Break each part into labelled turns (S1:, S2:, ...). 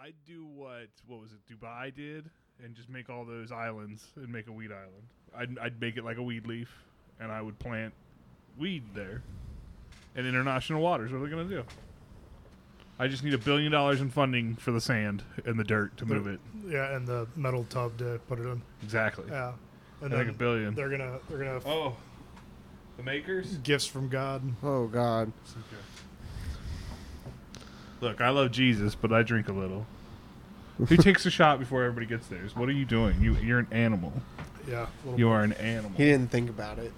S1: I'd do what what was it Dubai did and just make all those islands and make a weed island. I'd I'd make it like a weed leaf and I would plant weed there. In international waters, what are they gonna do? I just need a billion dollars in funding for the sand and the dirt to move it.
S2: Yeah, and the metal tub to put it in.
S1: Exactly.
S2: Yeah, and
S1: Like a billion.
S2: They're gonna they're gonna f-
S1: Oh, the makers.
S2: gifts from God.
S3: Oh God.
S1: Look, I love Jesus, but I drink a little. Who takes a shot before everybody gets theirs? What are you doing? You, you're an animal.
S2: Yeah, a little
S1: You are an animal.
S3: He didn't think about it.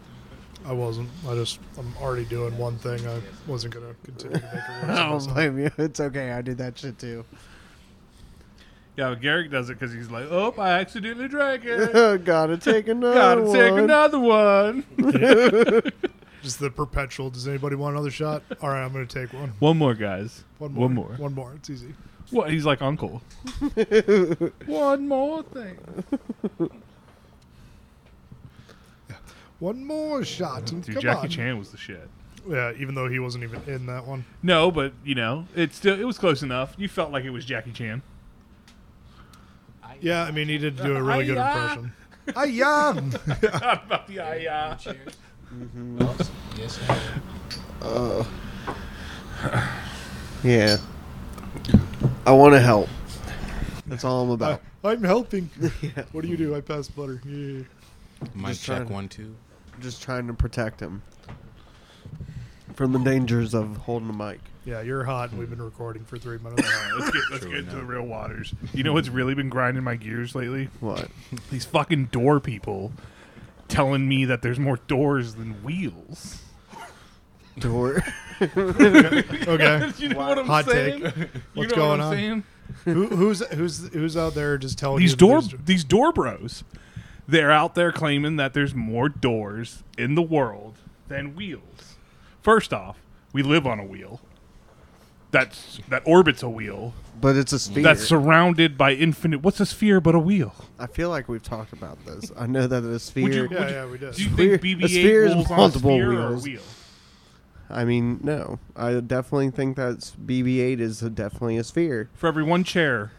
S2: I wasn't. I just I'm already doing one thing. I wasn't gonna continue to make it worse.
S3: I don't
S2: myself.
S3: blame you. It's okay. I did that shit too.
S1: Yeah, but Garrick does it because he's like, oh, I accidentally drank it.
S3: Gotta take another.
S1: Gotta take
S3: one.
S1: another one.
S2: Just the perpetual. Does anybody want another shot? All right, I'm gonna take one.
S1: One more, guys.
S2: One more.
S1: One more.
S2: One more. It's easy.
S1: What? He's like uncle. one more thing.
S2: One more shot. and
S1: Dude,
S2: come
S1: Jackie
S2: on.
S1: Chan was the shit.
S2: Yeah, even though he wasn't even in that one.
S1: No, but you know, it still it was close enough. You felt like it was Jackie Chan.
S2: Yeah, I mean he did do a really good
S1: Hi-ya.
S2: impression. Hiya.
S1: Not about the eye, yeah.
S4: Cheers.
S3: Mm-hmm.
S4: Awesome. Yes, sir.
S3: Yeah. I want to help. That's all I'm
S2: I,
S3: about.
S2: I'm helping.
S3: yeah.
S2: What do you do? I pass butter. Yeah.
S4: Mic
S3: Just
S4: check
S3: trying.
S4: one two.
S3: Just trying to protect him from the dangers of holding a mic.
S2: Yeah, you're hot. and We've been recording for three minutes.
S1: Let's get, let's get into the real waters. You know what's really been grinding my gears lately?
S3: What?
S1: These fucking door people telling me that there's more doors than wheels.
S3: Door?
S2: okay.
S1: you know what I'm
S2: Hot
S1: saying?
S2: take.
S1: You
S2: What's
S1: know
S2: going
S1: what I'm
S2: on?
S1: saying?
S2: Who, who's who's who's out there just telling
S1: These
S2: you that
S1: door
S2: there's-
S1: these door bros, they're out there claiming that there's more doors in the world than wheels. First off, we live on a wheel. That's that orbits a wheel.
S3: But it's a sphere.
S1: That's surrounded by infinite. What's a sphere but a wheel?
S3: I feel like we've talked about this. I know that a sphere.
S1: Would you, would
S2: Yeah,
S1: you-
S2: yeah, we did.
S1: Do you
S3: Sphere-
S1: think
S3: a
S1: BB-8
S3: sphere is
S1: rules on
S3: multiple
S1: sphere or
S3: wheels.
S1: wheel?
S3: I mean, no. I definitely think that BB-8 is a, definitely a sphere.
S1: For every one chair,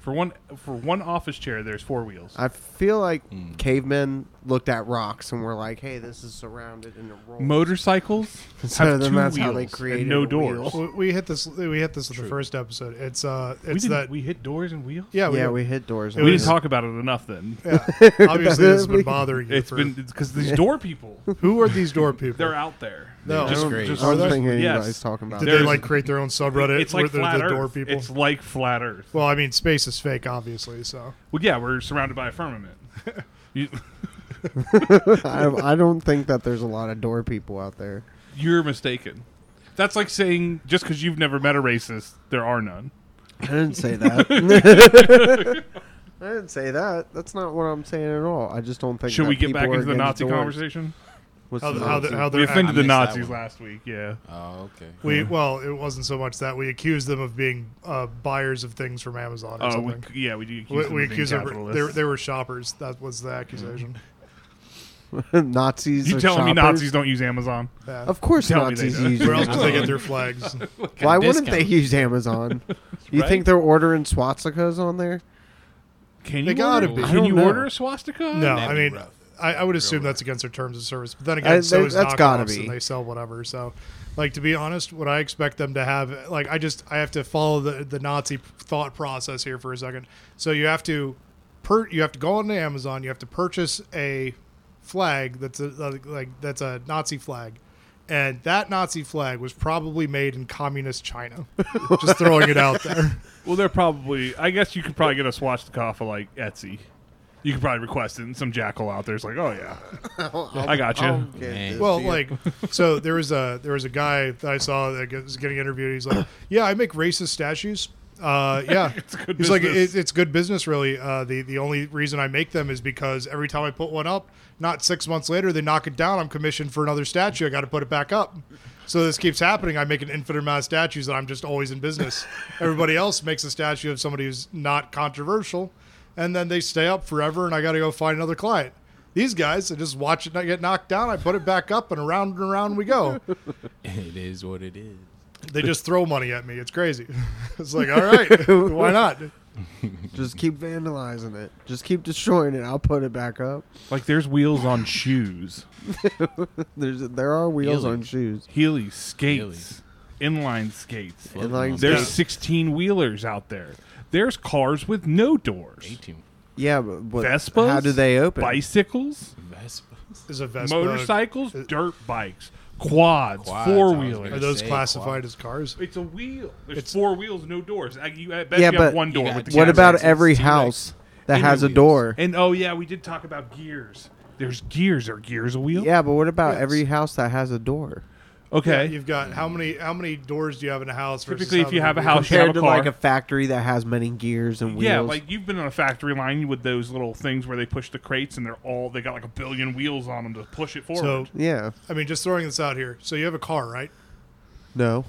S1: for one for one office chair, there's four wheels.
S3: I feel like cavemen looked at rocks and were like, "Hey, this is surrounded in a roll."
S1: Motorcycles
S3: So
S1: have
S3: then
S1: two
S3: that's
S1: wheels
S3: how they created
S1: and no
S3: a
S1: doors.
S3: wheel.
S2: We- we hit this. We hit this in the first episode. It's uh,
S1: We,
S2: it's
S1: didn't,
S2: that.
S1: we hit doors and wheels.
S2: yeah, we,
S3: yeah,
S2: did.
S3: we hit doors.
S2: It
S1: We
S3: on
S1: didn't
S3: it.
S1: talk about it enough then.
S2: Yeah. Obviously, this has been bothering you.
S1: It's
S2: for-
S1: been because these door people,
S2: Who are these door people?
S1: they're out there.
S2: No.
S3: I don't,
S4: Just-
S3: I don't
S1: just-
S3: think
S1: yes.
S3: anybody's talking about
S2: Did
S3: it.
S2: they
S1: there's-
S2: like create their own subreddit?
S1: it's like
S2: where
S1: flat
S2: they're the
S1: Earth.
S2: door people.
S1: It's like flat Earth.
S2: well, I mean, space is fake, obviously. So
S1: Well, yeah, we're surrounded by a firmament. you,
S3: I, I don't think that there's a lot of door people out there.
S1: you're mistaken. That's like saying just because you've never met a racist, there are none.
S3: I didn't say that. I didn't say that. That's not what I'm saying at all. I just don't think.
S1: Should
S3: that
S1: we get
S3: people
S1: back
S3: are
S1: into the
S3: against
S1: Nazi
S3: doors.
S1: conversation?
S3: What's
S2: how
S3: the
S2: the, how the,
S3: Nazi?
S2: how
S1: We
S2: they're
S1: offended the
S4: missed that
S1: Nazis
S4: one.
S1: last week. Yeah.
S4: Oh, okay.
S2: We well, it wasn't so much that we accused them of being uh, buyers of things from Amazon or
S1: Oh, we,
S2: something.
S1: yeah, we do accuse
S2: We,
S1: them
S2: we
S1: of being
S2: accused them. They,
S1: capitalists.
S2: they were shoppers. That was the accusation.
S3: Nazis?
S1: you
S3: are
S1: telling me
S3: shoppers?
S1: Nazis don't use Amazon?
S2: Yeah.
S3: Of course,
S1: Tell me they
S3: Nazis
S1: don't.
S3: use.
S2: Where else do they
S3: Amazon.
S2: get their flags?
S3: Why wouldn't they
S4: discount?
S3: use Amazon? You
S1: Right?
S3: think they're ordering swastikas on there?
S1: Can you
S2: They gotta
S1: order,
S2: be.
S3: I
S1: Can
S3: don't
S1: you
S3: know.
S1: order a swastika?
S2: No,
S4: That'd
S2: I
S4: be
S2: mean,
S4: rough.
S2: I, I would assume
S4: real
S2: that's against their terms of service. But then again,
S3: Uh,
S2: so
S3: they-
S2: is
S3: that's
S2: knockoffs,
S3: gotta be.
S2: and they sell whatever. So, like to be honest, what I expect them to have, like I just I have to follow the the Nazi thought process here for a second. So you have to, per you have to go onto Amazon, you have to purchase a flag that's a like that's a Nazi flag. And that Nazi flag was probably made in communist China. Just throwing it out there.
S1: Well, they're probably. I guess you could probably get a swastika off of like Etsy. You could probably request it, and some jackal out there's like, "Oh yeah, I got you."
S3: I'll get
S4: Man.
S3: this.
S2: well like so there was a there was a guy that i saw that was getting interviewed he's like yeah i make racist statues uh, yeah it's
S1: good
S2: he's like
S1: business.
S2: it, it's good business really uh, the the only reason i make them is because every time i put one up not six months later they knock it down i'm commissioned for another statue i got to put it back up so this keeps happening i make an infinite amount of statues and i'm just always in business everybody else makes a statue of somebody who's not controversial and then they stay up forever and i got to go find another client these guys, I just watch it not get knocked down. I put it back up, and around and around we go.
S4: it is what it is.
S2: They just throw money at me. It's crazy. It's like, all right, why not?
S3: Just keep vandalizing it. Just keep destroying it. I'll put it back up.
S1: Like there's wheels on shoes,
S3: There's there are wheels
S4: Really?
S3: on shoes.
S1: Heelys, skates, inline skates.
S4: Floating
S3: like,
S4: on
S1: There's
S3: Yeah.
S1: 16 wheelers out there. There's cars with no doors.
S4: 18
S3: Yeah, but, but
S1: Vespas?
S3: how do they open?
S1: Bicycles,
S4: Vespas.
S2: Is a Vespa
S1: motorcycles,
S2: uh,
S1: dirt bikes, quads,
S4: Quads,
S1: four
S4: I
S2: Are
S1: wheelers.
S4: was
S2: those
S4: Say,
S2: classified
S4: quad.
S2: as cars?
S1: It's a wheel. There's
S2: It's-
S1: four wheels, no doors. I, you, I bet
S3: Yeah,
S1: you have
S3: but-
S1: one door
S4: You
S1: with the
S4: got-
S3: What
S1: gas
S3: about
S1: engine.
S3: every
S4: T-Rex.
S3: house that
S4: Inner
S3: has a
S4: wheels.
S3: door?
S1: And oh yeah, we did talk about gears. There's gears. Are gears a wheel?
S3: Yeah, but what about
S2: Yes.
S3: every house that has a door?
S1: Okay.
S2: Yeah, you've got how many how many doors do you have in a house? versus
S1: Typically,
S2: how
S1: if you
S2: many
S1: have a
S2: wheels?
S1: house, you have
S3: Compared
S1: a
S3: to
S1: car.
S3: like a factory that has many gears and wheels.
S1: Yeah, like you've been on a factory line with those little things where they push the crates and they're all they got like a billion wheels on them to push it
S2: So
S1: forward.
S3: yeah,
S2: I mean, just throwing this out here. So you have a car, right?
S3: no.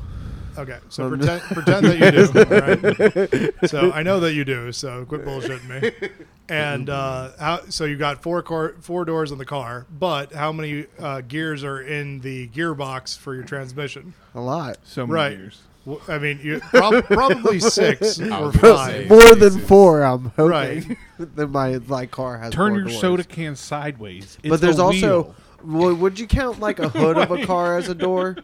S2: Okay, so
S3: Um,
S2: pretend pretend that you do. all right? So I know that you do. So quit bullshitting me. And uh, how, so you got four car, four doors in the car, but how many uh, gears are in the gearbox for your transmission?
S3: A lot.
S1: So, many
S2: Right.
S1: gears.
S2: Well, I mean, you prob- probably six or
S4: was gonna say.
S2: five.
S3: More
S4: Makes
S3: than
S4: sense.
S3: four, I'm hoping.
S2: Right.
S3: that my like car has.
S1: Turn
S3: four
S1: your
S3: doors.
S1: soda can sideways. It's
S3: But there's
S1: a
S3: also.
S1: wheel.
S3: Well, would you count like a hood of a car as a door,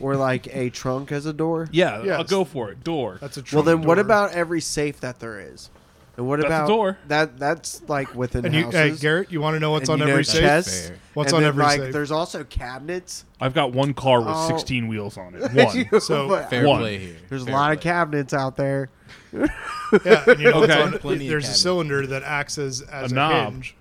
S3: or like a trunk as a door?
S1: yeah.
S2: Yes.
S1: I'll go for it. Door.
S2: That's a trunk
S3: Well, then what
S2: door.
S3: about every safe that there is? And what
S1: That's a
S3: about
S1: door.
S3: That that's like within
S2: And you,
S3: houses.
S2: hey, Garrett, you want to know what's
S3: And
S2: on
S3: you know
S2: every safe?
S3: chests,
S4: Fair.
S2: What's
S3: and
S2: on
S3: then,
S2: every
S3: like,
S2: safe?
S3: There's also cabinets.
S1: I've got one car with
S3: Oh.
S1: 16 wheels on it. One.
S2: So-
S3: But
S4: Fair
S1: One.
S4: play here.
S3: there's a
S4: Fair
S3: lot of
S4: play.
S3: cabinets out there.
S2: Yeah, and you know what's
S1: Okay.
S2: on-
S4: Plenty of
S2: there's a
S4: cabinets.
S2: cylinder that acts as, as a,
S1: A knob.
S2: hinge.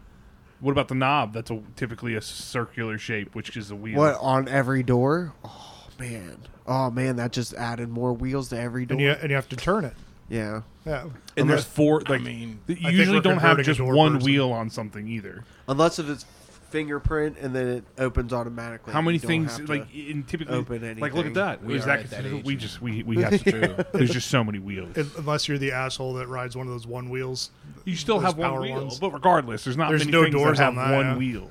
S1: what about the knob? That's a, typically a circular shape, which is a wheel.
S3: What on every door? Oh man. Oh man, that just added more wheels to every door.
S2: and you and you have to turn it.
S3: yeah.
S2: Yeah,
S1: And there's four. Like,
S4: mean,
S1: th- you
S2: I think
S1: usually
S2: we're
S1: don't have
S2: converting a
S1: just
S2: door
S1: one
S2: person.
S1: wheel on something either.
S3: Unless if it's fingerprint and then it opens automatically.
S1: How many
S3: You don't
S1: things?
S3: have
S1: Like
S3: to-
S1: in typically,
S3: open
S1: like look
S3: anything.
S1: at that.
S4: We
S1: Is
S4: are
S1: that
S4: at that
S1: considered-
S4: age.
S1: we just we we have to.
S4: True.
S1: There's just so many wheels.
S2: Un- unless you're the asshole that rides one of those one wheels.
S1: You still
S2: Those
S1: have one
S2: power
S1: wheel,
S2: ones.
S1: but regardless, there's not
S2: There's
S1: many
S2: no
S1: things
S2: doors
S1: that have
S2: on that,
S1: one
S2: yeah.
S1: wheel.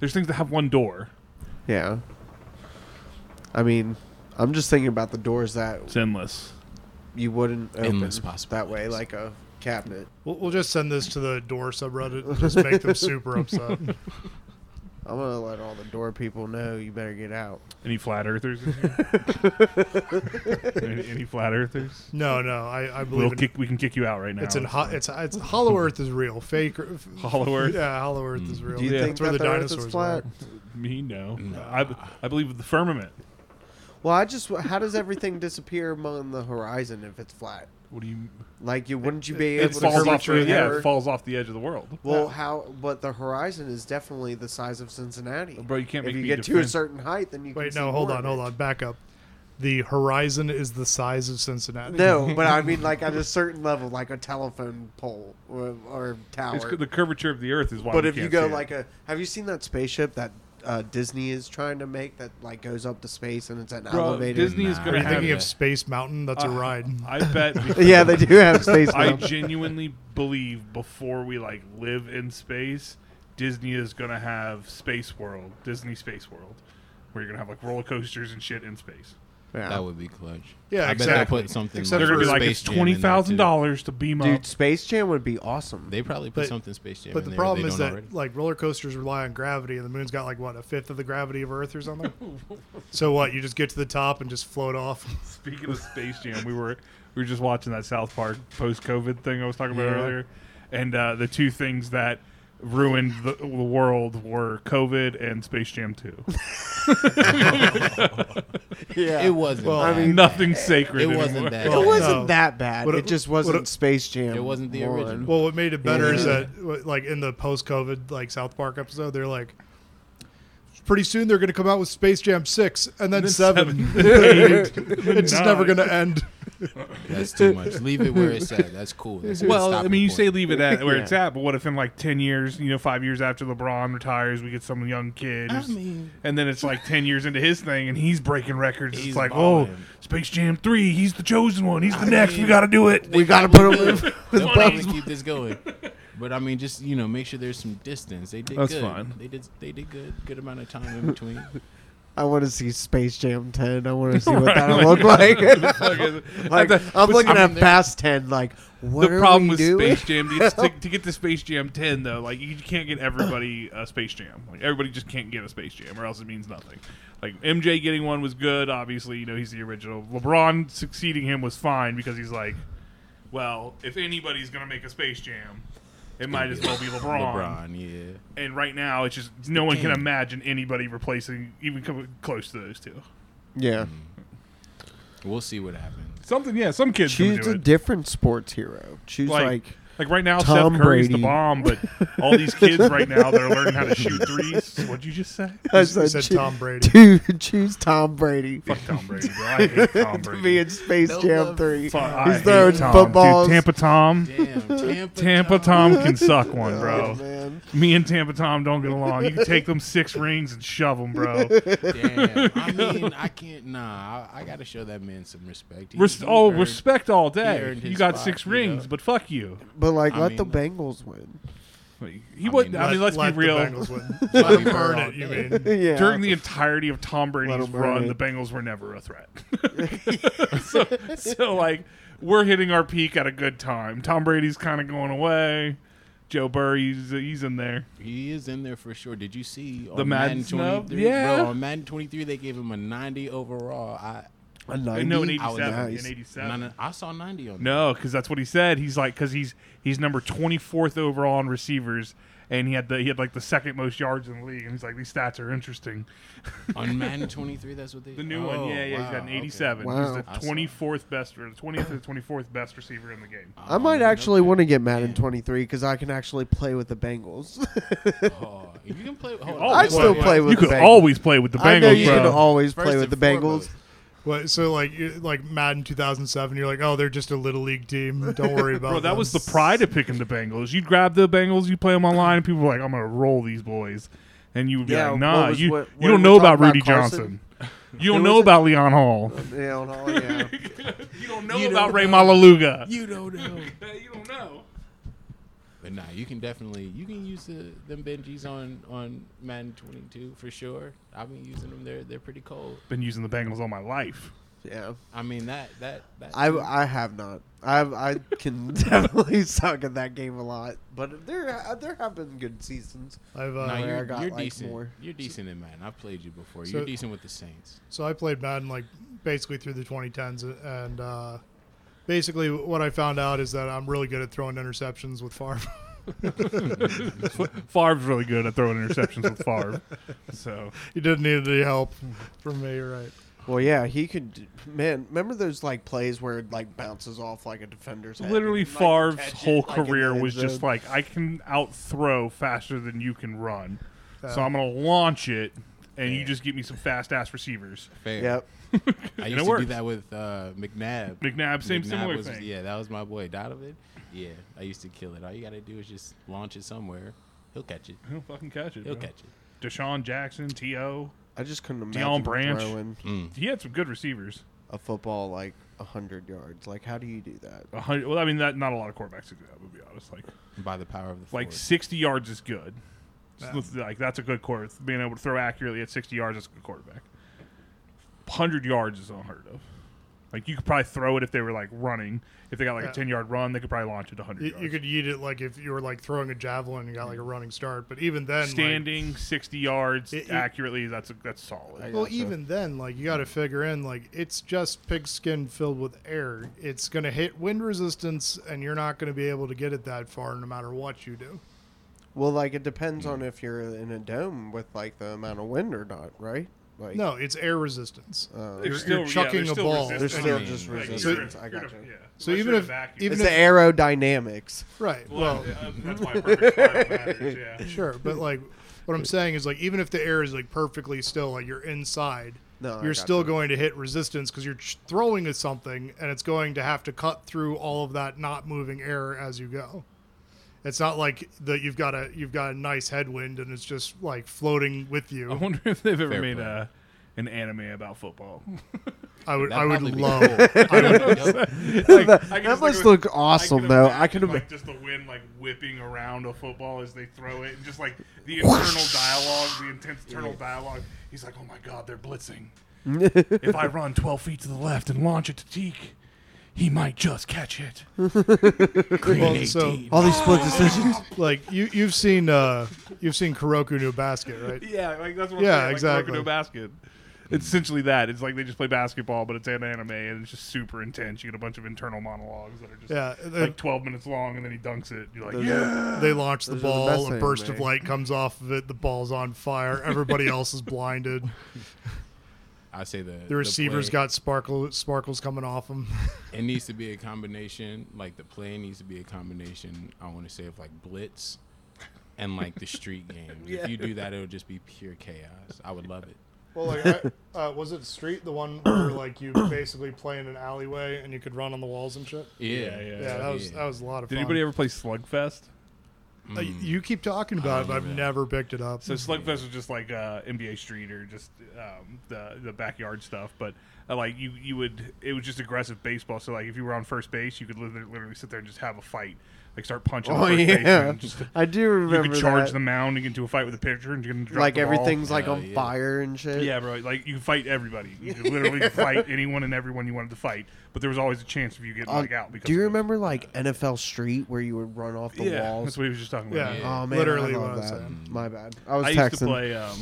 S1: There's things that have one door.
S3: yeah. I mean, I'm just thinking about the doors that
S1: It's endless.
S3: you wouldn't open
S4: Endless
S3: that way,
S4: possibilities.
S3: like a cabinet.
S2: We'll, we'll just send this to the door subreddit. and Just make them super upset.
S3: I'm gonna let all the door people know you better get out.
S1: Any flat earthers? in here? any, any flat earthers?
S2: No, no, I, I
S1: We'll
S2: believe in,
S1: kick, we can kick you out right now.
S2: it's in ho-
S1: hot.
S2: it's it's Hollow Earth is real. Fake Earth-
S1: Hollow Earth?
S2: Yeah, Hollow Earth is real.
S3: Do you
S1: Yeah.
S3: think
S2: That's where
S3: that
S2: the
S3: the Earth is
S2: dinosaurs
S3: flat?
S2: were.
S1: Me no.
S4: Nah.
S1: I, I believe the firmament.
S3: Well, I just how does everything disappear among the horizon if it's flat?
S1: What do you?
S3: Like you wouldn't you be
S1: It
S3: able to
S1: falls
S3: see
S1: off. The,
S3: forever?
S1: yeah, it falls off the edge of the world.
S3: Well, how? But the horizon is definitely the size of Cincinnati.
S1: Bro, you can't
S3: if
S1: make
S3: you
S1: me
S3: get to a
S1: defend-
S3: certain height, then you can
S2: Wait,
S3: see
S2: no, hold
S3: more
S2: on,
S3: of
S2: hold
S3: it.
S2: on, back up. The horizon is the size of Cincinnati.
S3: No, but I mean like at a certain level, like a telephone pole or, or tower.
S1: It's, cu- the curvature of the Earth is why.
S3: but
S1: we
S3: if you
S1: can't
S3: go
S1: see it.
S3: like a, have you seen that spaceship that uh, Disney is trying to make that like goes up to space and it's an
S1: Bro,
S3: elevator?
S1: Disney is
S4: Nah.
S1: going to
S2: Are you
S1: have. Uh,
S2: thinking
S4: it.
S2: of Space Mountain? That's a ride.
S1: I bet.
S3: yeah, they do have space.
S1: I
S3: now.
S1: genuinely believe before we like live in space, Disney is gonna have Space World, Disney Space World, where you're gonna have like roller coasters and shit in space.
S3: Yeah.
S4: That would be clutch.
S2: Yeah,
S4: I bet
S2: exactly.
S4: they put something.
S2: Except
S1: They're gonna be
S2: for
S1: like
S4: Space
S1: it's
S4: Jam in there,
S1: twenty thousand
S4: too.
S1: dollars to beam up.
S3: Dude, Space Jam would be awesome.
S4: They probably put
S2: But-
S4: something Space Jam.
S2: But
S4: in
S2: the
S4: there
S2: problem
S4: they
S2: is
S4: don't
S2: that
S4: already.
S2: like roller coasters rely on gravity, and the moon's got like what a fifth of the gravity of Earth or something. so what? You just get to the top and just float off.
S1: Speaking of Space Jam, we were we were just watching that South Park post COVID thing I was talking about
S3: Yeah.
S1: earlier, and uh, the two things that ruined the, the world were COVID and Space Jam Two.
S3: yeah,
S4: it wasn't.
S2: Well,
S4: that
S2: I
S4: bad.
S1: Nothing's sacred.
S4: It wasn't
S1: anymore.
S4: that.
S2: Well,
S4: bad.
S3: It wasn't
S2: No.
S3: that bad.
S2: What
S3: It,
S2: it-
S3: just wasn't
S2: what it-
S3: Space Jam.
S4: It wasn't the
S3: one.
S4: original.
S2: Well, what made it better is
S3: Yeah.
S2: that wh- like in the post-COVID like South Park episode, they're like. Pretty soon they're going to come out with Space Jam six and then,
S1: Then
S2: seven. it's just never
S1: Nine.
S2: going to end.
S4: That's too much. Leave it where it's at. That's cool. That's a good
S1: Well, I
S4: stopping
S1: mean, you
S4: point.
S1: say leave it at where it's
S3: Yeah.
S1: at, but what if in like ten years, you know, five years after LeBron retires, we get some young kid,
S4: I
S1: who's-
S4: mean-
S1: and then it's like ten years into his thing, and he's breaking records.
S4: He's
S1: it's like,
S4: balling.
S1: oh, Space Jam three, he's the chosen one, he's the
S4: I
S1: next.
S4: mean-
S1: we got to do it.
S3: we gotta put him in.
S4: They'll
S1: Funny.
S4: probably keep this going. But I mean, just you know, make sure there's some distance. They did
S1: That's
S4: good.
S1: fine.
S4: They did. They did good. Good amount of time in between.
S3: I want to see Space Jam 10. I want to see what
S1: Right,
S3: that'll
S1: like-
S3: look like.
S1: At
S3: like
S1: the- but
S3: I'm looking
S1: see,
S4: I mean,
S3: at past 10, like, what
S1: the
S3: are
S1: problem
S3: we
S1: with
S3: doing?
S1: Space Jam it's to, to get to Space Jam 10 though, like you can't get everybody a Space Jam. Like everybody just can't get a Space Jam, or else it means nothing. Like MJ getting one was good, obviously. You know he's the original. LeBron succeeding him was fine because he's like, well, if anybody's gonna make a Space Jam, it might as well be LeBron.
S4: LeBron, yeah.
S1: And right now, it's just no one can
S4: king.
S1: imagine anybody replacing even coming close to those two.
S3: Yeah.
S4: We'll see what happens.
S1: Something, yeah, some kids can
S3: Choose
S1: do
S3: a
S1: it.
S3: different sports hero. Choose,
S1: Like-
S3: like,
S1: Like right now,
S3: Tom
S1: Steph Curry's the
S3: Brady.
S1: bomb, but all these kids right now they're lerening how to shoot threes. What'd you just say?
S3: I
S2: You said
S3: choo-
S2: Tom Brady.
S3: Dude, choose Tom Brady.
S1: Fuck Tom Brady, bro. I hate Tom
S3: to be
S1: Brady.
S3: in Space
S4: No
S3: Jam
S4: love.
S3: 3.
S1: Fuck, I
S3: He's
S1: hate
S3: throwing
S1: Tom.
S3: footballs.
S1: Dude, Tampa Tom.
S4: Damn, Tampa,
S1: Tampa Tom can suck one, bro.
S3: Oh, man.
S1: Me and Tampa Tom don't get along. You can take them six rings and shove them, bro.
S4: Damn. I mean, I can't. Nah, I, I got to show that man some respect. He-
S1: Res-
S4: he
S1: oh,
S4: earned-
S1: respect all day.
S4: earned
S1: You
S4: his
S1: got
S4: spot,
S1: six
S4: you know?
S1: rings, but fuck you.
S3: But, like,
S4: I
S3: let
S4: mean,
S3: the
S4: like-
S3: Bengals win.
S1: He would.
S4: mean,
S1: I mean, let's
S2: let, let
S1: be real.
S2: The Bengals win.
S4: Bobby
S2: Burn
S4: Burr all
S2: it, you
S4: day.
S2: mean?
S3: yeah.
S1: During the entirety of Tom Brady's
S3: 'em earn
S1: run,
S3: it.
S1: the Bengals were never a threat. so, so, like, we're hitting our peak at a good time. Tom Brady's kind of going away. Joe Burrow, he's, he's in there.
S4: He is in there for sure. Did you see on
S1: The Madden snub?
S4: 23?
S1: Yeah.
S4: Bro, on Madden 23, they gave him a 90 overall. I
S3: a
S1: I
S3: 90?
S1: know in
S4: I was
S1: 87.
S3: nice.
S1: In
S4: no,
S1: 87.
S4: no, I saw 90 on
S1: No, because that's what he said. He's like, because he's he's number twenty fourth overall in receivers, and he had the he had like the second most yards in the league. And he's like, these stats are interesting.
S4: that. on Madden 23. That's what they
S1: The new one,
S4: Oh,
S1: yeah, yeah, he's got
S4: wow,
S1: an
S4: okay.
S1: eighty-seven.
S3: Wow.
S1: He's
S4: I
S1: the
S4: saw.
S1: twenty-fourth best, or the twentieth or twenty-fourth best receiver in the game.
S3: I might
S4: Oh,
S3: actually
S4: okay.
S3: want to get Madden 23 because I can actually play with the Bengals.
S4: Oh, you can play. Hold
S1: Oh,
S4: on,
S3: I
S1: boy.
S4: wait,
S3: still
S4: wait,
S3: play
S4: wait.
S3: with
S1: You
S3: the
S1: could
S3: Bengals.
S1: always play with the
S3: I know
S1: Bengals,
S3: you can
S1: bro.
S3: always
S4: First
S3: play with
S4: and
S3: the Bengals.
S4: foremost.
S2: What, so like you- like Madden 2007, you're like, oh, they're just a little league team. Don't worry about.
S1: Bro, that
S2: them."
S1: was the pride of picking the Bengals. You'd grab the Bengals, you play them online, and people were like, "I'm gonna roll these boys," and you would be
S3: Yeah,
S1: like,
S3: what
S1: "Nah,
S3: was-
S1: you
S3: what-
S1: you
S3: what
S1: don't
S3: we
S1: know
S3: talked
S1: about
S3: about
S1: Rudy
S3: Carson?
S1: Johnson. You don't
S3: It
S1: know
S3: was a-
S1: about Leon Hall.
S3: Yeah, and all- yeah.
S1: You don't know
S4: You
S1: about
S4: don't
S1: Ray
S4: know.
S1: Malaluga.
S4: You don't know.
S1: you don't know."
S4: But nah, you can definitely you can use the them Benjis on on Madden 22 for sure. I've been using them. They're they're pretty cold.
S1: Been using the Bengals all my life.
S3: yeah.
S4: I mean that that that.
S3: I, I have not. I I can definitely suck at that game a lot, but there there have been good seasons.
S2: I've uh,
S4: Nah,
S3: where I
S4: you're,
S3: got,
S4: you're
S3: like,
S4: decent.
S3: more.
S4: You're decent in Madden. I've played you before.
S2: So-
S4: you're decent with the Saints.
S2: So I played Madden like basically through the 2010s, and uh, basically what I found out is that I'm really good at throwing interceptions with Favre.
S1: Favre's really good at throwing interceptions with Favre. So
S2: he didn't need any help from me, right?
S3: Well, yeah, he could. Man, remember those like plays where it like bounces off like a defender's head?
S1: Literally,
S3: and, like,
S1: Favre's
S3: catch it,
S1: whole
S3: like, in the
S1: career
S3: end
S1: was just
S3: zone?
S1: like, I can out throw faster than you can run, so
S2: Yeah.
S1: I'm gonna launch it, and you just get me some fast ass receivers.
S4: Fair.
S3: Yep.
S4: I
S1: it
S4: used to
S1: works.
S4: do that with uh, McNabb.
S1: McNabb, same
S4: McNabb
S1: similar
S4: was,
S1: thing.
S4: Yeah, that was my boy Donovan. Yeah, I used to kill it. All you gotta do is just launch it somewhere. He'll catch it.
S1: He'll fucking catch it.
S4: He'll
S1: bro.
S4: catch it.
S1: Deshaun Jackson, T.O.
S3: I just couldn't imagine
S1: Deion Branch.
S3: throwing
S1: He had some good receivers.
S3: a football like hundred yards. Like, how do you do that?
S1: A hundred, well, I mean, that not a lot of quarterbacks could do that. We'll be honest. Like,
S4: By the power of the
S1: like
S4: force.
S1: sixty yards is good. Just Like that's a good quarter. Being able to throw accurately at sixty yards is a good quarterback. Hundred yards is unheard of. Like you could probably throw it if they were like running. If they got like a
S2: Yeah.
S1: ten yard run, they could probably launch it hundred
S2: You,
S1: yards.
S2: you could eat it like if you were like throwing a javelin and you got like a running start, but even then, like-
S1: standing sixty yards
S2: It- it-
S1: accurately. That's a, that's solid.
S2: well,
S3: gotcha.
S2: even then, like you got to figure in like it's just pigskin filled with air. It's gonna hit wind resistance, and you're not gonna be able to get it that far, no matter what you do.
S3: Well, like it depends on
S1: Mm.
S3: if you're in a dome with like the amount of wind or not, right? Like,
S2: No, it's air resistance.
S3: uh,
S1: They're
S2: You're-
S1: still-
S2: you're
S1: yeah,
S2: chucking
S1: they're
S2: a
S1: still
S2: ball.
S1: resistant.
S3: they're still
S4: I mean,
S3: just
S4: like,
S1: Like,
S3: resistance.
S2: you're
S1: you're-
S3: I
S1: you're-
S3: gotcha.
S1: yeah. Unless
S2: So even
S1: you're in a
S2: if-
S1: vacuum.
S2: even
S3: It's
S2: if-
S3: the aerodynamics.
S2: Right.
S1: well,
S2: Well,
S1: uh, that's why perfect spiral matters, yeah.
S2: sure, but like what I'm saying is like even if the air is like perfectly still, like you're inside,
S3: No, I
S2: you're
S3: got
S2: still
S3: that.
S2: going to hit resistance because you're ch- throwing at something, and it's going to have to cut through all of that not moving air as you go. It's not like that you've got a you've got a nice headwind and it's just like floating with
S1: I
S2: you.
S1: wonder if they've ever
S4: Fair
S1: made
S4: play.
S1: a an anime about football.
S2: I would
S4: That'd
S2: I would
S4: probably be
S2: love
S4: cool.
S1: Like,
S3: that
S1: I can
S3: that
S1: just think
S3: must
S1: of-
S3: look awesome, though. I could
S1: imagine, like
S3: have.
S1: just the wind like whipping around a football as they throw it, and just like the internal dialogue, the intense internal dialogue. He's like, "Oh my god, they're blitzing. if I run twelve feet to the left and launch it to Teak, he might just catch it."
S4: Green
S2: Well, so-
S4: 18.
S3: all these split decisions.
S2: like you you've seen uh you've seen Kuroku New Basket, right?
S1: Yeah, like that's what
S2: Yeah,
S1: I'm saying,
S2: exactly.
S1: Like, Rokudo basket. It's essentially that. It's like they just play basketball, but it's an anime, and it's just super intense. You get a bunch of internal monologues that are just
S2: Yeah, they,
S1: like twelve minutes long, and then he dunks it. You're like, yeah.
S2: they launch the
S3: Those are the
S2: ball,
S3: best
S2: a burst
S3: anime.
S2: of light comes off of it, the ball's on fire, everybody else is blinded.
S4: I say the
S2: The receiver's
S4: play-
S2: got sparkle sparkles coming off them.
S4: It needs to be a combination. Like the play needs to be a combination. I want to say of like blitz and like the street games. If you do that, it'll just be pure chaos. I would love it.
S2: Well, like, I, uh, was it Street the one where like you basically play in an alleyway and you could run on the walls and shit?
S4: Yeah,
S1: yeah,
S2: Yeah, that was that was a lot of
S1: Did
S2: fun.
S1: anybody ever play Slugfest?
S2: Uh, you keep talking about it, but I've
S4: remember that.
S2: never picked it up.
S1: So Slugfest was just like uh, NBA Street or just um, the the backyard stuff, but uh, like you you would it was just aggressive baseball. So like if you were on first base, you could literally, literally sit there and just have a fight, like start punching. the
S3: Oh
S1: first
S3: yeah,
S1: baseman, just-
S3: I do
S1: you
S3: remember
S1: could charge
S3: that.
S1: the mound and get into a fight with a pitcher and you can drop
S3: like
S1: the ball.
S3: everything's like
S4: Hell
S3: on
S4: yeah.
S3: fire and shit.
S1: Yeah, bro. Like you could fight everybody. You could literally fight anyone and everyone you wanted to fight, but there was always a chance of you getting
S3: Uh,
S1: like out. Because
S3: do you
S1: of it.
S3: remember like NFL Street where you would run off the
S1: yeah,
S3: walls?
S1: that's what he was just talking about.
S2: yeah,
S4: Yeah.
S3: Oh man,
S2: literally
S3: I
S2: what I
S3: love
S2: was
S3: that.
S2: saying.
S3: My bad. I was
S1: I
S3: texting.
S1: used to play um,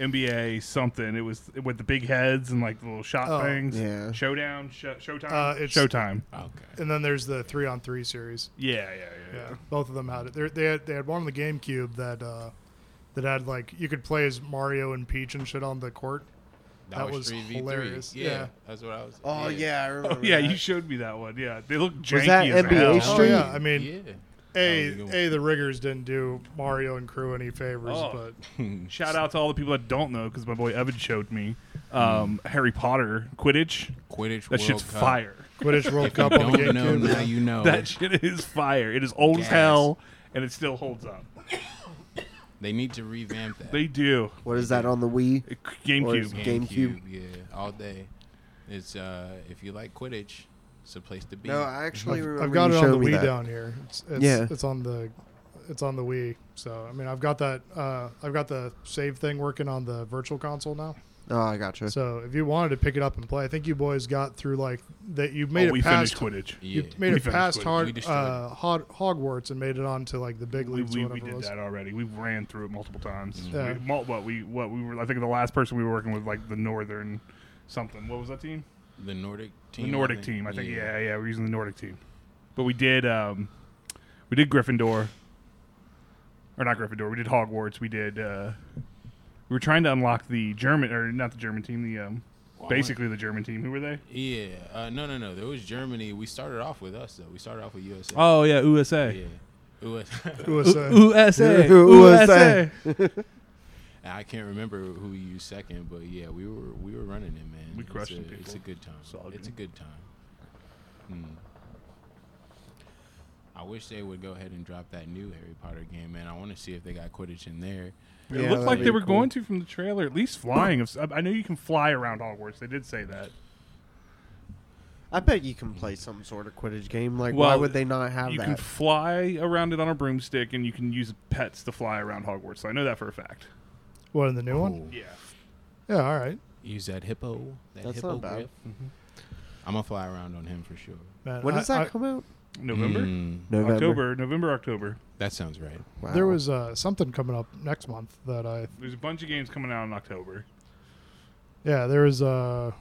S1: NBA something. It was with the big heads and like the little shot
S2: Oh,
S1: things.
S3: yeah.
S1: Showdown. Sh- showtime.
S2: Uh, it's-
S1: showtime.
S4: Okay.
S2: And then there's the three on three series.
S1: Yeah, yeah, yeah.
S2: Yeah, both of them had it. They're, they had, they had one on the GameCube that uh, that had like you could play as Mario and Peach and shit on the court.
S4: That,
S2: That
S4: was,
S2: was
S4: 3v3.
S2: hilarious.
S4: Yeah,
S2: Yeah.
S4: that's what I was.
S3: Oh yeah, I
S1: Oh,
S3: remember.
S1: yeah,
S3: that.
S1: you showed me that one. Yeah, they look janky
S3: that
S1: as
S3: NBA
S1: hell.
S3: Street?
S2: Oh yeah, I mean,
S4: yeah.
S2: a
S4: That was a good one.
S2: a the riggers didn't do Mario and crew any favors,
S1: Oh.
S2: but
S1: Shout out to all the people that don't know because my boy Evan showed me um,
S2: Hmm.
S1: Harry Potter Quidditch.
S4: Quidditch.
S1: That
S4: World
S1: shit's
S4: Cup.
S1: fire.
S2: Quidditch World
S4: If you
S2: Cup on the
S4: don't know
S2: GameCube.
S4: now,
S2: yeah.
S4: you know.
S1: That shit is fire. It is old as
S4: Gas.
S1: hell, and it still holds up.
S4: they need to revamp that.
S1: They do.
S3: What is that on the Wii? Or is
S1: GameCube. Oh,
S3: it- GameCube.
S4: Yeah, all day. It's uh, if you like Quidditch, it's a place to be.
S3: No, I actually remember.
S2: I've got
S3: you
S2: it on the
S3: showed me
S2: Wii
S3: that.
S2: down here. It's, it's,
S3: Yeah.
S2: it's on the it's on the Wii. So I mean, I've got that. Uh, I've got the save thing working on the Virtual Console now.
S3: Oh, I gotcha.
S2: So if you wanted to pick it up and play, I think you boys got through like that. You made
S1: oh, we
S2: it
S1: finished
S2: past.
S1: Quidditch.
S4: yeah.
S2: You made
S1: We
S2: it
S1: finished
S2: past
S1: Quidditch.
S4: We
S2: hard,
S4: destroyed
S2: uh, Hod- Hogwarts and made it on to like the big
S1: We,
S2: leagues.
S1: we,
S2: or
S1: we
S2: whatever it
S1: did
S2: was.
S1: that already. We ran through it multiple times.
S2: Yeah.
S1: We, mul- what we what we were I think the last person we were working with like the northern something. What was that team?
S4: the Nordic team.
S1: the Nordic team. I think yeah. yeah, we're using the Nordic team. But we did um we did Gryffindor. Or not Gryffindor. We did Hogwarts. We did uh we were trying to unlock the German or not the German team, the um
S4: Well,
S1: basically the German team. Who were they?
S4: Yeah. Uh, no, no, no. There was Germany. We started off with us though. We started off with USA.
S1: Oh yeah, USA.
S4: Yeah. It was.
S2: USA.
S1: USA.
S3: USA.
S4: I can't remember who you used second, but yeah, we were we were running it, man.
S1: We
S4: It's
S1: crushed
S4: a-
S1: some
S4: It's a
S1: people.
S4: good time.
S1: Solid
S4: it's a good time. Mm. I wish they would go ahead and drop that new Harry Potter game, man. I want to see if they got Quidditch in there.
S1: It
S3: Yeah,
S1: looked
S3: that'd
S1: like they
S3: be
S1: were
S3: cool.
S1: going to from the trailer, at least flying. If- I I know you can fly around Hogwarts. They did say that.
S3: I bet you can play some sort of Quidditch game. Like, why
S1: Well,
S3: would they not have
S1: you
S3: that?
S1: can fly around it on a broomstick, and you can use pets to fly around Hogwarts. So I know that for a fact.
S2: What in the new one?
S4: Cool.
S1: Yeah.
S2: Yeah, all right.
S4: Use that hippo. That
S3: That's
S4: hippo
S3: not bad.
S4: grip.
S1: Mm-hmm.
S4: I'm gonna fly around on him for sure.
S2: Man,
S3: when does
S2: I-
S3: that
S2: I-
S3: come out?
S1: November,
S4: Mm,
S3: November.
S1: October, November, October.
S4: that sounds right.
S3: Wow.
S2: There was uh, something coming up next month that I
S1: There's a bunch of games coming out in October.
S2: yeah there was uh,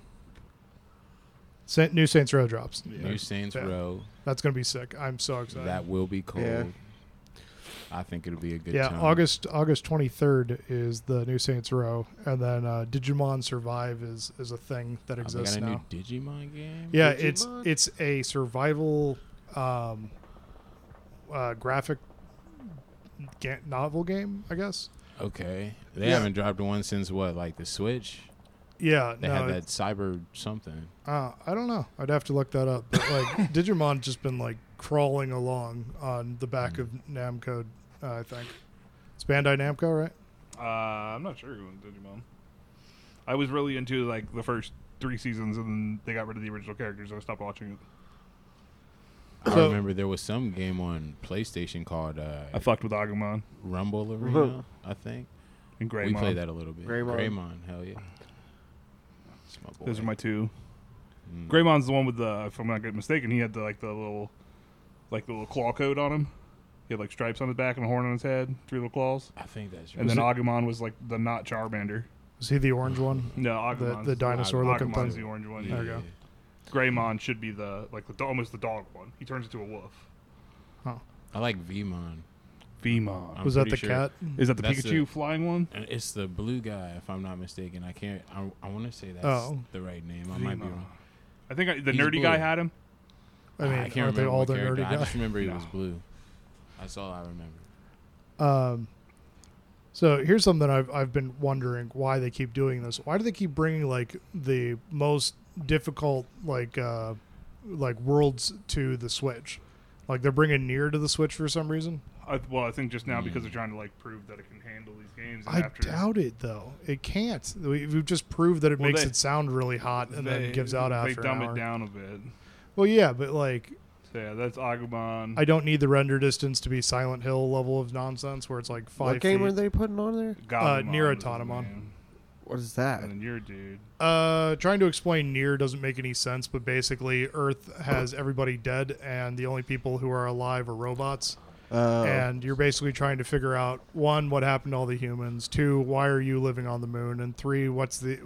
S2: Saint, new Saints Row drops.
S4: New Saints
S2: Yeah.
S4: Row.
S2: That's gonna be sick. I'm so excited.
S4: That will be cold.
S3: Yeah.
S4: I think it'll be a good
S2: yeah,
S4: time.
S2: August August 23rd is the new Saints Row, and then uh, Digimon Survive is is a thing that
S4: Oh, they
S2: exists
S4: got a
S2: now.
S4: new Digimon game.
S2: yeah, it's
S3: Digimon?
S2: it's a survival um, uh, graphic ga- novel game, I guess.
S4: Okay. They
S2: Yeah.
S4: haven't dropped one since what, like the Switch?
S2: Yeah,
S4: They
S2: no,
S4: had that cyber something.
S2: Uh, I don't know. I'd have to look that up. But like Digimon just been like crawling along on the
S4: Hmm.
S2: back of Namco, uh, I think. It's Bandai Namco, right?
S1: Uh, I'm not sure who owns Digimon. I was really into like the first three seasons, and then they got rid of the original characters, and I stopped watching it.
S4: I
S2: So-
S4: remember there was some game on PlayStation called uh,
S1: I fucked with Agumon
S4: Rumble Arena, I think.
S1: and Greymon.
S4: We played that a little bit.
S3: Greymon.
S4: Greymon, hell yeah. That's my boy.
S1: Those are my two.
S4: Mm.
S1: Greymon's the one with the, if I'm not get mistaken, he had the like the little, like the little claw coat on him. He had like stripes on his back and a horn on his head, three little claws.
S4: I think that's
S1: And then Agumon was like the not Charmander.
S2: Is he the orange one?
S1: No,
S2: The,
S1: Agumon's
S2: the dinosaur looking
S1: Agumon's the
S2: thing.
S1: orange one.
S2: There you go.
S1: Greymon should be the like the do- almost the dog one. He turns into a wolf.
S4: I like Vmon.
S1: Vemon.
S4: I'm
S2: Was that
S4: pretty
S2: the
S4: sure-
S2: cat?
S1: Is that the
S4: That's
S1: Pikachu
S4: it.
S1: flying one?
S4: And it's the blue guy, if I'm not mistaken. I can't. I, I want to say that's
S2: Oh.
S4: the right name. I might be
S1: Vemon.
S4: wrong.
S1: I think I, the
S4: He's
S1: nerdy guy
S4: blue.
S1: had him.
S2: I mean,
S4: I can't
S2: aren't they
S4: remember
S2: all
S4: what
S2: the
S4: character.
S2: nerdy
S4: I
S2: guy?
S4: just remember he was
S1: No.
S4: blue. That's all I remember.
S2: Um, so here's something I've I've been wondering why they keep doing this. Why do they keep bringing like the most difficult like uh, like worlds to the Switch? Like they're bringing near to the Switch for some reason.
S1: I, well, I think just now because
S4: Mm.
S1: they're trying to like prove that it can handle these games. and
S2: I
S1: after,
S2: doubt it though. It can't. We- We've just proved that it
S1: Well,
S2: makes
S1: they-
S2: it sound really hot and then gives out
S1: they
S2: after
S1: dumb
S2: an hour.
S1: it down a bit.
S2: Well, yeah, but like
S1: So yeah, that's Agumon.
S2: I uh, don't need the render distance to be Silent Hill level of nonsense where it's like five
S3: What game
S2: feet.
S3: were they putting on there?
S1: Gabumon
S2: uh, Nier
S1: is his
S2: Automon.
S1: name.
S3: What is that?
S1: And then your dude.
S2: Uh, trying to explain near doesn't make any sense, but basically, Earth has everybody dead, and the only people who are alive are robots.
S3: Uh,
S2: And you're basically trying to figure out one, what happened to all the humans; two, why are you living on the moon; and three, what's the,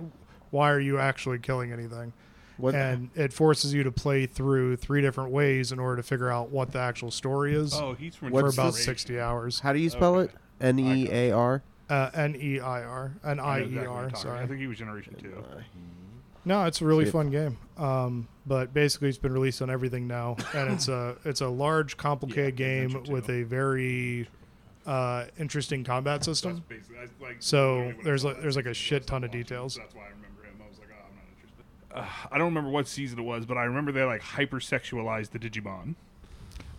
S2: why are you actually killing anything?
S3: what?
S2: And it forces you to play through three different ways in order to figure out what the actual story is
S1: Oh, he's from
S2: for
S3: What's
S2: about
S1: Generation.
S2: sixty hours.
S3: how do you spell
S1: Okay.
S3: it? N e a r.
S2: Uh, N E I R, N
S1: I know
S2: I E
S1: exactly what you're
S2: R.
S1: talking about.
S2: Sorry.
S1: I think he was Generation Two.
S2: No, it's a really
S3: Shit.
S2: fun game. Um, but basically, it's been released on everything now, and it's a it's a large, complicated
S1: Yeah, Adventure
S2: game with
S1: Tale.
S2: a very uh, interesting combat
S1: That's
S2: system.
S1: basically that's like
S2: So,
S1: literally what I
S2: there's
S1: saw
S2: like-
S1: that
S2: there's like a
S1: season,
S2: shit
S1: I
S2: ton of
S1: stopped watching,
S2: details.
S1: so That's why I remember him. I was like, oh, I'm not interested. Uh, I don't remember what season it was, but I remember they like hypersexualized the Digimon.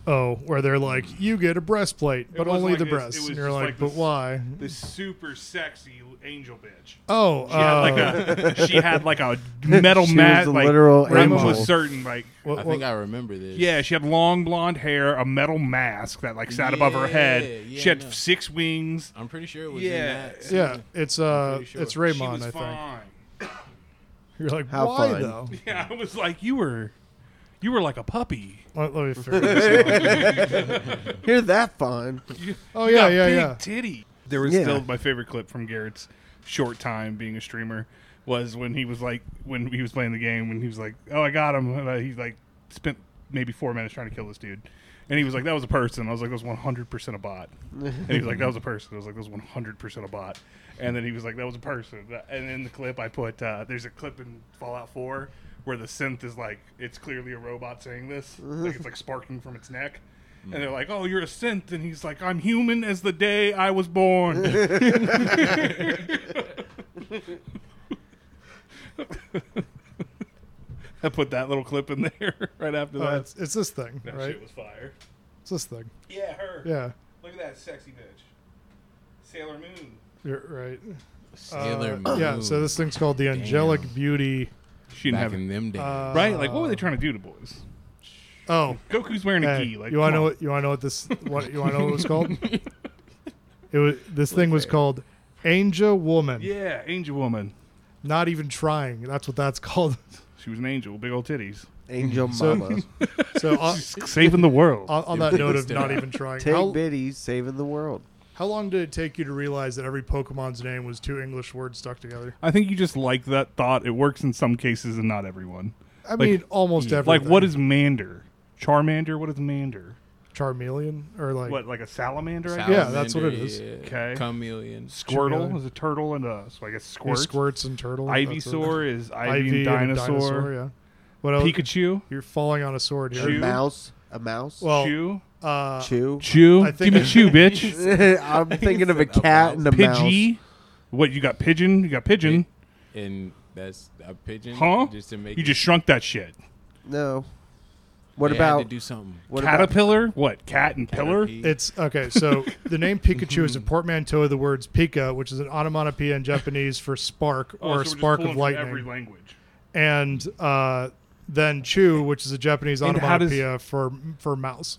S2: Oh, where they're like, you get a breastplate, but
S1: wasn't
S2: only
S1: like
S2: the
S1: this, it
S2: breasts,
S1: was
S2: and you're
S1: just
S2: like,
S1: like
S2: but
S1: this-
S2: why?
S1: This super sexy angel bitch.
S2: Oh,
S1: She had like
S2: uh,
S1: a she had like a metal
S3: She was
S1: mat.
S3: the
S1: like,
S3: literal
S1: Raymond
S2: angel.
S1: was certain. Like
S2: what-
S4: I
S2: what-
S4: think I remember this.
S1: yeah, she had long blonde hair, a metal mask that like sat above her head.
S4: Yeah, yeah,
S1: she had
S4: I know.
S1: six wings.
S4: I'm pretty sure it was
S1: Yeah.
S4: in that.
S2: yeah, it's uh,
S4: pretty sure.
S2: it's
S1: she
S2: Raymond,
S1: was
S2: I think.
S1: fine.
S2: You're like,
S3: How
S2: why
S3: fun.
S2: though?
S1: Yeah, I was like, you were, you were like a puppy.
S2: Let, let me figure this out.
S3: Hear that fun?
S2: Oh yeah, yeah,
S1: big
S2: yeah.
S1: titty. There was
S3: Yeah.
S1: still my favorite clip from Garrett's short time being a streamer was when he was like when he was playing the game when he was like, "Oh, I got him." And uh, he like spent maybe four minutes trying to kill this dude, and he was like, "That was a person." I was like, "That was one hundred percent a bot," and he was like, "That was a person." I was like, "That was one hundred percent a bot," and then he was like, "That was a person." And in the clip, I put uh, there's a clip in Fallout Four where the synth is like, it's clearly a robot saying this, like it's like sparking from its neck. And they're like, "Oh, you're a synth," and he's like, "I'm human as the day I was born." I put that little clip in there right after
S2: Oh,
S1: that.
S2: it's, it's this thing,
S1: That
S2: right?
S1: shit was fire.
S2: It's this thing.
S1: Yeah, her.
S2: Yeah,
S1: Look at that sexy bitch. Sailor Moon.
S2: you're right.
S4: Sailor
S2: Uh,
S4: Moon.
S2: Yeah, so this thing's called the Angelic
S4: Damn.
S2: Beauty.
S1: She didn't
S4: back
S1: have it.
S4: in them days.
S2: Uh,
S1: Right? Like, what were they trying to do to boys?
S2: Oh,
S1: Goku's wearing a
S2: hey,
S1: gi. Like,
S2: you want to
S1: come
S2: know?
S1: on.
S2: What, you want to know what this? What you want to know? What it was called? it was this thing was called Angel Woman.
S1: Yeah, angel woman.
S2: Not even trying. That's what that's called.
S1: She was an angel, big old titties,
S3: Angel
S2: So-
S3: Mama.
S2: So on,
S1: saving the world.
S2: on, on that
S4: It
S2: note
S4: was
S2: of not
S4: that.
S2: even trying,
S3: Take
S2: how,
S3: biddies, saving the world.
S2: how long did it take you to realize that every Pokemon's name was two English words stuck together?
S1: I think you just like that thought. It works in some cases and not everyone.
S2: I mean, almost everything.
S1: Like, what is Mander? Charmander? What is Mander?
S2: Charmeleon or like?
S1: What, like a salamander? I guess?
S2: Yeah, that's what it is.
S4: Salamander,
S1: Okay.
S4: Chameleon.
S1: Squirtle
S2: Charmander.
S1: is a turtle and a, so I guess
S2: There's
S1: squirt.
S2: Squirts and Turtle. that's what-
S1: Ivysaur is Ivy,
S2: Ivy
S1: and
S2: and a
S1: dinosaur.
S2: Yeah. What else?
S1: Pikachu.
S2: You're falling on a sword
S3: A
S1: Chew.
S2: here.
S3: mouse. A mouse.
S2: Well,
S1: Chew.
S2: uh,
S3: Chew.
S1: Chew.
S2: I
S1: Give
S2: think-
S1: me Chew, bitch.
S3: I'm thinking of a cat and a mouse.
S1: Pidgey. What, you got pigeon? You got pigeon.
S4: And that's a pigeon.
S1: Huh?
S4: Just to make
S1: You
S4: it-
S1: just shrunk that shit.
S3: No. What
S4: They had
S3: about
S4: to do something?
S3: what about
S1: Caterpillar? what? Cat and pillar?
S4: Caterpie.
S2: It's okay. So the name Pikachu
S1: Mhm.
S2: is a portmanteau of the words "pika," which is an onomatopoeia in Japanese for spark
S1: Oh, so
S2: or
S1: we're
S2: a
S1: just
S2: spark
S1: pulling
S2: of
S1: from Every
S2: lightning,
S1: language.
S2: and uh, then "chu," which is a Japanese
S1: And how does-
S2: onomatopoeia for for mouse.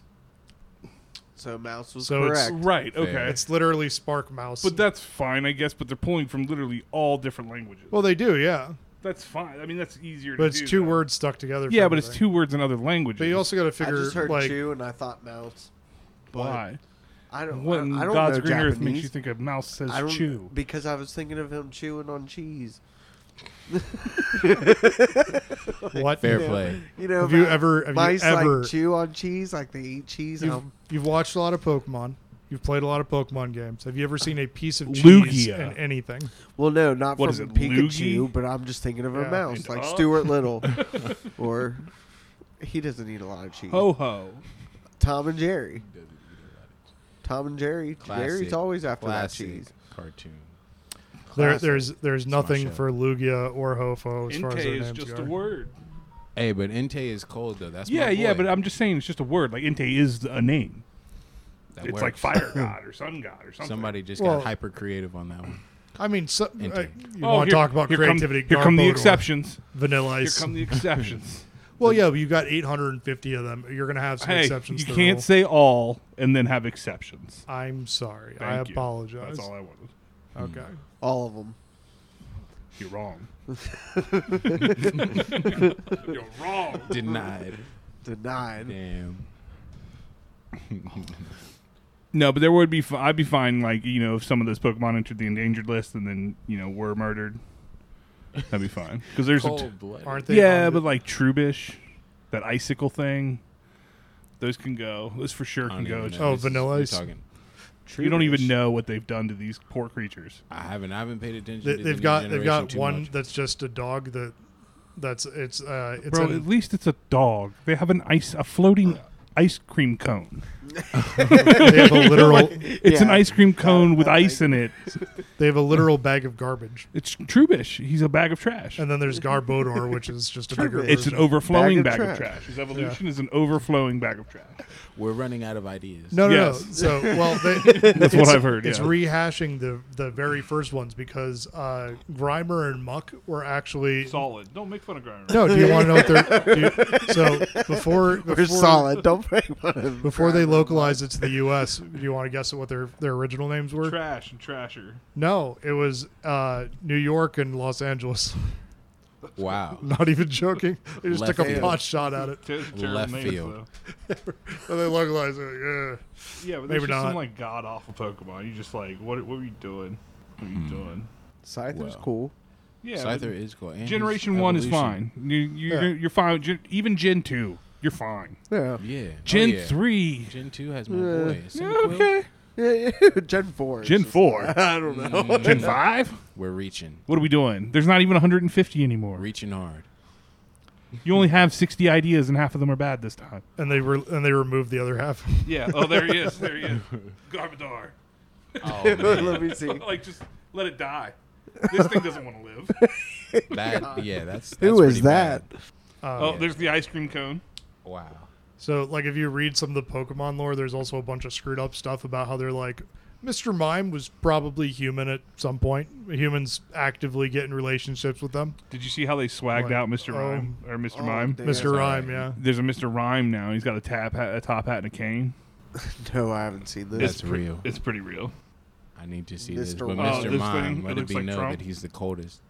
S3: so mouse was
S2: So it's-
S3: correct?
S1: Right. Okay.
S4: Fair.
S2: It's literally spark mouse.
S1: but that's fine, I guess. But they're pulling from literally all different languages.
S2: well, they do, yeah.
S1: that's fine. I mean, that's easier.
S2: But
S1: to
S2: it's
S1: do
S2: two
S1: though.
S2: words stuck together.
S1: Yeah,
S2: from
S1: but
S2: the
S1: it's
S2: thing.
S1: two words in other languages.
S2: But you also got to
S3: I
S2: figure
S3: just heard
S2: like
S3: chew and I thought mouse. but
S1: why?
S3: I don't.
S1: What in
S3: I, I don't
S1: God's
S3: know
S1: green
S3: Japanese.
S1: earth makes you think a mouse says
S3: I don't
S1: chew?
S3: because I was thinking of him chewing on cheese.
S2: what?
S4: fair
S3: Yeah.
S4: play.
S3: You know,
S2: Have you
S3: ma-
S2: ever? Have
S3: mice
S2: you ever?
S3: like chew on cheese, like they eat cheese. and
S2: you've,
S3: I'm-
S2: you've watched a lot of Pokemon. You've played a lot of Pokemon games. Have you ever seen a piece of cheese
S1: Lugia.
S2: in anything?
S3: well, no, not
S1: What
S3: from
S1: is it,
S3: Pikachu,
S1: Luigi?
S3: but I'm just thinking of
S2: Yeah.
S3: a mouse,
S1: And-
S3: like
S1: oh.
S3: Stuart Little, or he doesn't eat a lot of cheese.
S1: Ho ho.
S3: Tom and Jerry. Tom and Jerry. Jerry's
S4: Classic-
S3: always after
S4: classic
S3: that cheese.
S4: cartoon.
S2: There,
S4: Classic.
S2: there's there's nothing
S4: show.
S2: for Lugia or Hofo as far as
S1: Inte
S2: their
S1: is
S2: names
S1: just
S2: go.
S1: a word.
S4: Hey, but Inte is cold though. That's my
S1: Yeah, yeah,
S4: boy.
S1: but I'm just saying it's just a word. Like Inte is a name.
S4: That
S1: it's
S4: works.
S1: like fire god or sun god or something.
S4: Somebody just
S2: Well-
S4: got hyper creative on that one.
S2: I mean, so,
S4: Inte.
S2: uh, you
S1: Oh,
S2: want
S1: here-
S2: to talk about
S1: here come-
S2: creativity?
S1: here come the
S2: Garbodor,
S1: exceptions.
S2: Vanilla
S1: Here
S2: Ice.
S1: come the exceptions.
S2: well, yeah, but you got 850 of them. You're gonna have some
S1: hey,
S2: exceptions.
S1: you
S2: to the
S1: can't
S2: rule.
S1: say all and then have exceptions.
S2: I'm sorry. I
S1: Thank you.
S2: apologize.
S1: That's all I wanted.
S2: okay.
S3: All of them.
S1: You're wrong. You're wrong.
S4: Denied.
S3: Denied.
S4: Damn.
S1: No, but there would be. fi- I'd be fine. Like you know, if some of those Pokemon entered the endangered list and then you know were murdered, that'd be fine. Because there's a t-
S4: Cold blooded.
S2: Aren't they?
S1: yeah,
S2: on the-
S1: but like Trubish, that icicle thing, those can go. Those for sure can go.
S2: know. Oh, Vanilla Ice.
S1: You don't even
S3: Trubish.
S1: know what they've done to these poor creatures.
S4: I haven't. I haven't paid attention.
S2: they,
S4: to
S2: they've
S4: the
S2: got
S4: new
S2: they've
S4: generation
S2: got
S4: too
S2: one
S4: much.
S2: that's just a dog that that's it's uh it's
S1: Bro,
S2: an-
S1: at least it's a dog. They have an ice, a floating ice cream cone.
S2: they have a literal
S1: It's an
S3: Yeah.
S1: ice cream cone with
S3: I
S1: ice in it.
S2: they have a literal bag of garbage.
S1: It's Trubish. He's a bag of trash.
S2: And then there's Garbodor, which is just a bigger.
S3: Garbage.
S1: It's an
S2: version.
S1: overflowing
S3: Bag
S1: bag
S3: of
S1: of
S3: trash.
S1: trash. His evolution is an overflowing bag of trash.
S4: We're running out of ideas.
S2: No, no, no.
S1: Yes.
S2: So, well, they,
S1: That's what I've heard.
S2: it's
S1: yeah.
S2: rehashing the the very first ones because uh, Grimer and Muck were actually.
S1: solid. Don't make fun of Grimer.
S2: No, do you want to know what they're? Do you, so before, before
S3: We're solid. Don't make fun of
S2: Before they localized it to the U.S., do you want to guess what their their original names were?
S1: Trash and trasher.
S2: no, it was uh, New York and Los Angeles.
S4: Wow.
S2: Not even joking. They just
S4: Left
S2: took a
S4: field.
S2: pot shot at it.
S1: Ter- terrible
S4: Left
S1: names,
S4: field.
S1: though.
S2: And they localized it. Yeah.
S1: Yeah, but
S2: Maybe
S1: there's just
S2: not.
S1: some like god awful Pokemon. You just like, what? What were you doing? What are
S3: Hmm.
S1: you doing?
S3: Scyther's
S4: Wow.
S3: cool.
S1: Yeah, but
S4: Scyther is cool. and his
S1: Generation One is
S4: evolution.
S1: fine. You, you,
S2: Yeah.
S1: you're, you're fine. Gen- Even Gen Two, you're fine.
S3: Oh, Yeah.
S4: Yeah.
S1: Gen
S4: oh, yeah.
S1: Three.
S4: Gen two has my
S3: Yeah.
S4: boy.
S1: Yeah,
S4: Cyndaquil.
S1: okay.
S3: yeah, yeah. Gen four. is
S1: Gen
S3: just-
S1: four. Hmm.
S3: I don't know.
S1: Gen Five.
S4: We're reaching.
S1: What are we doing? There's not even 150 anymore.
S4: Reaching hard.
S2: Oh
S1: You only have 60 ideas, and half of them are bad this time.
S2: And they were and they removed the other half.
S1: Yeah. Oh, there he is. There he is. Garbodor.
S4: Oh, man.
S3: Let me see.
S1: like, just let it die. This thing doesn't want to live.
S4: That, yeah, that's, that's
S3: Who is
S4: pretty
S3: that?
S4: bad.
S1: Oh, there's the ice cream cone.
S4: Wow.
S2: So, like, if you read some of the Pokemon lore, there's also a bunch of screwed up stuff about how they're like, Mr. Mime was probably human at some point. Humans actively get in relationships with them.
S1: Did you see how they swagged
S2: Like,
S1: out Mr.
S2: oh,
S1: Rhyme or Mr.
S3: oh,
S1: Mime?
S3: damn. Yeah,
S2: Mr.
S4: sorry.
S2: Rhyme, yeah.
S1: There's a Mr. Rhyme now. He's got a tap hat, a top hat, and a cane.
S3: No, I haven't seen this.
S4: That's real.
S1: It's pretty real.
S4: I need to see this.
S3: Mr.
S4: But
S3: Mime.
S1: Oh,
S4: Mr.
S1: this
S4: Mime,
S1: thing? It
S4: let it
S1: looks
S4: be
S1: like
S4: known
S1: Trump.
S4: that he's the coldest.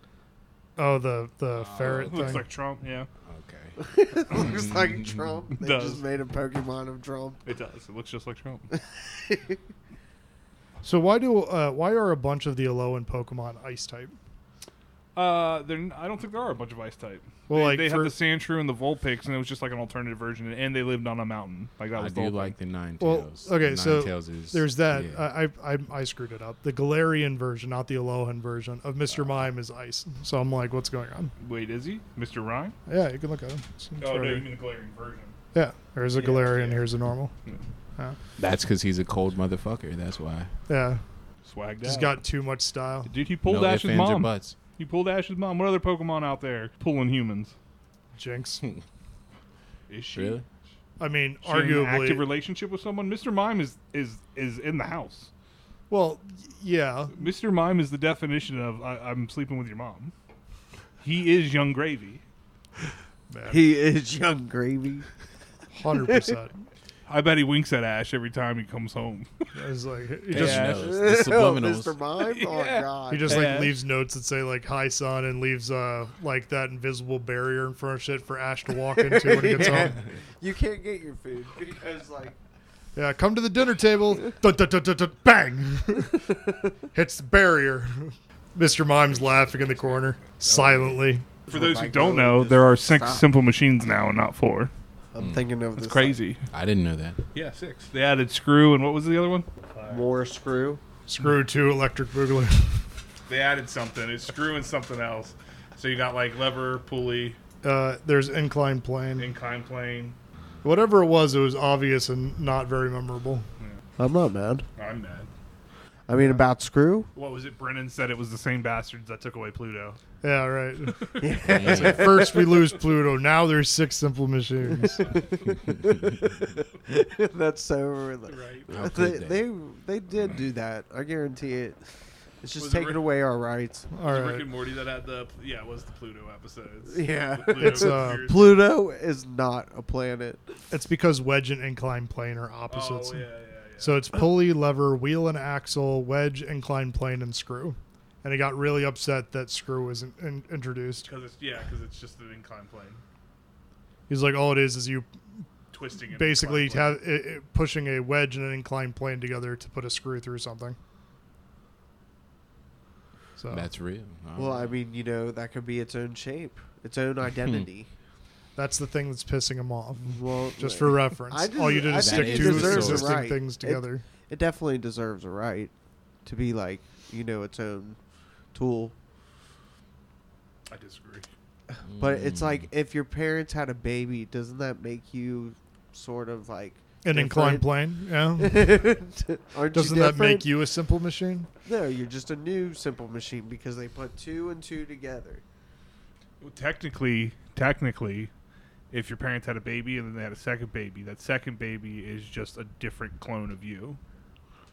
S2: Oh, the the ferret
S1: Uh, Looks
S2: thing.
S1: like Trump. Yeah,
S4: Okay.
S3: looks like Trump. They
S1: Does.
S3: just made a Pokemon of Trump.
S1: it does. It looks just like Trump.
S2: so why do uh, why are a bunch of the Alolan Pokemon ice type?
S1: uh, they're, n- I don't think there are a bunch of ice type.
S2: Well,
S1: they,
S2: like
S1: they
S2: for-
S1: had the Sandshrew and the Vulpix, and it was just like an alternative version. And they lived on a mountain. Like that
S4: I
S1: was the
S4: do
S1: whole
S4: like
S1: thing.
S4: the Nine
S2: Well,
S4: Tails.
S2: okay,
S4: Nine
S2: so
S4: Tails is,
S2: There's that. Uh,
S4: yeah.
S2: I, I I I screwed it up. The Galarian version, not the Alolan version of Mr.
S1: Ah.
S2: Mime is ice. So I'm like, what's going on?
S1: Wait, is he Mr. Rhyme?
S2: Yeah, you can look at him. It's- it's
S1: Oh
S2: right
S1: no,
S2: here.
S1: you mean the glaring version?
S2: Yeah, there's a
S1: Yeah,
S2: Galarian.
S1: yeah.
S2: Here's a normal.
S4: That's because he's a cold motherfucker. That's why.
S2: Yeah,
S1: Swagged
S2: just
S1: out.
S2: got too much style.
S1: Dude, he pulled
S4: no ifs,
S1: Ash's
S4: ands, or
S1: mom.
S4: buts.
S1: He pulled Ash's mom. What other Pokemon out there pulling humans?
S2: Jinx.
S1: Is she?
S4: Really?
S2: I mean,
S1: She in an active
S2: arguably,
S1: relationship with someone. Mr. Mime is is is in the house.
S2: well, y- yeah,
S1: Mr. Mime is the definition of I, I'm sleeping with your mom. He is young gravy.
S3: He is young gravy.
S2: hundred percent.
S1: I bet he winks at Ash every time he comes home.
S2: I was like, he
S4: They
S2: just
S4: know. Those- the
S3: Oh,
S4: subliminals.
S3: Mr. Mime? Oh,
S1: Yeah.
S3: God.
S2: he just like
S1: Yeah.
S2: leaves notes that say like "Hi, son" and leaves uh like that invisible barrier in front of shit for Ash to walk into when he gets
S3: Yeah.
S2: home.
S3: You can't get your food because, like,
S2: Yeah, come to the dinner table. Dun, dun, dun, dun, dun, bang! Hits the barrier. Mr. Mime's laughing in the corner silently.
S1: For those who
S3: Like,
S1: don't
S3: really
S1: know,
S3: just
S1: there are six
S3: stop.
S1: simple machines now and not four.
S3: I'm thinking of this.
S1: It's Mm. crazy.
S4: I didn't know that.
S1: Yeah, six. They added screw and what was the other one?
S3: like, more screw.
S2: Screw two electric boogaloo.
S1: They added something. It's screw and something else. So you got like lever, pulley,
S2: Uh, there's inclined plane.
S1: incline plane.
S2: Whatever it was, it was obvious and not very memorable.
S3: I'm not mad.
S1: I'm mad.
S3: I mean, about screw?
S1: What was it? Brennan said it was the same bastards that took away Pluto.
S2: Yeah, right.
S4: Yeah.
S2: First we lose Pluto. Now there's six simple machines.
S3: That's so.
S1: Right.
S4: How
S3: They,
S4: could they?
S3: they they did do that. I guarantee it. It's just
S1: Was it
S3: taking
S1: Rick-
S3: away our rights.
S2: All
S1: Rick
S2: right.
S1: and Morty that had the yeah it was the Pluto episodes.
S3: Yeah.
S1: The Pluto Oh.
S2: It's, uh,
S1: conspiracy.
S3: Pluto is not a planet.
S2: It's because wedge and inclined plane are opposites.
S1: Oh yeah, yeah, yeah.
S2: So it's pulley, lever, wheel and axle, wedge, inclined plane, and screw. And he got really upset that screw was in, in, introduced.
S1: because it's yeah because it's just an incline plane
S2: He's like, all it is is you
S1: twisting. an
S2: basically
S1: incline
S2: have it, it, pushing a wedge and an inclined plane together to put a screw through something. So
S4: That's real. All
S3: Well, I
S4: right.
S3: mean, you know, that could be its own shape, its
S1: Hmm.
S3: own identity.
S2: that's the thing that's pissing him off.
S3: well,
S2: Just for reference,
S3: I just-
S2: all you did
S3: I
S2: is
S4: That
S2: stick
S4: is
S2: two
S4: deserves a
S2: existing
S3: right.
S2: things
S3: It-
S2: together.
S3: it definitely deserves a right to be like, you know, its own tool.
S1: I disagree.
S3: But it's like
S4: Mm.
S3: if your parents had a baby, doesn't that make you sort of like
S2: An inclined
S3: different?
S2: plane, yeah.
S3: Aren't
S2: Doesn't
S3: you
S2: that make
S3: different?
S2: you a simple machine?
S3: No, you're just a new simple machine because they put two and two together.
S1: Well, technically, technically, if your parents had a baby and then they had a second baby, that second baby is just a different clone of you.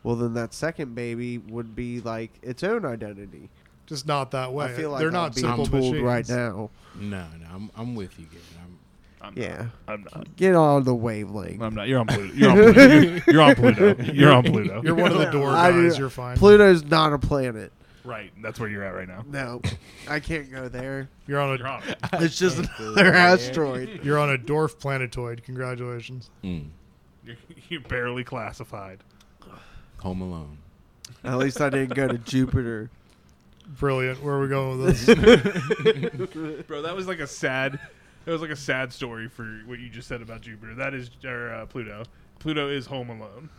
S3: Well, then that second baby would be like its own identity.
S2: Just not that way.
S3: I feel like
S2: They're
S3: I'm
S2: not
S3: being
S2: simple
S3: tooled
S2: machines.
S3: right now.
S4: no, no, I'm, I'm with you, Gavin.
S1: I'm
S3: Yeah.
S1: not, I'm not.
S3: Get on the wavelength.
S1: I'm not. You're on Pluto. You're on Pluto. You're on Pluto. You're on Pluto.
S2: You're one of the door
S3: I do-
S2: guys. You're fine.
S3: Pluto's not a planet.
S1: right. That's where you're at right now.
S3: No, I can't go there.
S2: You're on
S1: You're
S2: a
S1: on. it.
S3: It's just
S4: Can't go
S3: another
S4: there.
S3: asteroid.
S2: you're on a dwarf planetoid. Congratulations.
S4: Mm.
S1: You're, you're barely classified.
S4: Home Alone.
S3: At least I didn't go to Jupiter.
S2: Brilliant. Where are we going with this?
S1: Bro, that was like a sad. That was like a sad story for what you just said about Jupiter. That is or, uh, Pluto. Pluto is home alone.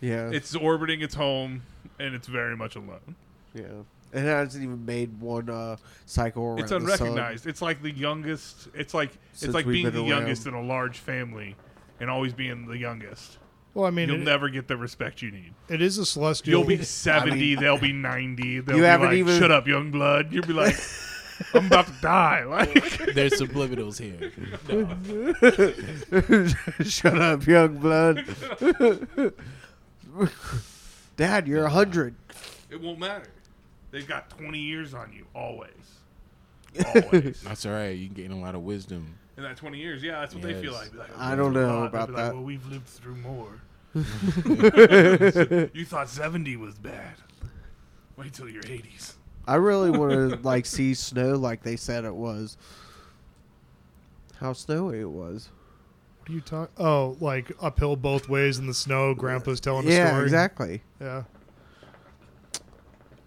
S3: Yeah,
S1: It's orbiting its home, and it's very much alone.
S3: yeah. It hasn't even made one uh, cycle around
S1: It's
S3: the sun.
S1: unrecognized. It's like the youngest. It's like
S3: Since
S1: it's like
S3: we've
S1: being
S3: been
S1: the
S3: around.
S1: youngest in a large family, and always being the youngest.
S2: well, I mean,
S1: You'll
S2: it-
S1: never get the respect you need.
S2: it is a celestial.
S1: You'll be seventy. they'll be ninety. They'll
S3: You
S1: be
S3: haven't
S1: like,
S3: even-
S1: "Shut up, young blood." You'll be like, "I'm about to die." Like,
S4: There's subliminals here. No.
S3: Shut up, young blood. Dad, you're a hundred.
S1: it won't matter. They've got twenty years on you always. Always.
S4: That's all right. You gain a lot of wisdom.
S1: in that 20 years. Yeah, that's what they feel
S4: Yes.
S1: like. Like,
S3: I
S1: "We've
S3: don't
S1: lived a
S3: know
S1: lot." They'll
S3: about
S1: be like,
S3: that.
S1: well, we've lived through more. you thought 70 was bad. Wait till you're 80s.
S3: I really want to like see snow like they said it was. How snowy it was.
S2: What are you talking? Oh, like uphill both ways in the snow. Grandpa's telling a
S3: yeah,
S2: story.
S3: exactly.
S2: Yeah.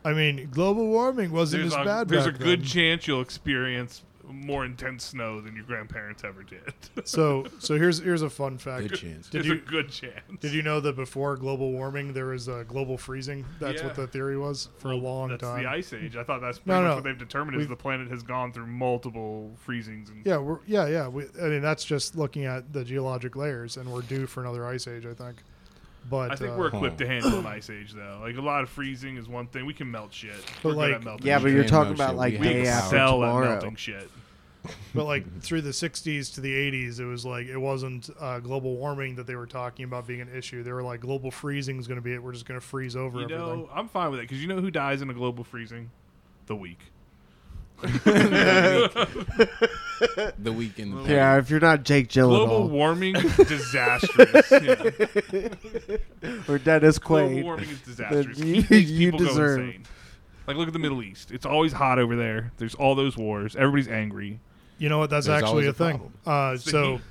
S2: I mean, global warming wasn't
S1: There's
S2: as
S1: a,
S2: bad.
S1: there's a
S2: back
S1: good
S2: then.
S1: chance you'll experience more intense snow than your grandparents ever did.
S2: so, so here's here's a fun fact.
S4: Good chance.
S2: Did
S1: There's a
S2: you
S1: good chance.
S2: did you know that before global warming there was uh, global freezing? That's what
S1: Yeah. Oh,
S2: the theory was for a long
S1: That's
S2: time.
S1: the ice age. I thought that's pretty
S2: No,
S1: much
S2: no.
S1: what they've determined is
S2: We've-
S1: the planet has gone through multiple freezings and
S2: Yeah, we're yeah, yeah. We, I mean, that's just looking at the geologic layers, and we're due for another ice age, I think. But
S1: I think
S2: uh,
S1: we're
S4: Huh.
S1: equipped to handle an ice age though. Like a lot of freezing is one thing. We can melt shit. we're
S2: But,
S1: good
S2: like-
S1: at melting
S3: Yeah, but
S1: shit.
S3: you're
S4: Can't
S3: talking about
S4: melt shit.
S3: like
S4: We
S1: we
S3: day
S4: have
S3: after
S1: excel at
S3: tomorrow.
S1: melting shit.
S2: but like through the 60s to the 80s it was like it wasn't uh, global warming that they were talking about being an issue they were like global freezing is going to be it we're just going to freeze over
S1: You
S2: everything
S1: know, I'm fine with it because you know who dies in a global freezing? The weak.
S4: the weekend. the
S3: Yeah, if you're not Jake
S1: Global
S3: Gyllenhaal
S1: warming disastrous. Yeah.
S3: or Dennis
S1: Global
S3: Quaid,
S1: warming is disastrous.
S3: you-
S1: It makes
S3: you
S1: people
S3: deserve-
S1: go insane. Like look at the Middle East. It's always hot over there. There's all those wars. Everybody's angry.
S2: You know what? That's
S4: There's
S2: actually
S4: always
S2: a,
S4: a
S2: thing.
S4: problem.
S2: Uh,
S1: the
S2: so
S1: heat.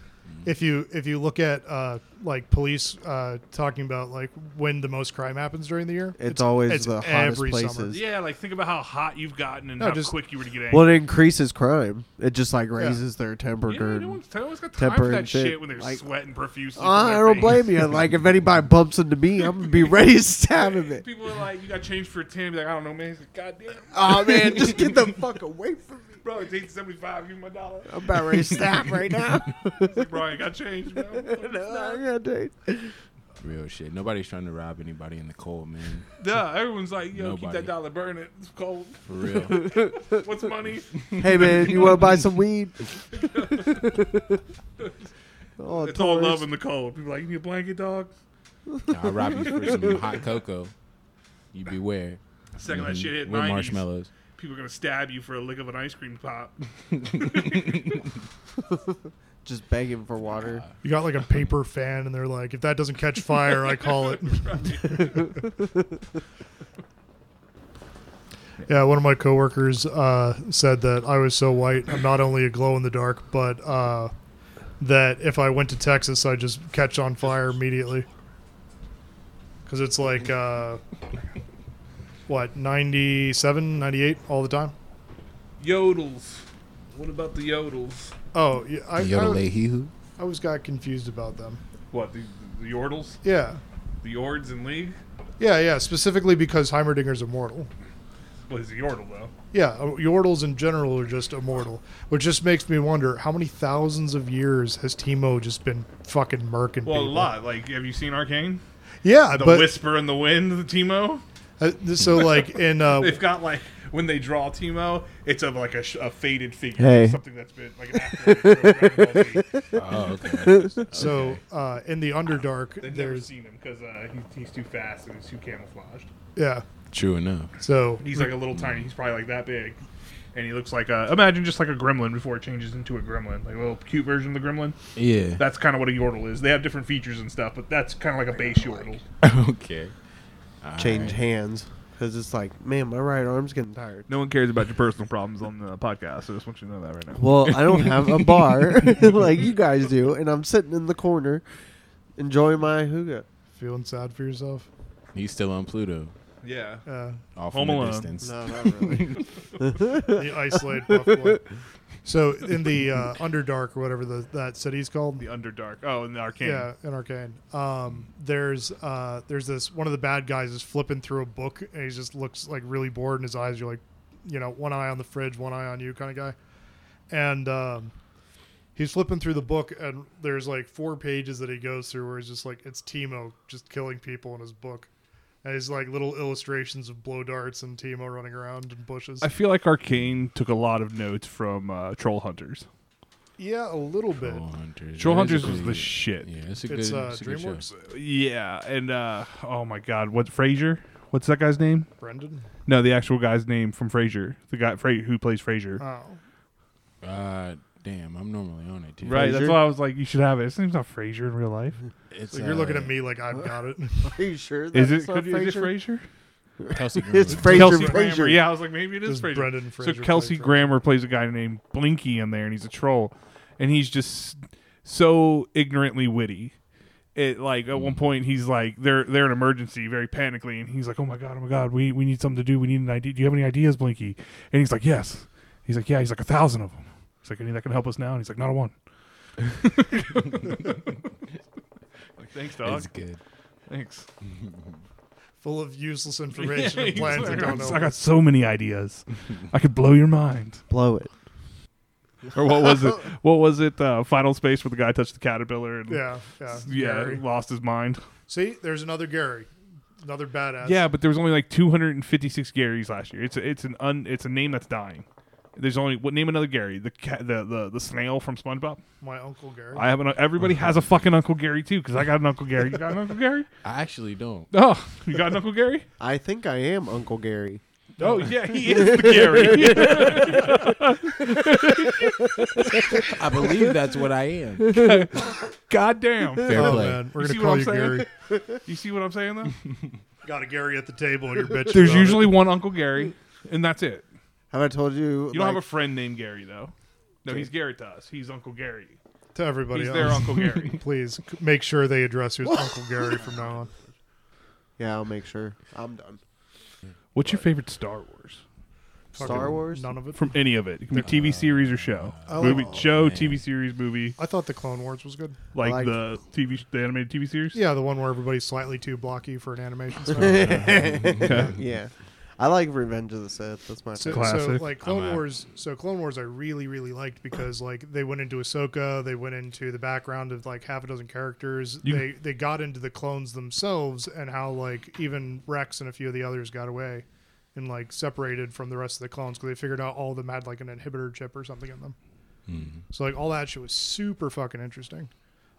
S2: if you if you look at uh, like police uh, talking about like when the most crime happens during the year,
S3: It's always the hottest
S2: every summer.
S3: places.
S1: Yeah, like think about how hot you've gotten and
S2: No,
S1: how
S2: just-
S1: quick you were to get angry.
S3: well, it increases crime. It just like raises their
S1: yeah,
S3: temperature.
S1: no
S3: and-
S1: one's, no one's got time for
S3: temper
S1: that
S3: and shit.
S1: shit, when they're
S3: Like,
S1: sweating profusely. from
S3: I
S1: their
S3: don't
S1: face.
S3: blame you. Like if anybody bumps into me, I'm gonna be ready to stab him. It.
S1: People are like, you got changed for a 10. Be like, I don't know, man. He's like, goddamn.
S3: Oh man, just get the fuck away from me.
S1: Bro, it's 875. Give me my dollar.
S3: I'm about ready to stab right now.
S1: It's like, Bro, I ain't got changed, man. I'm fucking
S3: No,
S1: snapped."
S3: yeah, dude.
S4: Real shit. Nobody's trying to rob anybody in the cold, man.
S1: Duh, everyone's like, yo, keep
S4: Nobody.
S1: that dollar, burn it. It's cold.
S4: For real.
S1: What's money?
S3: Hey man, you want to buy some weed? oh,
S1: It's all
S3: tourists.
S1: love in the cold. People are like, you need a blanket, dog?
S4: I'll rob you for some hot cocoa. You beware.
S1: Second that shit hit
S4: With
S1: 90s,
S4: marshmallows.
S1: people are going to stab you for a lick of an ice cream pop.
S3: Just begging for water.
S2: You got like a paper fan, and they're like, if that doesn't catch fire, I call it. yeah, one of my coworkers uh, said that I was so white. I'm not only a glow in the dark, but uh, that if I went to Texas, I'd just catch on fire immediately. Because it's like, uh, what, 97, 98 all the time?
S1: Yodels. What about the yodels?
S2: Oh, yeah, I, I,
S4: Yodelahihu.
S2: I always got confused about them.
S1: What, the, the yordles?
S2: Yeah.
S1: The yords in league?
S2: Yeah, yeah, specifically because Heimerdinger's immortal.
S1: Well, he's a yordle, though.
S2: Yeah, uh, Yordles in general are just immortal, which just makes me wonder how many thousands of years has Timo just been fucking murking
S1: Well,
S2: people?
S1: a lot. Like, have you seen Arcane?
S2: Yeah,
S1: The
S2: but
S1: Whisper in the Wind, the Timo?
S2: uh, so like in uh,
S1: They've got like when they draw Timo, it's of like a, sh- a faded figure,
S3: Hey.
S1: something that's been like an actor.
S4: Oh, okay.
S2: so uh, in the Underdark,
S1: They've never
S2: there's
S1: seen him because uh, he's, he's too fast and he's too camouflaged.
S2: yeah.
S4: True enough.
S2: So
S1: He's like a little tiny. He's probably like that big, and he looks like a imagine just like a gremlin before it changes into a gremlin, like a little cute version of the gremlin.
S4: Yeah.
S1: That's kind of what a yordle is. They have different features and stuff, but that's kind of like a base yordle.
S4: okay.
S3: Change hands because it's like, man, my right arm's getting tired.
S1: No one cares about your personal problems on the podcast. I just want you to know that right now.
S3: Well, I don't have a bar like you guys do, and I'm sitting in the corner enjoying my hookah.
S2: feeling sad for yourself.
S4: He's still on Pluto.
S1: Yeah,
S2: Uh,
S4: Off
S1: Home
S4: in the
S1: Alone.
S4: distance.
S3: not really.
S2: the isolated buff boy. So in the uh, Underdark or whatever the, that city's called,
S1: the Underdark. Oh, and the Arcane.
S2: Yeah, in Arcane. Um, there's uh, there's this one of the bad guys is flipping through a book and he just looks like really bored and his eyes are like, you know, one eye on the fridge, one eye on you kind of guy. And um, he's flipping through the book and there's like four pages that he goes through where he's just like it's Timo just killing people in his book. And he's like little illustrations of blow darts and Timo running around in bushes.
S1: I feel like Arcane took a lot of notes from uh, Troll Hunters.
S2: yeah, a little bit.
S4: Troll Hunters.
S1: Troll
S4: That is a
S1: Hunters was the
S4: good-
S1: shit.
S4: Yeah, it's a good,
S2: It's uh,
S4: it's a good show.
S2: DreamWorks.
S1: Yeah, and uh, oh my god, what Frasier? What's that guy's name?
S2: Brendan.
S1: No, the actual guy's name from Frasier, the guy Fra- who plays Frasier.
S2: Oh.
S4: Uh, damn, I'm normally on it, too.
S1: right, that's
S3: Frasier?
S1: why I was like, you should have it. His name's not Frasier in real life,
S4: It's,
S2: So you're looking
S4: uh,
S2: at me like I've got it.
S3: Are you sure?
S1: is it?
S3: that's
S1: Could,
S3: not
S1: is it
S3: Frasier?
S1: Frasier?
S4: Kelsey
S3: It's
S4: Grammer.
S3: Frasier.
S1: Kelsey
S3: Frasier.
S1: Grammer. Yeah, I was like, maybe it is
S2: Does
S1: Frasier.
S2: Brendan
S1: so
S2: Fraser play
S1: Kelsey
S2: Frasier?
S1: Grammer plays a guy named Blinky in there, and he's a troll, and he's just so ignorantly witty. It like at one
S2: Mm.
S1: point he's like they're they're in emergency very panically and he's like oh my god oh my god we we need something to do we need an idea do you have any ideas Blinky and he's like yes he's like yeah he's like a thousand of them he's like any that can help us now and he's like not a one like thanks dog
S4: It's good.
S1: thanks
S2: full of useless information and plans that don't
S1: I
S2: know.
S1: got so many ideas I could blow your mind
S3: Blow it.
S1: or what was it? What was it? Uh, Final Space, where the guy touched the caterpillar and
S2: Yeah, yeah,
S1: yeah,
S2: Gary.
S1: lost his mind.
S2: See, there's another Gary, another badass.
S1: yeah, but there was only like 256 Garys last year. It's a, it's an un, it's a name that's dying. There's only what name another Gary the ca- the, the the snail from SpongeBob.
S2: My uncle Gary.
S1: I have an everybody has a fucking Uncle Gary too because I got an Uncle Gary. You got an Uncle Gary?
S4: I actually don't.
S1: Oh, you got an Uncle Gary?
S3: I think I am Uncle Gary.
S1: Oh yeah, he is the Gary.
S4: I believe that's what I am.
S1: Goddamn.
S4: Fair
S2: oh
S4: play.
S2: man, we're
S1: You
S2: gonna
S1: see what
S2: call
S1: I'm
S2: you
S1: saying?
S2: Gary.
S1: You see what I'm saying though?
S2: Got a Gary at the table, and you're bitching.
S1: There's
S2: about it.
S1: usually one Uncle Gary, and that's it.
S3: Have I told you?
S1: You don't have a
S3: like,
S1: friend named Gary though. No, he's Gary to us. He's Uncle Gary.
S2: to everybody
S1: He's
S2: else.
S1: their Uncle Gary.
S2: Please c- make sure they address you as Uncle Gary from now on.
S3: yeah, I'll make sure. I'm done.
S1: What's your favorite Star Wars?
S3: Star
S2: Fucking
S3: Wars.
S2: None of it.
S1: From any of it. It can be TV series or show.
S2: Oh,
S1: movie, show,
S4: man.
S1: TV series, movie,
S2: I thought the Clone Wars was good.
S1: like
S3: liked-
S1: the TV, sh- the animated TV series.
S2: Yeah, the one where everybody's slightly too blocky for an animation. style.
S3: yeah, I like Revenge of the Sith. That's my
S2: So,
S3: favorite.
S2: so
S1: Classic.
S2: like Clone
S4: I'm out.
S2: Wars, so Clone Wars, I really really liked because like they went into Ahsoka, they went into the background of like half a dozen characters.
S1: You-
S2: they they got into the clones themselves and how like even Rex and a few of the others got away and like separated from the rest of the clones because they figured out all of them had like an inhibitor chip or something in them. So like all that shit was super fucking interesting.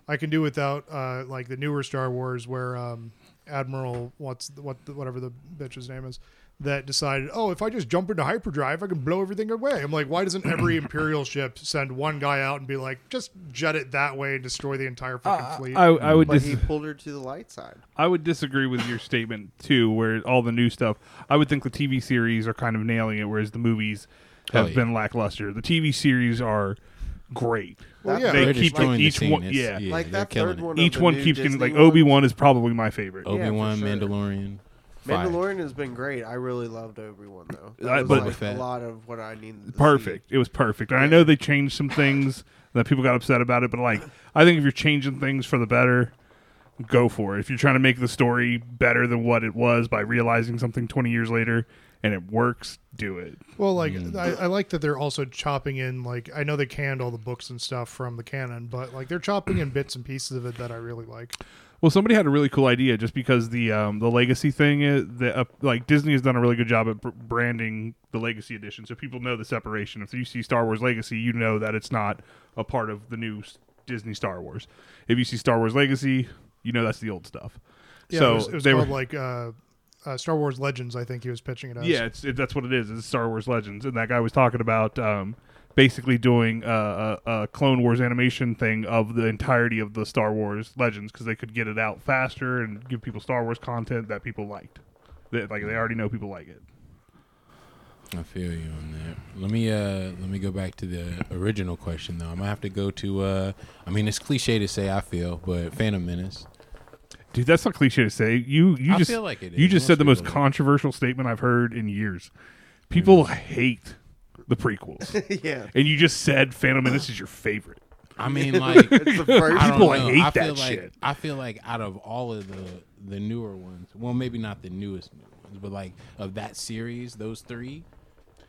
S2: I can do without uh, like the newer Star Wars where um, Admiral what's what whatever the bitch's name is that decided oh if I just jump into hyperdrive I can blow everything away. I'm like why doesn't every Imperial ship send one guy out and be like just jet it that way and destroy the entire fucking fleet?
S1: Uh, I, I would
S3: But
S1: dis-
S3: he pulled her to the light side.
S1: I would disagree with your statement too, where all the new stuff. I would think the TV series are kind of nailing it, whereas the movies have
S4: Hell yeah.
S1: been lackluster. The TV series are great.
S2: well,
S3: That-
S2: yeah,
S1: They
S4: They're
S1: keep, like,
S4: destroying the
S1: each
S4: scene.
S1: one-
S4: It's-
S1: yeah.
S3: like
S4: they're
S3: that
S4: killing
S3: third
S4: it.
S3: one. of
S1: Each
S3: the
S1: one
S3: new
S1: keeps getting
S3: Disney
S1: like
S3: ones.
S1: Obi Wan is probably my favorite.
S3: for
S4: Obi Wan,
S3: sure.
S4: Mandalorian. Fire.
S3: Mandalorian has been great. I really loved Obi Wan though. That
S1: I-
S3: was
S1: Uh, but-
S3: like
S4: Boba Fett.
S3: a lot of what I needed. to
S1: perfect. It was perfect. And I know they changed some things that people got upset about it, but like I think if you're changing things for the better, go for it. If you're trying to make the story better than what it was by realizing something 20 years later and it works, do it.
S2: Well, like I, I like that they're also chopping in like I know they canned all the books and stuff from the canon, but like they're chopping in bits and pieces of it that I really like.
S1: Well, somebody had a really cool idea just because the um, the legacy thing is the uh, like Disney has done a really good job at br- branding the legacy edition, so people know the separation. If you see Star Wars Legacy, you know that it's not a part of the new s- Disney Star Wars. If you see Star Wars Legacy, you know that's the old stuff.
S2: Yeah,
S1: so
S2: it was, it was
S1: they were
S2: called like uh, uh, Star Wars Legends. I think he was pitching it as.
S1: yeah, it's, it, that's what it is. It's Star Wars Legends, and that guy was talking about um, basically doing a, a, a Clone Wars animation thing of the entirety of the Star Wars Legends because they could get it out faster and give people Star Wars content that people liked. That like they already know people like it.
S4: I feel you on that. Let me uh let me go back to the original question though. I'm gonna have to go to uh I mean it's cliche to say I feel, but Phantom Menace.
S1: Dude, that's not cliche to say. You you
S4: I
S1: just
S4: feel like it
S1: you
S4: is.
S1: just said the
S4: Most
S1: most
S4: people do. Mm.
S1: controversial statement I've heard in years. People hate the prequels,
S3: see. yeah,
S1: and you just said Phantom Menace is your favorite.
S4: I mean like
S3: it's the first.
S4: I don't
S1: People
S4: know.
S1: hate
S4: I feel
S1: that
S4: like,
S1: shit.
S4: I feel like out of all of the the newer ones, well maybe not the newest new ones, but like of that series, those three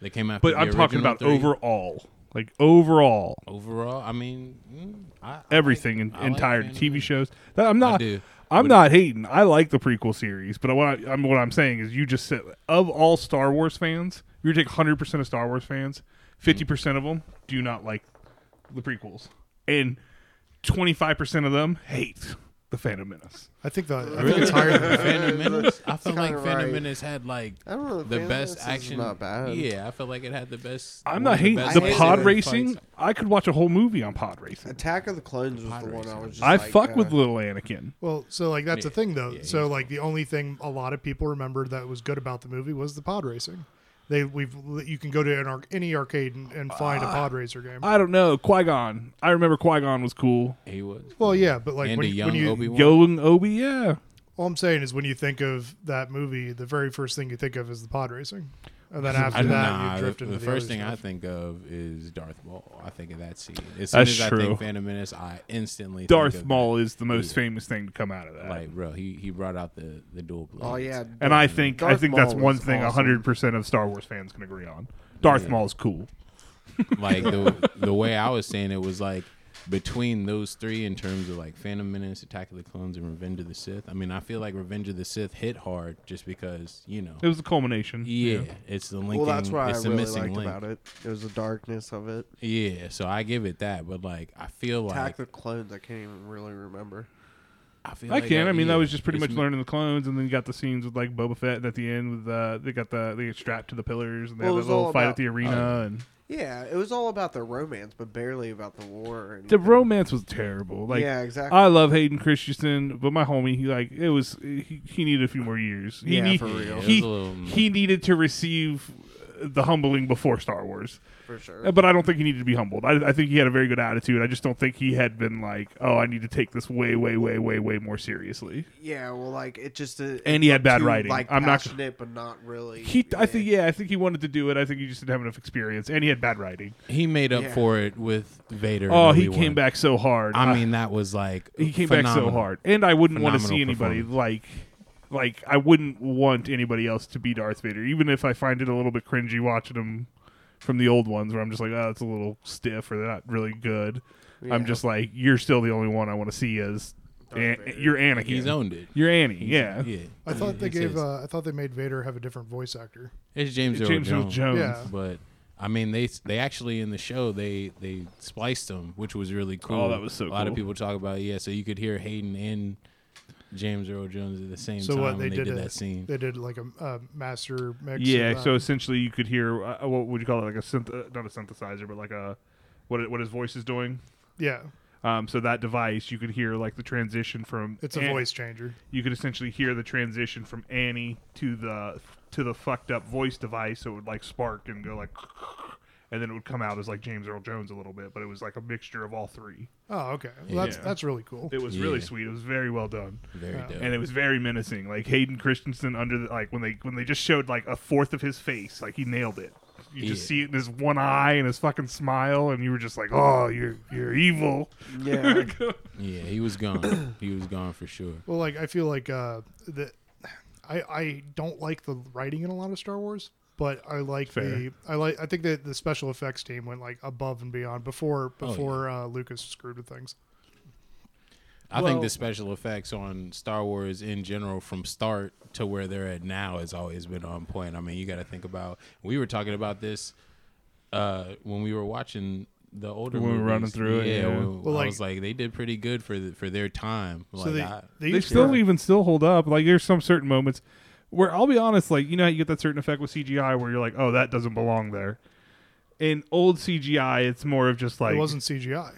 S4: that came out.
S1: But I'm talking about
S4: three,
S1: overall, like overall.
S4: overall. I mean, mm, I, I
S1: everything
S4: like,
S1: in,
S4: I like
S1: entire
S4: Phantom
S1: TV
S4: Menace.
S1: shows. That I'm not.
S4: do.
S1: I'm not hating. I like the prequel series, but what I, I'm what I'm saying is, you just said of all Star Wars fans, if you take 100 percent of Star Wars fans, 50 percent of them do not like the prequels, and 25 percent of them hate the Phantom Menace.
S2: I think that I think
S4: Really?
S2: it's higher. Than,
S4: Phantom Menace. I feel like
S3: kinda
S4: Phantom
S3: right.
S4: Menace had like
S3: I don't know.
S4: the
S3: Phantom
S4: best
S3: Menace is
S4: action.
S3: not bad.
S4: Yeah, I feel like it had the best.
S1: I'm
S4: one
S1: not
S4: of
S1: hating
S4: best
S1: the
S3: I hate
S4: action
S1: pod
S3: it.
S1: racing.
S4: fights.
S1: I could watch a whole movie on pod racing.
S3: Attack of the Clones was
S4: Pod
S3: the one
S4: racing.
S3: I was. Just
S1: I
S3: like,
S1: fuck
S3: uh,
S1: with little Anakin.
S2: well, so like that's the
S4: Yeah.
S2: thing though.
S4: Yeah,
S2: so
S4: he's-
S2: like the only thing a lot of people remember that was good about the movie was the pod racing. They we've you can go to an arc, any arcade and, and find
S4: Uh,
S2: a pod racer game.
S1: I don't know Qui Gon. I remember Qui Gon was cool.
S4: He was.
S2: well, yeah, but like
S4: and
S2: when,
S4: a
S2: you-
S4: young
S2: when you
S4: Obi Wan.
S1: Young Obi, yeah.
S2: all I'm saying is when you think of that movie, the very first thing you think of is the pod racing, and then
S4: I
S2: after
S4: don't
S2: that
S4: know.
S2: you drift
S4: the,
S2: into the
S4: the first
S2: other
S4: thing I
S2: stuff.
S4: think of is Darth Maul. I think of that scene. As soon
S1: That's
S4: as I
S1: true.
S4: think Phantom Menace, I instantly think
S1: Darth
S4: of
S1: Maul is the most
S4: Yeah.
S1: famous thing to come out of
S4: that.
S1: that.
S4: Like bro, he he brought out the the dual blades.
S3: Oh yeah,
S1: and I think I
S3: Darth
S1: think that's
S3: Maul
S1: one
S3: was
S1: thing
S3: awesome.
S1: hundred percent of Star Wars fans can agree on. Darth
S4: Yeah.
S1: Maul's cool.
S4: like the the way I was saying it was like between those three in terms of like Phantom Menace, Attack of the Clones, and Revenge of the Sith. I mean, I feel like Revenge of the Sith hit hard just because you know,
S1: It was the culmination.
S4: yeah, it's the linking.
S3: well, that's what I
S4: it's the
S3: really
S4: missing
S3: liked
S4: link.
S3: about it. It was the darkness of it.
S4: Yeah, so I give it that, but like I feel like
S3: Attack the Clones. I can't even really remember.
S4: I feel
S1: I
S4: like
S1: can. I mean, that
S4: yeah,
S1: was just pretty
S4: it's
S1: much
S4: m-
S1: learning the clones, and then you got the scenes with like Boba Fett and at the end with uh, they got the they get strapped to the pillars and they
S3: Well,
S1: have
S3: it was
S1: that little
S3: all
S1: fight
S3: about-
S1: at the arena
S4: Oh,
S1: and
S3: Yeah, it was all about the romance, but barely about the war. And,
S1: the romance was terrible. Like
S3: yeah, exactly.
S1: I love Hayden Christensen, but my homie, he like it was he, he needed a few more years. He
S3: Yeah,
S1: need-
S3: for
S4: yeah, it
S3: real.
S4: was
S1: He
S4: a little-
S1: he needed to receive uh, the humbling before Star Wars.
S3: for sure.
S1: Uh, But I don't think he needed to be humbled. I, I think he had a very good attitude. I just don't think he had been like, oh, I need to take this way, way, way, way, way more seriously.
S3: yeah, well, like it just. Uh,
S1: And he had bad
S3: too,
S1: writing.
S3: Like
S1: I'm not.
S3: passionate, but not really.
S1: He, I think,
S3: yeah.
S1: yeah, I think he wanted to do it. I think he just didn't have enough experience, and he had bad writing.
S4: he made up
S3: Yeah.
S4: for it with Vader. and
S1: Oh, he
S4: Obi-Wan.
S1: came back so hard.
S4: I mean, that was like
S1: he came back so
S4: phenomenal.
S1: hard, and I wouldn't want to
S4: Phenomenal
S1: see anybody
S4: performance.
S1: like, like I wouldn't want anybody else to be Darth Vader, even if I find it a little bit cringy watching him from the old ones, where I'm just like, oh, it's a little stiff, or they're not really good. I'm
S3: Yeah.
S1: just like, you're still the only one I want to see as An-
S3: Vader.
S1: you're Anakin.
S4: He's owned it.
S1: You're Annie.
S4: He's-
S1: yeah.
S4: yeah.
S2: I thought they
S4: It's
S2: gave.
S4: his.
S2: Uh, I thought they made Vader have a different voice actor.
S4: It's James Earl
S1: James Earl
S4: Jones.
S1: Jones.
S2: Yeah.
S4: But I mean, they they actually in the show they they spliced him, which was really cool.
S1: Oh, that was so
S4: A lot of
S1: cool.
S4: people talk about it, yeah. So you could hear Hayden and James Earl Jones at the same
S2: So
S4: time
S2: what they,
S4: when they
S2: did,
S4: did,
S2: a,
S4: that scene.
S2: They did like a, a master mix.
S1: Yeah.
S2: of uh, that.
S1: So essentially, you could hear uh, what would you call it? Like a synth, uh, not a synthesizer, but like a what it- what his voice is doing.
S2: yeah,
S1: Um, so that device, you could hear like the transition from
S2: it's a
S1: An-
S2: voice changer.
S1: You could essentially hear the transition from Annie to the to the fucked up voice device. So it would like spark and go like, and then it would come out as like James Earl Jones a little bit, but it was like a mixture of all three.
S2: Oh, okay. Well, that's
S1: Yeah.
S2: that's really cool.
S1: It was really
S4: Yeah.
S1: sweet. It was very well done.
S4: Very
S2: Yeah.
S4: dope.
S1: and it was very menacing. Like Hayden Christensen under the like when they when they just showed like a fourth of his face, like he nailed it. You just
S4: Yeah.
S1: see it in his one eye and his fucking smile, and you were just like, "Oh, you're you're evil."
S3: Yeah.
S4: yeah, he was gone. he was gone for sure.
S2: Well, like I feel like uh, the I I don't like the writing in a lot of Star Wars, but I like
S1: Fair.
S2: the I like I think that the special effects team went like above and beyond before
S4: Oh, yeah.
S2: before uh, Lucas screwed with things.
S4: I
S1: Well-
S4: think the special effects on Star Wars in general, from start to where they're at now, has always been on point. I mean, you got to think about. We were talking about this uh, when we were watching the older.
S1: When we were
S4: movies.
S1: running through it, yeah.
S4: when-
S2: Well,
S4: I
S2: like-
S4: was like, they did pretty good for the, for their time. Like,
S2: so they
S4: I,
S2: they,
S1: They
S2: each
S1: still
S2: got-
S1: even still hold up. Like there's some certain moments where I'll be honest, like you know how you get that certain effect with CGI where you're like, "Oh, that doesn't belong there." In old CGI, it's more of just like
S2: it wasn't CGI.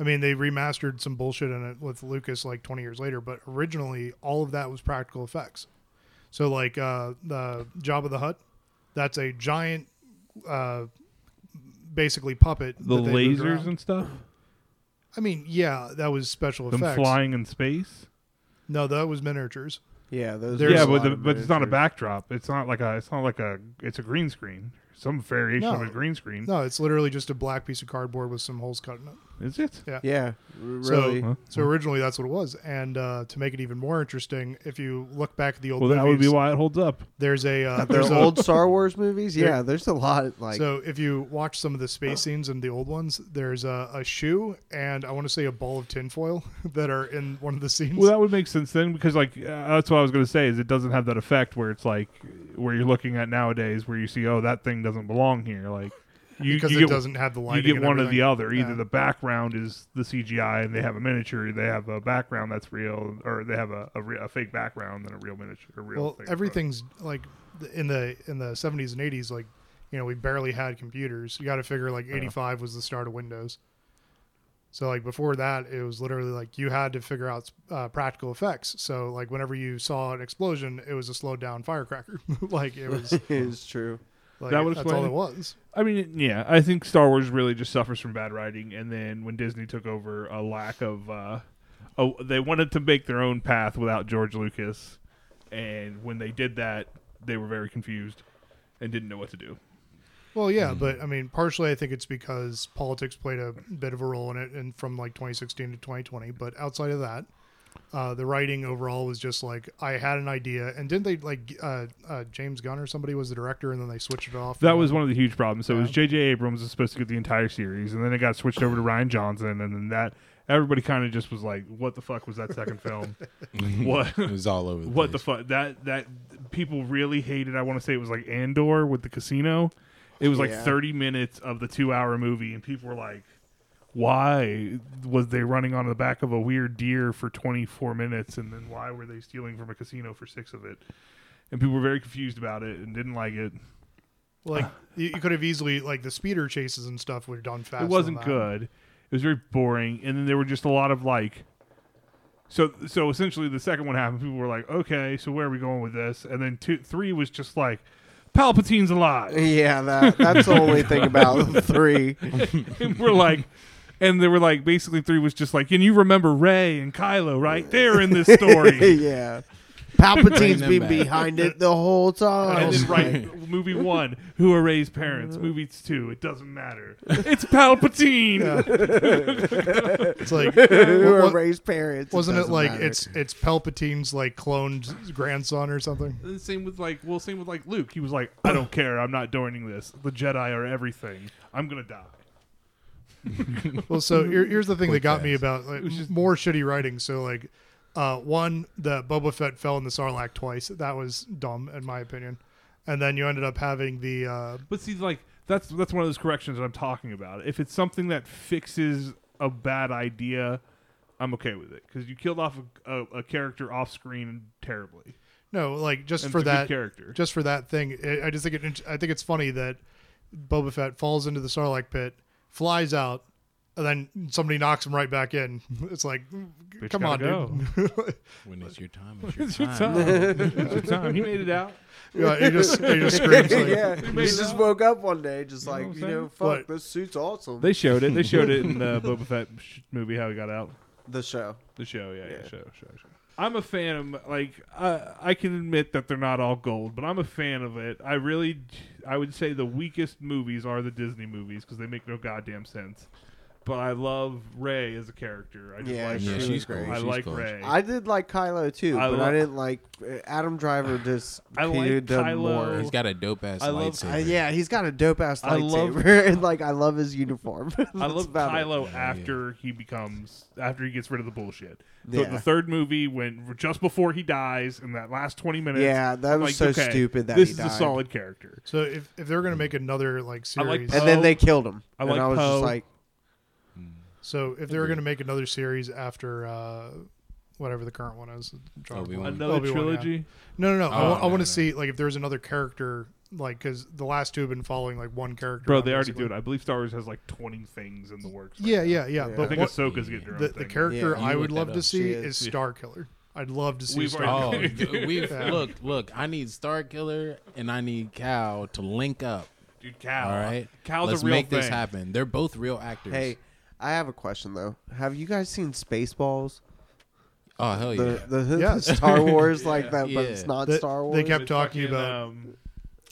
S2: I mean, they remastered some bullshit in it with Lucas like 20 years later, but originally all of that was practical effects. So like uh, the Job of the Hut, that's a giant, uh, basically puppet.
S1: the
S2: that they moved
S1: lasers
S2: around.
S1: and stuff.
S2: I mean, yeah, that was special
S1: Them
S2: effects.
S1: flying in space.
S2: No, that was miniatures.
S3: yeah. Those
S2: There's
S1: yeah,
S2: a
S1: but
S3: lot
S1: the,
S3: of
S1: but it's not a
S3: miniatures.
S1: backdrop. It's not like a. It's not like a. It's a green screen. Some variation of
S2: No.
S1: a green screen.
S2: No, it's literally just a black piece of cardboard with some holes cut in it.
S1: Is it?
S3: Yeah. r-
S2: So-
S3: Really.
S1: Huh?
S2: So originally that's what it was. And uh, to make it even more interesting, if you look back at the old
S1: Well, that would be
S2: movies,
S1: why it holds up.
S2: there's a uh,
S3: Their
S2: there's a,
S3: old Star Wars movies. Yeah. There's a lot like.
S2: so if you watch some of the space scenes in the old ones, there's a, a shoe and I want to say a ball of tinfoil that are in one of the scenes.
S1: Well, that would make sense then, because like uh, that's what I was going to say is it doesn't have that effect where it's like where you're looking at nowadays where you see oh that thing doesn't belong here like you,
S2: because
S1: you
S2: it
S1: get,
S2: doesn't have the
S1: you
S2: lighting.
S1: get
S2: and
S1: one or the
S2: everything.
S1: other either
S2: Yeah.
S1: the background is the CGI and they have a miniature they have a background that's real or they have a a, re- a fake background and a real miniature a real
S2: well
S1: thing.
S2: everything's like th- in the in the 70s and 80s like you know we barely had computers you got to figure like 85 was the start of windows so like before that it was literally like you had to figure out uh, practical effects so like whenever you saw an explosion it was a slowed down firecracker like it was
S3: it's true.
S2: like,
S1: That would
S2: that's all
S1: explain it.
S2: it was
S1: I mean, yeah, I think Star Wars really just suffers from bad writing, and then when Disney took over, a lack of, uh, oh, they wanted to make their own path without George Lucas, and when they did that, they were very confused and didn't know what to do.
S2: well yeah
S1: Mm.
S2: but i mean partially i think it's because politics played a bit of a role in it and from like 2016 to 2020 but outside of that Uh, the writing overall was just like I had an idea, and didn't they like g- uh, uh, James Gunn or somebody was the director, and then they switched it off.
S1: That was one of the huge problems. So it was J.J. Abrams was supposed to get the entire series, and then it got switched over to Ryan Johnson, and then that everybody kind of just was like, "What the fuck was that second film? what?
S4: It was all over. The
S1: What the
S4: place.
S1: fuck? That that people really hated. I want to say it was like Andor with the casino. It was like
S3: Yeah.
S1: thirty minutes of the two-hour movie, and people were like, "Why was they running on the back of a weird deer for twenty-four minutes, and then why were they stealing from a casino for six of it?" And people were very confused about it and didn't like it.
S2: like you, you could have easily like the speeder chases and stuff were done fast.
S1: it
S2: on
S1: wasn't
S2: that.
S1: good. It was very boring, and then there were just a lot of like. So so essentially, the second one happened. People were like, "Okay, so where are we going with this?" And then two, three was just like, "Palpatine's alive,"
S3: Yeah, that that's the only thing about three.
S1: and we're like. And they were like, basically, three was just like, and you remember Ray and Kylo, right? They're in this story.
S3: yeah,
S4: Bring
S3: Palpatine's
S4: them
S3: been
S4: back.
S3: behind it the whole time.
S1: and then,
S3: Like,
S1: right, movie one, who are Ray's parents? Movie two, it doesn't matter. It's Palpatine.
S2: It's like
S3: Who
S2: wa-
S3: are
S2: wa-
S3: Ray's parents?
S2: wasn't it
S3: doesn't
S2: like
S3: matter.
S2: it's it's Palpatine's like cloned grandson or something?
S1: And same with like, well, same with like Luke. He was like, I don't care. I'm not joining this. The Jedi are everything. I'm gonna die.
S2: Well, so
S1: Mm-hmm.
S2: here, here's the thing that
S4: Quick
S2: got me
S4: pass.
S2: about like, more shitty writing. So like, uh, one, the Boba Fett fell in the Sarlacc twice. That was dumb, in my opinion. And then you ended up having the uh,
S1: But see, like that's that's one of those corrections that I'm talking about. If it's something that fixes a bad idea, I'm okay with it because you killed off a, a, a character off screen terribly.
S2: no, like just
S1: And
S2: for
S1: it's a good
S2: that
S1: character.
S2: just for that thing. I I just think it, I think it's funny that Boba Fett falls into the Sarlacc pit, flies out, and then somebody knocks him right back in. It's like, come on,
S1: gotta
S2: dude.
S4: When it's your time, it's your,
S1: It's your
S4: time.
S1: time. it's your time. He made it out.
S2: yeah, uh, he just he just screams like,
S3: yeah,
S1: You
S3: he
S1: made it
S3: just
S1: up.
S3: woke up one day, just like
S1: what I'm
S3: you know,
S1: saying?
S3: fuck,
S2: What?
S3: this suit's awesome.
S1: They showed it. They showed it in the Boba Fett sh- movie. How he got out.
S3: the show.
S1: The show, yeah, yeah,
S3: Yeah.
S1: show, show, show. I'm a fan of like uh, I can admit that they're not all gold, but I'm a fan of it. I really, I would say the weakest movies are the Disney movies because they make no goddamn sense. But I love Ray as a character. I just
S3: Yeah,
S1: like
S4: Yeah,
S1: her.
S3: She
S4: she's
S3: was
S4: cool.
S3: great.
S1: I
S4: She's
S1: like
S4: cool.
S1: Ray. I,
S3: I did like Kylo too,
S1: I
S3: but
S1: lo-
S3: I didn't like uh, Adam Driver. Just
S1: I like
S3: catered to
S1: Kylo.
S3: more.
S4: He's got a dope ass
S1: I love-
S4: lightsaber.
S3: Uh, yeah, he's got a dope ass
S1: I love-
S3: lightsaber, and like I love his uniform. That's
S1: love
S3: about it.
S1: Kylo
S4: Yeah, yeah.
S1: after he becomes after he gets rid of the bullshit. So
S3: Yeah.
S1: the third movie when just before he dies in that last twenty minutes.
S3: Yeah, that
S1: I'm
S3: was so
S1: like, okay,
S3: stupid that
S1: this
S3: he
S1: is
S3: died.
S1: a solid character.
S2: So if, if they're gonna make another like
S1: I like
S2: series,
S1: Poe.
S3: and then they killed him,
S1: I like
S3: and I was
S1: Poe.
S3: just like,
S2: so if they're gonna make another series after uh, whatever the current one is, Jar-
S4: Obi-Wan.
S1: Another
S2: Obi-Wan, yeah.
S1: trilogy.
S2: No, no, no. I
S4: Oh, no,
S2: want
S4: no.
S2: to see like if there's another character like because the last two have been following like one character.
S1: Bro,
S2: around,
S1: they already
S2: basically.
S1: do it. I believe Star Wars has like 20 things in the works. right
S2: Yeah,
S1: now.
S2: yeah, yeah.
S3: Yeah.
S1: I
S2: But
S1: think
S2: what,
S1: Ahsoka's getting her own
S2: the,
S1: thing.
S2: the character
S3: Yeah,
S2: I
S4: you
S2: would
S4: looked
S2: love
S4: that
S2: to
S4: up.
S2: see
S3: She
S2: is,
S3: is.
S2: Star Killer. I'd love to see
S1: We've
S2: Star.
S1: already-
S4: Oh,
S1: Okay.
S4: th- we've
S2: Yeah.
S4: look, look. I need Star Killer and I need Cal to link up.
S1: Dude, Cal.
S4: All right,
S1: Cal's
S4: let's
S1: a real
S4: make
S1: thing.
S4: this happen. They're both real actors.
S3: hey, I have a question though. Have you guys seen Spaceballs?
S4: oh hell yeah!
S3: The the, the
S2: Yes.
S3: Star Wars like that,
S4: Yeah.
S3: but it's not
S2: They-
S3: Star Wars.
S2: they kept
S1: It's
S2: talking
S1: fucking,
S2: about-
S1: um,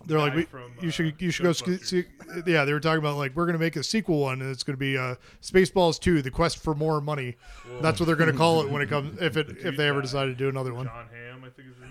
S2: They're like,
S1: guy
S2: we,
S1: from,
S2: you
S1: uh,
S2: should, you should go. sk-
S1: Ghostbusters.
S2: See, yeah, they were talking about like we're gonna make a sequel one, and it's gonna be uh, Spaceballs Two: The Quest for More Money. That's what they're gonna call it when it comes if it if they ever
S1: guy.
S2: decide to do another one.
S1: John Hamm, I think is his name.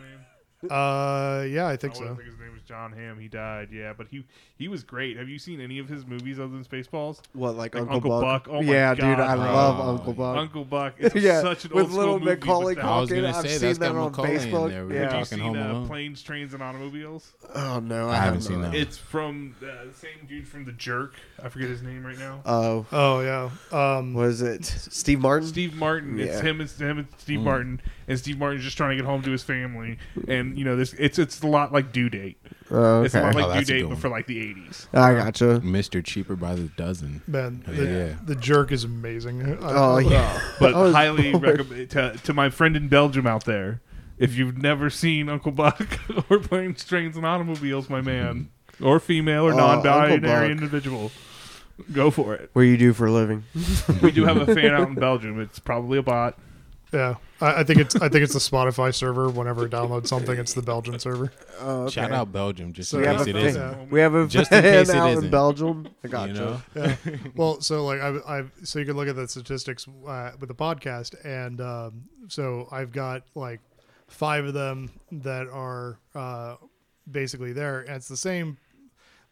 S2: Uh, yeah, I think
S1: I wanna
S2: so.
S1: think his name was John Hamm. He died, yeah, but he he was great. Have you seen any of his movies other than Spaceballs?
S3: what like,
S1: Like
S3: Uncle,
S1: Uncle
S3: Buck?
S1: Buck? Oh my
S3: yeah, dude,
S1: God,
S3: I
S1: bro.
S4: Oh.
S3: love Uncle
S2: Uh,
S3: Buck.
S1: Uncle Buck. It's
S3: yeah,
S1: such an
S3: with
S1: old
S3: little
S1: school
S3: Macaulay
S1: movie.
S4: I was
S3: Culkin.
S4: gonna
S3: I've
S4: say,
S3: seen
S4: that's
S3: that
S4: got
S3: on
S4: Macaulay in
S3: Facebook.
S4: there. We were
S3: yeah.
S1: Have you
S4: talking-
S1: seen
S4: Home
S1: uh,
S4: Alone.
S1: Planes, Trains, and Automobiles?
S3: Oh no, I,
S4: I haven't
S3: haven't
S4: seen that.
S1: It's from uh, the same dude from The Jerk. I forget his name right now.
S3: Oh,
S2: Oh yeah. Um,
S3: what is it? Steve Martin.
S1: Steve Martin. It's
S3: Yeah. Mm.
S1: him. It's him and Steve Martin, and Steve Martin's just trying to get home to his family. And you know, this it's it's a lot like due date.
S3: Oh,
S1: It's a
S3: Mm. okay.
S1: lot like
S4: Oh,
S1: due
S4: that's a
S1: date,
S4: good
S1: but
S4: one.
S1: for like the eighties.
S3: I gotcha.
S4: Mister Cheaper by the dozen.
S2: Man, the,
S4: Yeah.
S2: the jerk is amazing. I-
S3: Oh yeah.
S1: But
S3: I was
S1: highly
S3: bored.
S1: recommend to, to my friend in Belgium out there. If you've never seen Uncle Buck or Planes, Trains, and Automobiles, my man, or female or
S3: Oh, Uncle
S1: non-binary
S3: Buck.
S1: individual, go for it.
S3: What do you do for a living?
S1: We do have a fan out in Belgium. It's probably a bot.
S2: Yeah, I, I think it's I think it's the Spotify server. Whenever it downloads something, it's the Belgian server.
S3: Oh, okay.
S4: Shout out Belgium, just
S2: So
S4: in
S3: we have
S4: case
S3: a
S4: it
S3: thing.
S4: isn't.
S1: isn't.
S3: We have a
S4: Just in case it
S3: fan out in
S4: isn't.
S3: Belgium. I got
S4: You know,
S2: Yeah. well, so like I, I so you can look at the statistics uh, with the podcast, and um, so I've got like five of them that are uh, basically there, and it's the same.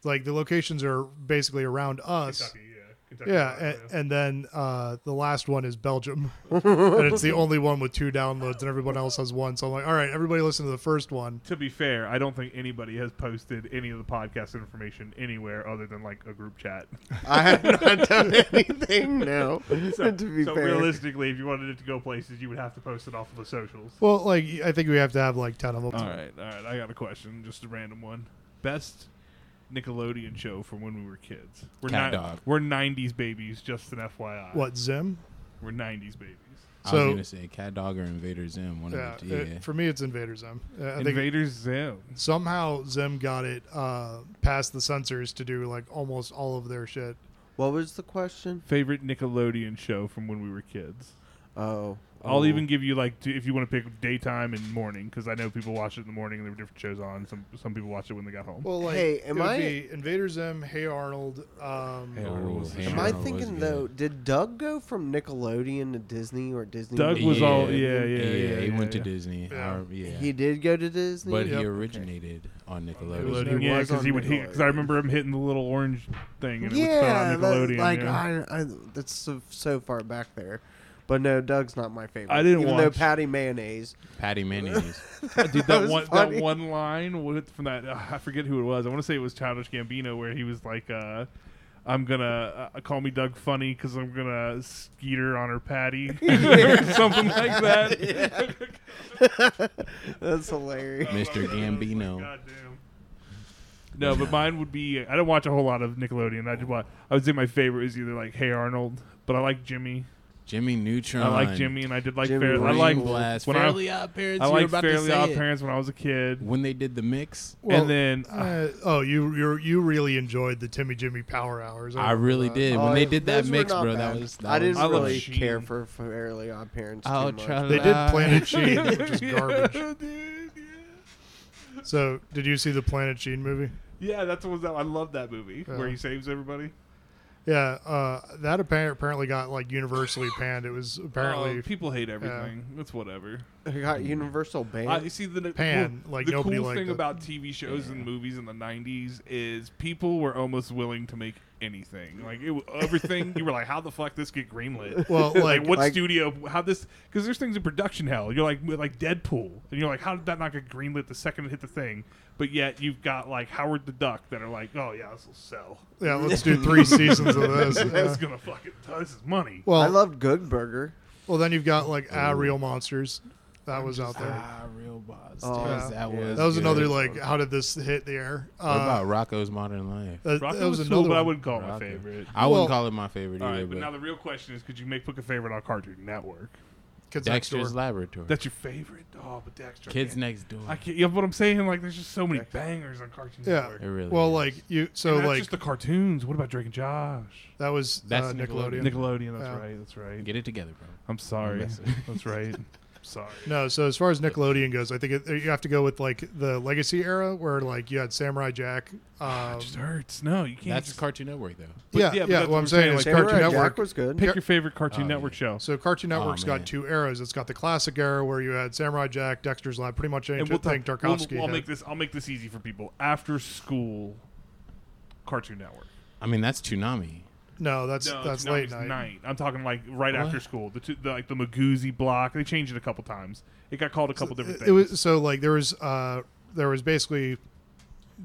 S2: Like the locations are basically around us.
S1: Kentucky, yeah. Kentucky
S2: Yeah,
S1: Fried,
S2: and, and then uh, the last one is Belgium, and it's the only one with two downloads, and everyone else has one. So I'm like, all right, everybody listen to the first one.
S1: to be fair, I don't think anybody has posted any of the podcast information anywhere other than like a group chat.
S3: I have not done anything. No,
S1: So,
S3: to be
S1: so
S3: fair,
S1: realistically, if you wanted it to go places, you would have to post it off of the socials.
S2: Well, like I think we have to have like ten of them.
S1: All right, all right. I got a question, just a random one. Best Nickelodeon show from when we were kids. We're
S4: Cat
S1: ni-
S4: Dog.
S1: We're '90s babies, just an FYI.
S2: What Zim?
S1: We're '90s babies.
S4: I
S2: So-
S4: was gonna say Cat Dog or Invader Zim, one
S2: Yeah,
S4: of the two.
S2: it-
S4: yeah.
S2: for me, it's Invader Zim. Uh, I think
S1: Invaders Zim.
S2: somehow Zim got it uh, past the censors to do like almost all of their shit.
S3: what was the question?
S1: Favorite Nickelodeon show from when we were kids.
S3: Oh,
S1: I'll
S3: oh.
S1: even give you like two, if you want to pick daytime and morning because I know people watch it in the morning and there were different shows on. Some some people watch it when they got home.
S2: Well, like
S3: Hey,
S2: it
S3: am
S2: would
S3: I-
S2: be Invader Zim, Hey Arnold. Um,
S1: Hey
S4: Oh,
S1: Arnold.
S4: Hey
S3: Am
S1: Sure,
S3: I
S1: it
S4: Arnold was
S3: thinking
S4: good.
S3: though? Did Doug go from Nickelodeon to Disney or Disney?
S1: Doug
S3: to
S1: was all
S3: Nickelodeon?
S1: yeah yeah yeah.
S4: he went
S1: yeah.
S4: to Disney.
S2: Yeah.
S4: Or- yeah.
S3: He did go to Disney.
S4: but
S2: Yep.
S4: he originated on Nickelodeon.
S2: Nickelodeon.
S1: Nickelodeon, yeah,
S3: was
S1: because
S3: on
S1: he would hit. Because I
S3: Nickelodeon.
S1: remember him hitting the little orange thing, and it
S3: yeah,
S1: was put on
S3: that-
S1: Nickelodeon.
S3: like
S1: yeah.
S3: I, I, that's so, so far back there. But no, Doug's not my favorite.
S1: I didn't
S3: even though
S1: watch-
S3: Patty Mayonnaise.
S4: Patty Mayonnaise.
S1: Dude,
S3: That
S1: that,
S3: was
S1: one
S3: funny.
S1: that one line was it from that uh, I forget who it was. I want to say it was Childish Gambino where he was like, uh, "I'm gonna uh, call me Doug Funny because I'm gonna skeeter on her patty or something like that."
S3: That's hilarious.
S4: Mr. Gambino.
S1: Goddamn. No, but mine would be. I don't watch a whole lot of Nickelodeon. I just watch. I would say my favorite is either like Hey Arnold, but I like Jimmy.
S4: Jimmy Neutron.
S1: I like Jimmy, and I did like
S3: Jimmy
S1: Fairly. I
S4: Brain
S1: like
S4: Blast.
S1: when I,
S4: Fairly Odd Parents.
S1: I
S4: you were
S1: like
S4: about to
S1: Fairly
S4: say
S1: Odd
S4: it.
S1: Parents when I was a kid.
S4: When they did the mix,
S2: Well,
S1: and then ah,
S2: uh, oh, you you you really enjoyed the Timmy Jimmy Power Hours.
S4: I really
S2: remember that.
S4: did.
S3: Oh,
S4: when they did that
S3: those were
S4: mix,
S3: not
S4: bro, that
S3: bad.
S4: was. That
S3: I didn't
S1: I
S4: was,
S1: love
S3: really
S1: Sheen.
S3: care for Fairly Odd Parents. Too
S4: Oh,
S3: much.
S4: tra-
S2: They did
S4: Uh,
S2: Planet Sheen, which is garbage.
S1: Yeah, dude, yeah.
S2: So, did you see the Planet Sheen movie?
S1: Yeah, that's what was that. I love that movie where
S2: Yeah.
S1: he saves everybody.
S2: Yeah, uh, that appa- apparently got like universally panned. It was apparently
S1: Oh, people hate everything. It's whatever.
S3: I got Universal Band.
S1: I you see the
S2: Pan,
S1: cool-
S2: like,
S1: the
S2: nobody
S1: cool
S2: liked
S1: thing
S2: it.
S1: about TV shows and movies in the '90s is people were almost willing to make anything. Like it, everything, you were like, "How the fuck this get greenlit?"
S2: Well, like-
S1: what
S3: like-
S1: studio? How this? Because there's things in production hell. You're like like Deadpool, and you're like, "How did that not get greenlit the second it hit the thing?" But yet you've got like Howard the Duck that are like, "Oh yeah, this will sell.
S2: yeah. Let's do three seasons of this.
S1: This is
S2: Yeah.
S1: gonna fucking this is money."
S2: Well,
S3: I loved Good Burger.
S2: well, then you've got like ah, real monsters. That was out there.
S4: Ah, real boss.
S3: Oh,
S4: Yes,
S3: yeah.
S4: that was.
S2: that was
S4: good.
S2: another like, how did this hit the air? Uh,
S4: What about Rocco's Modern Life?
S2: that,
S1: Rocky
S2: that was,
S1: was, cool,
S2: another.
S1: but I
S2: one.
S1: wouldn't call it my
S4: Rocco.
S1: favorite.
S4: I
S2: Well-
S4: wouldn't call it my favorite
S1: All
S4: either,
S1: right, but
S4: but,
S1: now the real question is, could you make pick a favorite on Cartoon Network?
S2: Kids Next
S4: Dexter's
S2: Door.
S4: Laboratory.
S1: That's your favorite? Oh, but Dexter. I
S4: Kids
S1: can't-
S4: Next Door.
S1: I can't. Yeah, but I'm saying like there's just so many bangers on Cartoon
S2: Yeah.
S1: Network.
S4: It really
S2: Well,
S4: is.
S2: like you, so
S1: And that's
S2: like
S1: just the cartoons. What about Drake and Josh?
S2: that was
S4: That's
S2: uh, Nickelodeon.
S4: Nickelodeon.
S1: Nickelodeon. That's
S2: Yeah.
S1: right. That's right.
S4: get it together, bro.
S1: I'm sorry.
S4: I'm messing.
S1: that's right. I'm sorry.
S2: No, so as far as Nickelodeon goes, I think it, you have to go with like the Legacy era, where like you had Samurai Jack. Um,
S1: It Ah, just hurts. No, you can't.
S4: That's
S1: just-
S4: Cartoon Network, though.
S1: but yeah,
S2: yeah, yeah.
S1: but that's
S2: What
S1: what
S2: I'm
S1: I'm
S2: saying
S1: saying,
S2: is
S1: like,
S2: Cartoon
S3: Samurai
S2: Network.
S3: Jack was good.
S1: pick your favorite Cartoon
S4: Oh,
S1: Network
S4: yeah.
S1: show.
S2: So Cartoon
S4: Oh,
S2: Network's
S4: man.
S2: got two eras. It's got the classic era where you had Samurai Jack, Dexter's Lab, pretty much
S1: And
S2: anything
S1: we'll talk,
S2: thing Tarkovsky
S1: we'll, I'll
S2: had.
S1: make this. I'll make this easy for people. After school, Cartoon Network.
S4: I mean, that's Toonami.
S2: No, that's
S1: No,
S2: that's
S1: no,
S2: late
S1: it's
S2: night.
S1: I'm talking like right
S4: What?
S1: after school. The, two, the like the Magoozy block. They changed it a couple times. It got called a couple different
S2: It,
S1: things.
S2: it was so like there was uh there was basically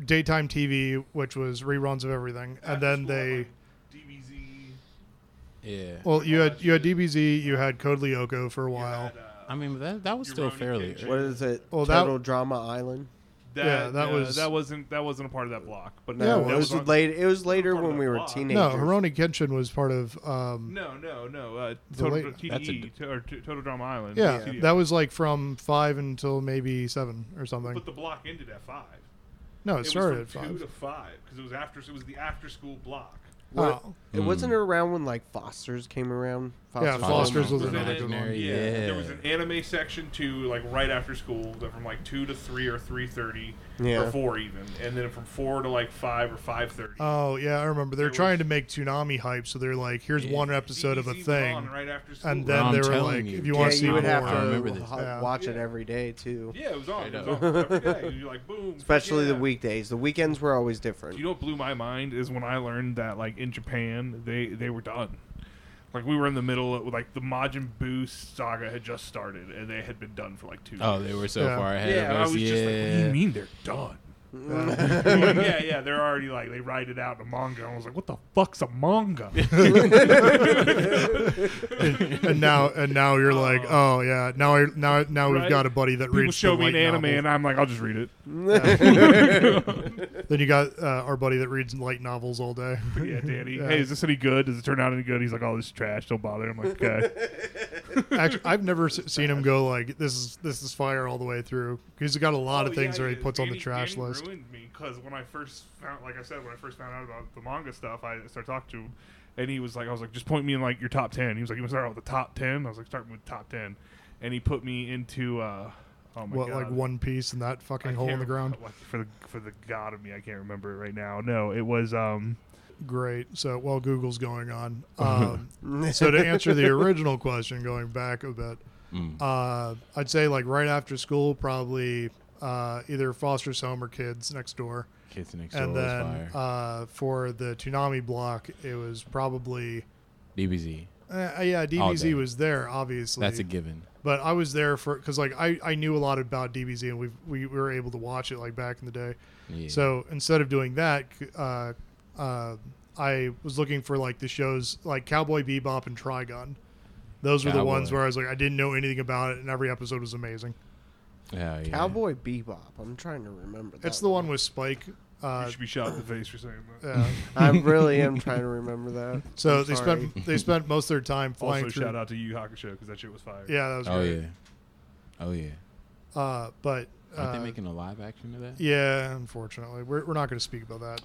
S2: daytime TV, which was reruns of everything, and then they
S1: DBZ.
S4: Yeah.
S2: well you had you had DBZ, you had Code Lyoko for a while.
S1: uh,
S4: I mean, that that was
S1: Your
S4: still
S1: Ronin
S4: fairly.
S1: Kenshin.
S3: What is it?
S1: Oh,
S2: Well, that-
S3: Total Drama Island.
S1: that,
S2: yeah, that
S1: uh,
S2: was-
S1: that wasn't that wasn't a part of that block. But
S2: Yeah,
S3: No,
S1: that
S3: it was,
S1: was on-
S3: later. It was later
S1: part of the
S3: when we were
S1: plot. No,
S3: teenagers.
S2: No, Hironi Kenshin was part of um
S1: no, no, no. Uh,
S2: The
S1: Total,
S2: late-
S1: TDE,
S4: That's a d-
S1: to- or t- Total Drama Island.
S2: yeah,
S1: TDE.
S2: that was like from five until maybe seven or something.
S1: But the block ended at five.
S2: No, it,
S1: It
S2: started at
S1: was from two to
S2: five.
S1: five because it was after. It was the after school block.
S3: What-
S2: Oh.
S4: Hmm.
S3: It wasn't around when like Foster's came around.
S2: Yeah, Foster's was
S1: Was in
S2: another
S1: it.
S2: good one.
S4: Yeah.
S1: There was an anime section too, like right after school, that from like two to three or three thirty,
S3: Yeah.
S1: or four even, and then from four to like five or five thirty.
S2: Oh yeah, I remember. They're
S1: There
S2: trying
S1: was-
S2: to make tsunami hype, so they're like, here's one episode of a thing,
S1: right after school.
S2: and
S4: Well,
S2: then
S4: I'm
S2: they were
S4: telling
S2: like,
S4: you,
S2: if you
S4: yeah,
S2: want
S3: Yeah,
S2: to see
S3: you would
S2: more, uh,
S3: have
S4: I remember
S3: to
S4: this.
S3: ho-
S2: Yeah.
S3: watch it
S1: Yeah.
S3: every day too.
S1: yeah, it was on.
S4: Straight
S1: It was
S4: up.
S1: on every day. You're like boom,
S3: Especially the
S1: yeah.
S3: weekdays. The weekends were always
S1: Do
S3: different.
S1: You know what blew my mind is when I learned that like in Japan they they were done. Like we were in the middle of like the Majin Buu saga had just started and they had been done for like two.
S4: Oh,
S1: years.
S4: they were so
S2: Yeah.
S4: far ahead
S1: yeah.
S4: of
S1: and
S4: us.
S1: I was
S4: yeah.
S1: just like, what do you mean they're done?
S2: Yeah.
S1: Like, yeah, yeah, they're already like they write it out in a manga. I was like, what the fuck's a manga?
S2: and now and now you're like, oh yeah, now I now now we've
S1: Right?
S2: got a buddy that
S1: People
S2: reads.
S1: show
S2: the
S1: me an
S2: light
S1: anime
S2: novel.
S1: and I'm like, I'll just read it.
S2: Then you got uh, our buddy that reads light novels all day.
S1: Yeah, Danny.
S2: Yeah.
S1: Hey, is this any good? Does it turn out any good? He's like, oh, this is trash. Don't bother. I'm like, okay.
S2: Actually, I've never s- seen him go like this is this is fire all the way through. He's got a lot of
S1: Oh,
S2: things
S1: yeah,
S2: that he
S1: yeah.
S2: puts on the
S1: Danny-
S2: trash
S1: Danny Oh
S2: list.
S1: Ruined me because when I first found, like I said, when I first found out about the manga stuff, I started talking to him, and he was like, I was like, just point me in like your top ten. He was like, you want to start out with the top ten? I was like, starting with top ten, and he put me into. uh Oh my
S2: What
S1: god!
S2: like One Piece and that
S1: I
S2: fucking hole in
S1: can't
S2: the ground?
S1: remember- For the for the god of me, I can't remember it right now. No, it was um.
S2: Great. So while Google's going on, um, so to answer the original question, going back a bit,
S4: Mm.
S2: uh, I'd say like right after school, probably uh, either Foster's Home or Kids Next Door.
S4: Kids next door
S2: and
S4: was
S2: then
S4: fire.
S2: uh, for the Toonami block, it was probably
S4: DBZ.
S2: uh, yeah
S4: All day.
S2: DBZ was there obviously.
S4: That's a given.
S2: but I was there for because like I, I knew a lot about DBZ and we we were able to watch it like back in the day.
S4: Yeah.
S2: So instead of doing that, c- uh, uh, I was looking for like the shows like Cowboy Bebop and Trigun. Those were the ones
S4: Cowboy.
S2: where I was like I didn't know anything about it and every episode was amazing.
S4: yeah, yeah.
S3: Cowboy Bebop. I'm trying to remember. That
S2: It's the one with Spike.
S1: you
S2: Uh,
S1: should be shot in the face for saying that.
S2: yeah.
S3: I really am trying to remember that.
S2: So
S3: I'm
S2: they
S3: sorry.
S2: spent they spent most of their time flying
S1: Also,
S2: through.
S1: shout out to Yu Yu Hakusho because that shit was fire.
S2: Yeah, that was
S4: Oh
S2: great.
S4: yeah. Oh yeah.
S2: Uh, but
S4: Aren't
S2: uh,
S4: they making a live action of that?
S2: yeah, unfortunately, we're, we're not going to speak about that.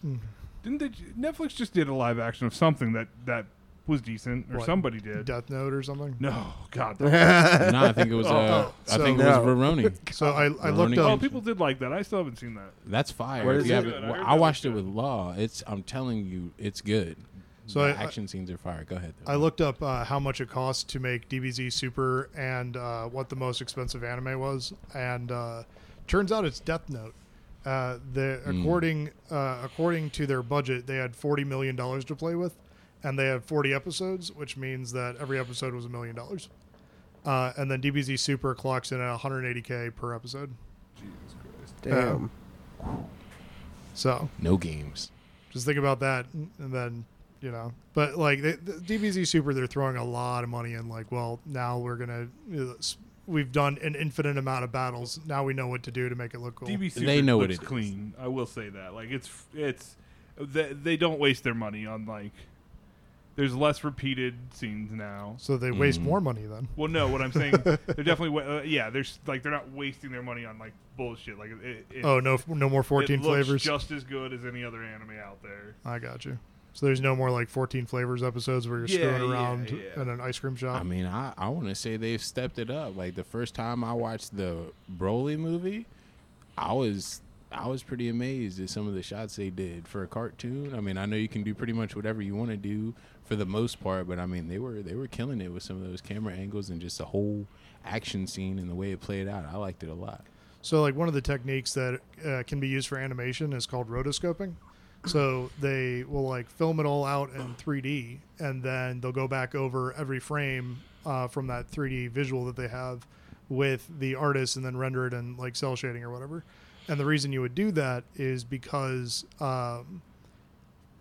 S1: Didn't they, Netflix just did a live action of something that that was decent, or
S2: What?
S1: somebody did?
S2: Death Note or something.
S1: no, God. Oh,
S4: no, I think it was. Uh,
S2: Oh,
S4: I
S2: so-
S4: think it
S3: No.
S4: was Veroni.
S2: So I, I
S4: Veronica's
S2: looked
S1: Oh,
S2: up.
S1: people did like that. I still haven't seen that.
S4: That's fire.
S3: What
S4: If
S3: is
S4: you
S3: it?
S4: haven't-
S1: Good, I
S4: well,
S1: heard
S4: I
S1: that
S4: watched it
S1: was
S4: with Law. It's. I'm telling you, it's good.
S2: So
S4: So the
S2: I- I-
S4: action scenes are fire. Go ahead. though.
S2: I looked up uh, how much it cost to make DBZ Super and uh, what the most expensive anime was, and uh, turns out it's Death Note. Uh, the according uh, according to their budget, they had forty million dollars to play with, and they have forty episodes, which means that every episode was a million dollars. Uh, and then DBZ Super clocks in at 180k per episode.
S1: Jesus Christ.
S3: Damn.
S2: So
S4: No games.
S2: just think about that and and then you know but like they, the dbz super they're throwing a lot of money in like well now we're gonna you know, s- we've done an infinite amount of battles now we know what to do to make it look cool
S1: DB Super
S4: They know what
S1: looks
S4: it is.
S1: clean. I will say that. Like it's it's they, they don't waste their money on like. There's less repeated scenes now.
S2: so they waste
S4: Mm.
S2: more money then
S1: Well, no, what I'm saying, they're definitely wa- uh, yeah. There's like they're not wasting their money on like bullshit. Like it, it,
S2: oh no no more 14
S1: it looks
S2: flavors
S1: just as good as any other anime out there.
S2: i got you so there's no more like 14 flavors episodes where you're
S1: Yeah,
S2: screwing
S1: yeah,
S2: around
S1: yeah.
S2: in an ice cream shop
S4: I mean, I, I want to say they've stepped it up. Like the first time I watched the Broly movie, I was I was pretty amazed at some of the shots they did for a cartoon. I mean, I know you can do pretty much whatever you want to do for the most part, but I mean, they were they were killing it with some of those camera angles and just the whole action scene and the way it played out. I liked it a lot.
S2: So, like one of the techniques that uh, can be used for animation is called rotoscoping. So they will like film it all out in 3D, and then they'll go back over every frame uh, from that 3D visual that they have with the artist, and then render it in like cell shading or whatever. And the reason you would do that is because, um,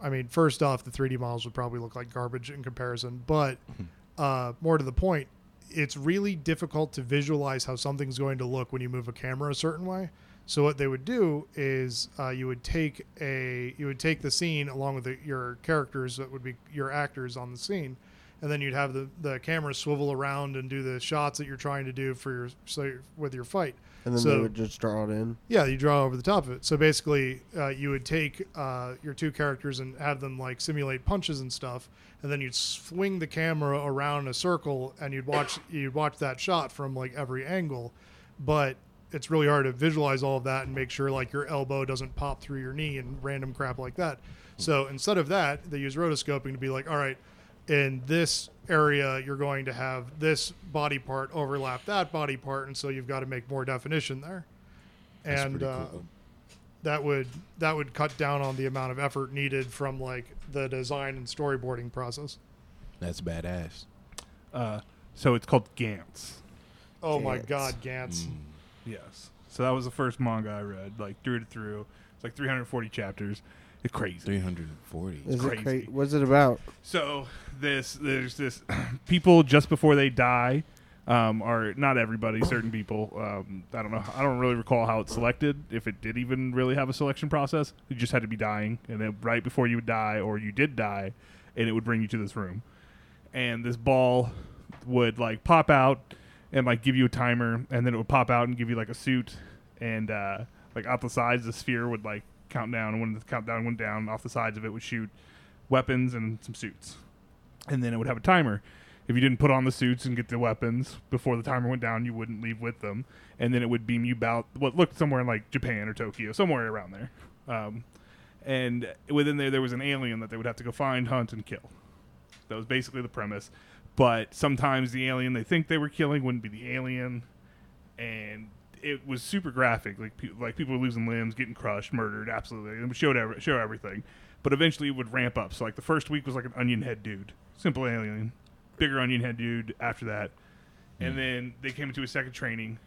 S2: I mean, first off, the 3D models would probably look like garbage in comparison, but
S3: Mm-hmm.
S2: uh, more to the point, it's really difficult to visualize how something's going to look when you move a camera a certain way. So what they would do is uh, you would take a you would take the scene along with the, your characters that would be your actors on the scene, and then you'd have the, the camera swivel around and do the shots that you're trying to do for your so your- with your fight.
S3: And then they
S2: So-
S3: would just draw it in.
S2: Yeah, you draw over the top of it. So basically, uh, you would take uh, your two characters and have them like simulate punches and stuff, and then you'd swing the camera around in a circle, and you'd watch you'd watch that shot from like every angle. But it's really hard to visualize all of that and make sure like your elbow doesn't pop through your knee and random crap like that. So instead of that, they use rotoscoping to be like, all right, in this area you're going to have this body part overlap that body part, and so you've got to make more definition there
S4: That's
S2: and
S4: pretty
S2: uh,
S4: cool.
S2: that would that would cut down on the amount of effort needed from like the design and storyboarding process.
S4: That's badass.
S1: Uh, so it's called Gantz.
S2: Oh my
S3: Gantz.
S2: God, Gantz!
S1: Yes. So that was the first manga I read, like through to through. It's like 340 chapters. It's crazy.
S4: Three hundred and forty.
S3: Is it
S1: crazy.
S3: cra- What's it about?
S1: So this there's this people just before they die um, are not everybody certain people um, I don't know I don't really recall how it's selected if it did even really have a selection process you just had to be dying and then right before you would die or you did die and it would bring you to this room and this ball would like pop out and like give you a timer and then it would pop out and give you like a suit and uh, like off the sides the sphere would like count down and when the countdown went down off the sides of it would shoot weapons and some suits and then it would have a timer if you didn't put on the suits and get the weapons before the timer went down you wouldn't leave with them and then it would beam you about what looked somewhere in like japan or tokyo somewhere around there um, and within there there was an alien that they would have to go find hunt and kill that was basically the premise. But sometimes the alien they think they were killing wouldn't be the alien, and it was super graphic. Like pe- like people were losing limbs, getting crushed, murdered, absolutely. It showed every- show everything. But eventually it would ramp up. So like the first week was like an onion head dude, simple alien, bigger onion head dude. After that, and then they came into a second training,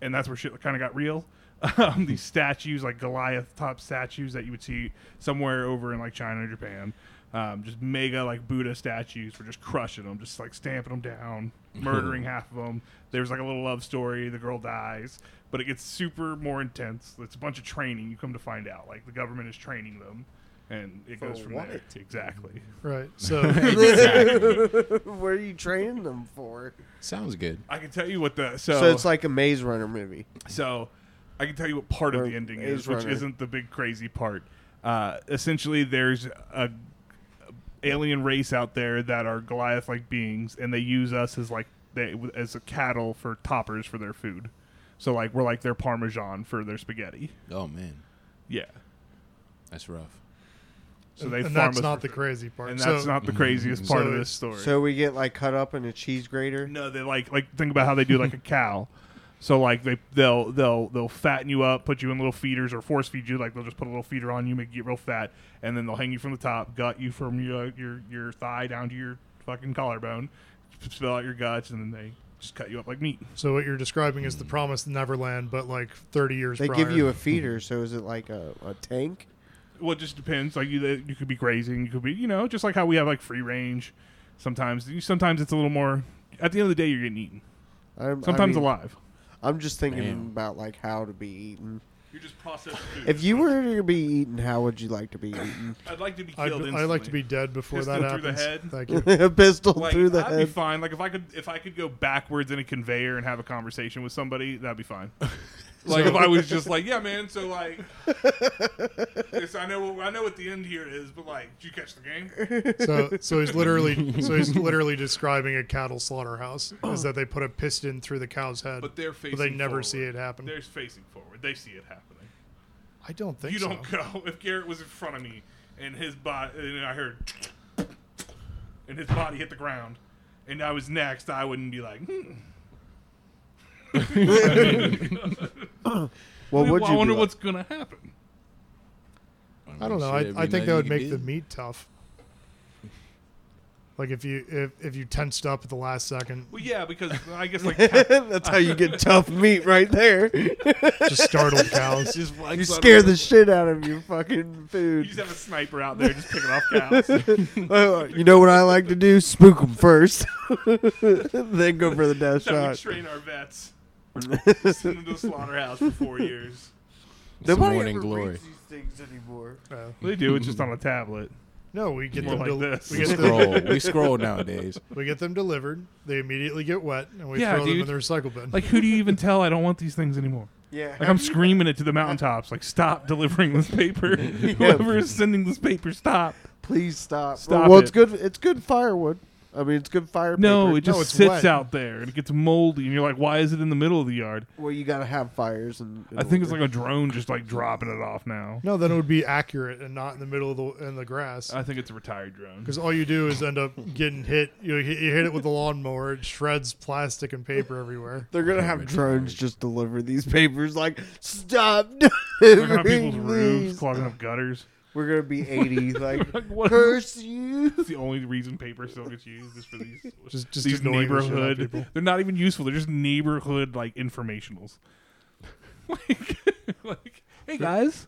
S1: and that's where shit kind of got real. Um, these statues, like Goliath top statues that you would see somewhere over in like China or Japan, um, just mega like Buddha statues were just crushing them, just like stamping them down, murdering half of them. There's like a little love story. The girl dies, but it gets super more intense. It's a bunch of training. You come to find out, like the government is training them, and it
S3: For
S1: goes from there.
S3: what?
S1: Exactly.
S2: Right. So
S3: Where are you training them for?
S4: Sounds good.
S1: I can tell you what the
S3: So,
S1: so,
S3: it's like a Maze Runner movie.
S1: So I can tell you what part
S3: Or
S1: of the ending
S3: Maze
S1: is, which
S3: Runner.
S1: isn't the big crazy part. Uh, essentially, there's a alien race out there that are Goliath like beings, and they use us as like they as a cattle for toppers for their food. So like we're like their parmesan for their spaghetti.
S4: Oh man,
S1: Yeah.
S4: that's rough.
S1: So they
S2: and
S1: farm
S2: that's
S1: us
S2: not
S1: for-
S2: the crazy part.
S1: and
S2: so,
S1: that's not the craziest
S4: Mhm.
S1: part
S2: So
S1: of this
S2: it's-
S1: story.
S3: So we get like cut up in a cheese grater.
S1: No, they like like think about how they do like a cow. So like they they'll they'll they'll fatten you up, put you in little feeders or force feed you. Like they'll just put a little feeder on you, make you get real fat, and then they'll hang you from the top, gut you from your uh, your your thigh down to your fucking collarbone, spill out your guts, and then they just cut you up like meat.
S2: so what you're describing is the promised Neverland, but like 30 years.
S3: They
S2: prior.
S3: give you a feeder, so is it like a, a tank?
S1: Well, it just depends. Like you you could be grazing, you could be you know just like how we have like free range. Sometimes sometimes it's a little more. At the end of the day, you're getting eaten.
S3: I'm,
S1: Sometimes
S3: I mean,
S1: alive.
S3: I'm just thinking
S4: Damn.
S3: about like how to be eaten.
S1: You're just processed food.
S3: If you were to be eaten, how would you like to be eaten?
S1: I'd like to be
S2: I'd,
S1: killed.
S2: I'd like to be dead before
S1: Pistol
S2: that
S1: through the
S2: happens.
S1: head.
S2: Thank you.
S3: a pistol
S1: like,
S3: through the
S1: I'd
S3: head.
S1: be fine. Like if I could, if I could go backwards in a conveyor and have a conversation with somebody, that'd be fine. like if I was just like, yeah, man. So like, this, I know, I know what the end here is, but like, did you catch the game?
S2: So, so he's literally, so he's literally describing a cattle slaughterhouse is that they put a piston through the cow's head,
S1: But they're facing.
S2: but they never
S1: forward.
S2: see it happen.
S1: They're facing forward. They see it happening.
S2: I don't think
S1: You
S2: so.
S1: don't go. If Garrett was in front of me and his body, and I heard, and his body hit the ground, and I was next, I wouldn't be like. Hmm.
S3: Well, would
S1: I
S3: you
S1: wonder
S3: be
S1: what's gonna happen.
S2: I don't know. I, I think that would make the meat tough. Like if you if, if you tensed up at the last second,
S1: Well, yeah, because I guess like
S3: like? That's how you get tough meat right there.
S2: just startled cows.
S3: You scare the shit out of your fucking
S1: you
S3: food.
S1: just have a sniper out there just picking off cows.
S3: Uh, you know what I like to do? Spook them first, then go for the death
S1: That would
S3: shot.
S1: train our vets. Send them to the slaughterhouse for four years.
S4: It's a morning glory.
S3: these things anymore.
S2: Uh,
S1: They do. It's just on a tablet.
S2: No, we get
S1: More
S2: them
S1: like
S2: del-
S1: this.
S2: we get them,
S4: Scroll. we scroll nowadays.
S2: we get them delivered. They immediately get wet, and we
S1: Yeah,
S2: throw them
S1: dude.
S2: in the recycle bin.
S1: Like, who do you even tell? I don't want these things anymore.
S3: Yeah.
S1: Like, I'm screaming it to the mountaintops. Like, stop delivering this paper. Whoever is sending this paper, stop.
S3: Please stop.
S1: Stop
S3: well,
S1: it.
S3: it's good. It's good firewood. I mean, it's good fire.
S1: No,
S3: paper.
S1: it just
S2: it's
S1: sits
S2: wet.
S1: out there and it gets moldy, and you're like, why is it in the middle of the yard?
S3: Well, you gotta have fires, and
S1: I think it's like a drone just like dropping it off now.
S2: no, then it would be accurate and not in the middle of the in the grass.
S1: I think it's a retired drone.
S2: Because all you do is end up getting hit. You, hit- you hit it with the lawnmower. It shreds plastic and paper everywhere.
S3: they're gonna have drones just deliver these papers. Like, stop
S1: Look on people's
S3: delivering
S1: roofs,
S3: these.
S1: clogging up gutters.
S3: We're gonna be eighty. Like,
S1: Like, what?
S3: curse you.
S1: That's the only reason paper still gets used is for these
S2: Just just
S1: these
S2: annoying the shit out of
S1: neighborhood.
S2: people.
S1: They're not even useful. They're just neighborhood like informationals. like, like, hey guys,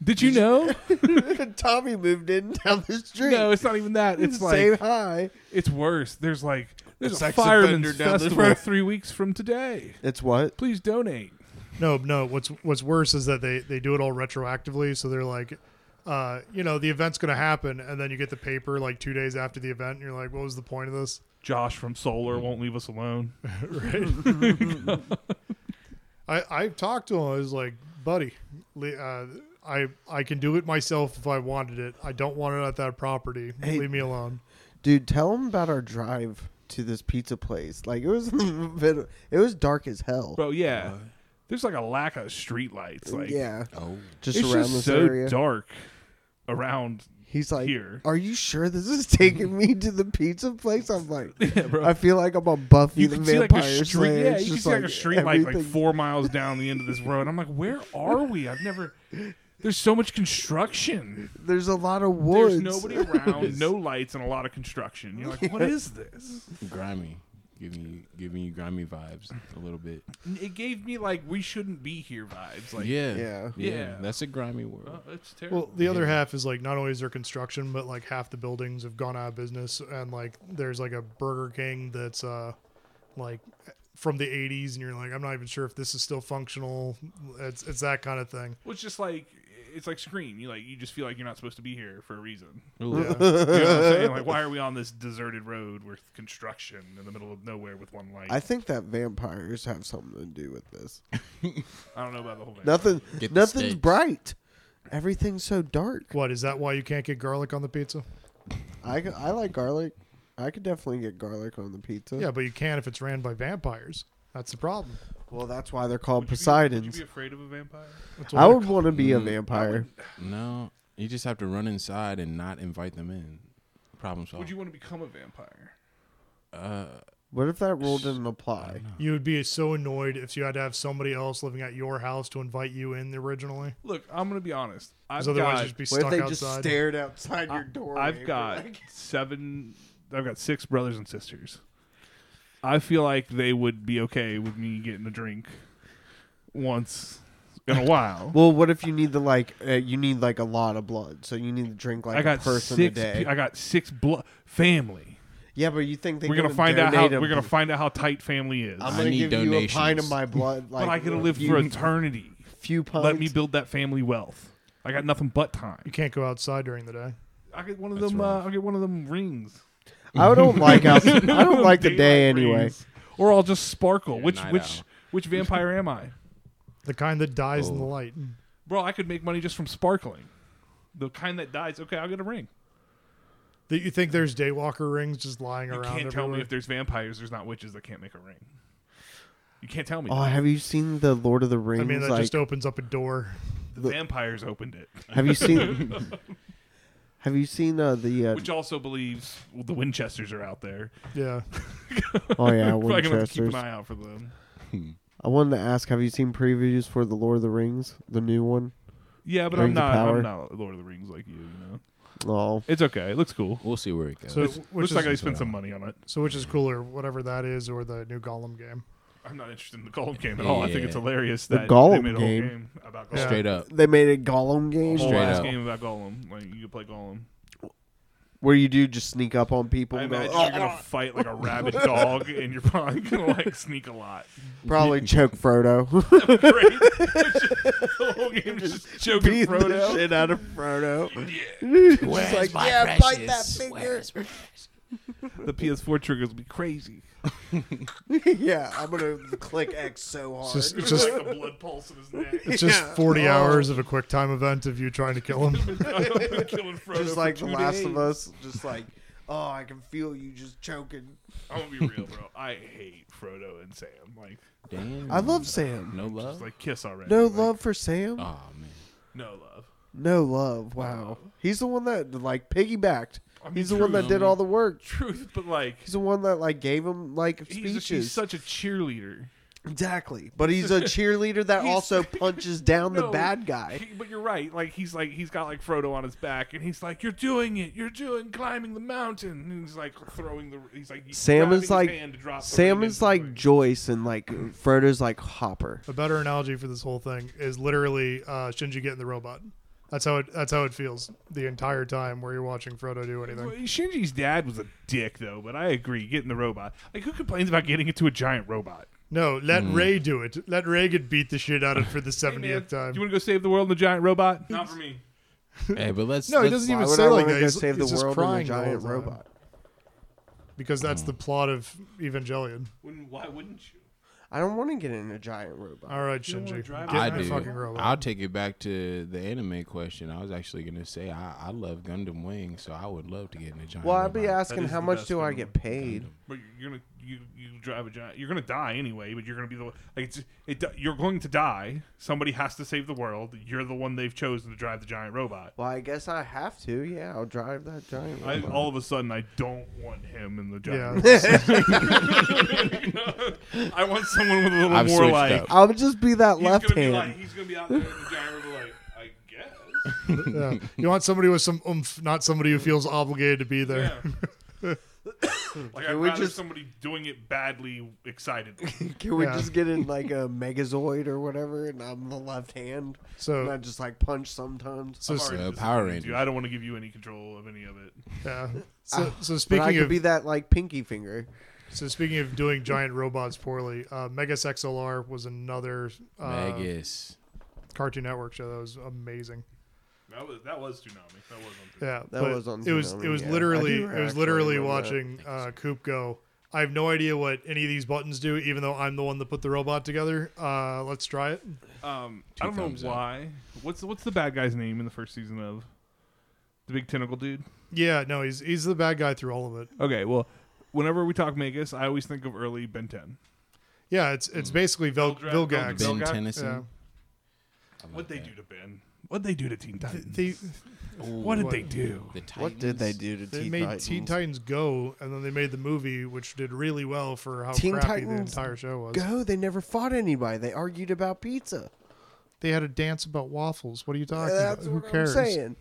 S1: did you know?
S3: Tommy moved in down the street.
S1: No, it's not even that. It's
S3: say
S1: like
S3: hi.
S1: it's worse. There's like there's a
S4: Sex
S1: fireman's
S4: offender down the
S1: festival
S4: road.
S1: three weeks from today.
S3: It's what?
S1: Please donate.
S2: No, no. What's what's worse is that they they do it all retroactively. So they're like, uh, you know, the event's going to happen, and then you get the paper like two days after the event, and you're like, what was the point of this?
S1: Josh from Solar won't leave us alone.
S2: I I talked to him. I was like, buddy, le- uh, I I can do it myself if I wanted it. I don't want it at that property.
S3: Hey.
S2: Leave me alone.
S3: Dude, tell them about our drive to this pizza place. Like it was, in the middle- it was dark as hell.
S1: Bro, yeah. There's like a lack of street lights. Like
S3: yeah,
S4: Oh,
S3: just
S1: it's
S3: around
S1: just
S3: this
S1: so
S3: area.
S1: dark around
S3: He's like,
S1: here.
S3: "Are you sure this is taking me to the pizza place?" I'm like,
S1: bro.
S3: "I feel like I'm on Buffy
S1: you
S3: the
S1: can see
S3: Vampire
S1: like a
S3: Slayer."
S1: street, yeah,
S3: It's
S1: you can
S3: just
S1: see like a street light like
S3: everything-
S1: four miles down the end of this road. I'm like, where are we? I've never. There's so much construction.
S3: There's a lot of
S1: There's
S3: woods.
S1: nobody around, no lights, and a lot of construction. You're like, what is this?
S4: grimy, giving you giving you grimy vibes a little bit.
S1: It gave me like we shouldn't be here vibes. Like,
S4: yeah,
S3: Yeah.
S1: Yeah.
S4: That's a grimy world.
S1: oh, it's
S2: Well,
S1: terrible.
S2: the other half is like not only is there construction, but like half the buildings have gone out of business, and like there's like a Burger King that's uh like from the 80s, and you're like, I'm not even sure if this is still functional. It's it's that kind of thing.
S1: Well, it's just like it's like Scream. You like you just feel like you're not supposed to be here for a reason. You
S4: Ooh.
S1: know what I'm saying? Like, why are we on this deserted road with construction in the middle of nowhere with one light?
S3: I
S1: I,
S3: think that vampires have something to do with this.
S1: don't know about the whole thing.
S3: Nothing.
S4: Get the
S3: Nothing's
S4: steaks.
S3: bright. Everything's so dark.
S2: What is that? Why you can't get garlic on the pizza?
S3: I, c- I like garlic. I could definitely get garlic on the pizza.
S2: Yeah, but you can if it's ran by vampires. That's the problem.
S3: Well, that's why they're called
S1: Would you be- Would you
S3: Poseidons.
S1: be afraid of a vampire?
S2: That's
S3: I
S2: what
S3: would want to be a
S4: Mm.
S3: vampire.
S4: No, you just have to run inside and not invite them in. Problem solved.
S1: Would you want to become a vampire?
S4: uh,
S3: What if that rule didn't apply?
S2: you would be so annoyed if you had to have somebody else living at your house to invite you in originally.
S1: Look, I'm gonna be honest. I've
S2: Because otherwise,
S1: got,
S2: you'd be
S3: What if
S2: stuck
S3: they just
S2: outside.
S3: stared outside your door?
S1: I've got seven. I've got six brothers and sisters. I feel like they would be okay with me getting a drink once in a while.
S3: Well, what if you need the like? Uh, you need like a lot of blood, so you need to drink like
S1: I got
S3: a person
S1: six.
S3: a day.
S1: pe- I got six blood family.
S3: yeah, but you think they
S1: we're gonna
S3: wouldn't
S1: find out how
S3: donate
S1: we're
S3: 'em.
S1: gonna find out how tight family is.
S3: I'm
S4: I
S3: gonna
S4: need
S3: give you a pint
S4: donations.
S3: of my blood. Like,
S1: but I could
S3: a
S1: live
S3: few,
S1: for eternity.
S3: few pints.
S1: Let me build that family wealth. I got nothing but
S2: You
S1: time.
S2: can't go outside during the day.
S1: I get one of
S4: That's
S1: them. Uh,
S4: rough.
S1: I get one of them rings.
S3: I don't like out. I don't like the day
S1: Daylight
S3: anyway.
S1: rings. Or I'll just sparkle.
S4: Yeah,
S1: which
S4: night
S1: which
S4: owl.
S1: which vampire am I,
S2: The kind that dies in the
S4: Oh.
S2: light.
S1: bro? I could make money just from sparkling. The kind that dies. Okay, I'll get a ring.
S2: That you think there's daywalker rings just lying
S1: You
S2: around
S1: can't tell me
S2: everywhere?
S1: if there's vampires. There's not witches that can't make a ring. You can't tell me.
S3: Oh, have you seen the Lord of the Rings?
S2: I mean, that
S3: like,
S2: just opens up a door.
S1: the vampires opened it,
S3: have you seen? have you seen uh, the? Uh,
S1: which also believes the Winchesters are out there.
S2: Yeah,
S3: oh yeah,
S1: Probably gonna have to keep
S3: Winchesters.
S1: an eye out for them.
S3: I wanted to ask, have you seen previews for the Lord of the Rings, the new one?
S1: Yeah, but
S3: Rings of
S1: I'm not.
S3: Power.
S1: I'm not Lord of the Rings like you. You know,
S3: Oh,
S1: it's okay. It looks cool.
S4: we'll see where it goes.
S2: So-
S1: It's,
S2: which
S1: looks like I
S2: is-
S1: spent some money on it.
S2: so which is cooler, whatever that is, or the new Gollum game?
S1: I'm not interested in the Gollum game at all. I think it's
S4: Yeah.
S1: hilarious
S3: The
S1: that they
S3: Gollum
S1: made a whole
S3: game.
S1: game about Gollum.
S2: Yeah.
S4: Straight up.
S3: they made a Gollum game
S1: whole
S4: Straight
S1: ass
S4: up.
S1: game about Gollum. Like you could play Gollum.
S3: where you do just sneak up on people.
S1: I
S3: and go,
S1: imagine
S3: "Oh,
S1: you're gonna fight like a rabid dog, and you're probably gonna like sneak a lot.
S3: Probably choke "Oh," Frodo.
S1: Right? It's just the whole game just choking Frodo.
S3: shit out of Frodo.
S4: Where's
S3: like,
S4: my
S3: "Yeah, bite that
S4: precious?
S3: finger."
S4: Where's my-
S1: The PS4 triggers would be crazy.
S3: yeah, I'm gonna click X so hard.
S2: Just- it's just-
S1: the blood pulse in his neck.
S2: It's just
S3: Yeah.
S2: 40
S3: Oh.
S2: hours of a quick time event of you trying to kill him.
S1: killing Frodo
S3: Just
S1: for
S3: like The
S1: two
S3: Last of
S1: days.
S3: Us. Just like, oh, I can feel you just choking.
S1: I'm gonna be real, bro. I hate Frodo and Sam. Like,
S4: Damn.
S3: I love Sam.
S4: no
S1: just
S4: love.
S1: like kiss already.
S3: No
S1: Like,
S3: love for Sam.
S4: oh man.
S1: No love.
S3: No love. Wow. He's the one that like piggybacked.
S1: I mean,
S3: He's the one
S1: true,
S3: that did
S1: I
S3: all
S1: mean,
S3: the work.
S1: truth, but like
S3: He's the one that like gave him like
S1: he's,
S3: speeches.
S1: he's such a cheerleader.
S3: exactly. But he's a cheerleader that
S1: He's-
S3: also punches down the
S1: No,
S3: bad guy.
S1: he- but you're right. Like he's like he's got like Frodo on his back, and he's like, "You're doing it. You're doing climbing the mountain." And he's like throwing the. He's like
S3: Sam
S1: grabbing
S3: is
S1: his
S3: like
S1: hand to drop the
S3: Sam
S1: ring
S3: is
S1: into
S3: like
S1: the ring.
S3: Joyce and like Frodo's like Hopper.
S2: a better analogy for this whole thing is literally uh, Shinji getting the robot. That's how it. That's how it feels the entire time where you're watching Frodo do
S1: Well,
S2: anything.
S1: Shinji's dad was a dick though, but I agree. Getting the robot. Like who complains about getting into a giant robot?
S2: No, let Ray do it. Let Ray get beat the shit out of for the
S1: Hey, man,
S2: 70th
S1: do
S2: time.
S1: you want to go save the world in the giant robot? Not for me.
S4: Hey, but let's.
S2: No, he
S4: let's-
S2: doesn't
S3: Why
S2: even
S3: would
S2: say
S3: I
S2: like
S3: wanna
S2: that.
S3: go
S2: He's,
S3: save the
S2: he's just
S3: world
S2: crying
S3: with a
S2: the whole
S3: giant
S2: time.
S3: robot?
S2: because that's the plot of Evangelion.
S1: Wouldn't, why wouldn't you?
S3: I don't want to get in a giant robot.
S2: All right,
S1: You don't wanna
S2: Shinji,
S1: drive
S2: get
S4: I
S2: in the
S4: do.
S2: fucking robot.
S4: I'll take it back to the anime question. I was actually gonna say I, I love Gundam Wing, so I would love to get in a giant.
S3: well, I'd
S4: robot.
S3: be asking
S1: is
S3: how
S1: the
S3: much
S1: best
S3: do I
S1: one.
S3: get paid?
S1: But you're- you're gonna you you drive a giant. You're gonna die anyway. But you're gonna be the one- like it's, it. You're going to die. Somebody has to save the world. You're the one they've chosen to drive the giant robot.
S3: Well, I guess I have to. Yeah, I'll drive that giant
S1: I,
S3: robot.
S1: all of a sudden, I don't want him in the
S2: yeah,
S1: giant. robot. I want someone with a little
S4: I've
S1: more
S4: switched
S1: like.
S4: up.
S3: I would just be that
S1: He's
S3: left
S1: gonna
S3: hand.
S1: be like he's gonna be out there in the giant robot like I guess.
S2: yeah. You want somebody with some oomph, not somebody who feels obligated to be there.
S1: Yeah. like I'd
S3: we
S1: rather
S3: just-
S1: somebody doing it badly, excited.
S3: Can we
S2: Yeah.
S3: just get in like a Megazoid or whatever, and I'm the left hand, and I
S2: So,
S3: just like punch sometimes.
S2: so
S4: Uh,
S1: Already
S4: Power
S1: disappointed you.
S4: Rangers.
S1: I don't want to give you any control of any of it.
S2: yeah. So, so
S3: uh, But I
S2: speaking
S3: could
S2: of
S3: be that like pinky finger.
S2: so speaking of doing giant robots poorly, uh, Megas XLR was another uh,
S4: Magus.
S2: Cartoon Network show that was amazing.
S1: That was that was tsunami. That was on Toonami.
S2: Yeah,
S3: That
S2: but
S3: was on
S2: It was
S3: Toonami,
S2: it was
S3: yeah. I
S2: literally
S3: do
S2: it was
S3: actually
S2: literally
S3: remember that.
S2: watching uh, Coop go. I have no idea what any of these buttons do, even though I'm the one that put the robot together. Uh, let's try it.
S1: Um,
S4: Two
S1: I don't
S4: thumbs
S1: know
S4: up.
S1: why. What's what's the bad guy's name in the first season of the big tentacle dude?
S2: Yeah, no, he's he's the bad guy through all of it.
S1: Okay, well, whenever we talk Magus, I always think of early Ben Ten.
S2: Yeah, it's it's basically Vil,
S1: Eldra-
S2: Vilgax.
S1: Bill
S4: Ben
S1: got-
S4: Tennyson.
S2: yeah.
S4: I love
S1: What they
S4: that.
S1: do to Ben? What they do to Teen Titans?
S2: They,
S1: what did
S2: What-
S1: they do?
S4: The
S3: What did they
S4: Titans?
S3: do to
S2: they
S3: Teen
S2: made
S3: Titans?
S2: Teen Titans Go, and then they made the movie, which did really well for how
S3: Teen
S2: crappy the
S3: Titans
S2: entire show was.
S3: Go! They never fought anybody. They argued about pizza.
S2: They had a dance about waffles. What are you talking
S3: That's
S2: about?
S3: what
S2: Who cares?
S3: I'm saying.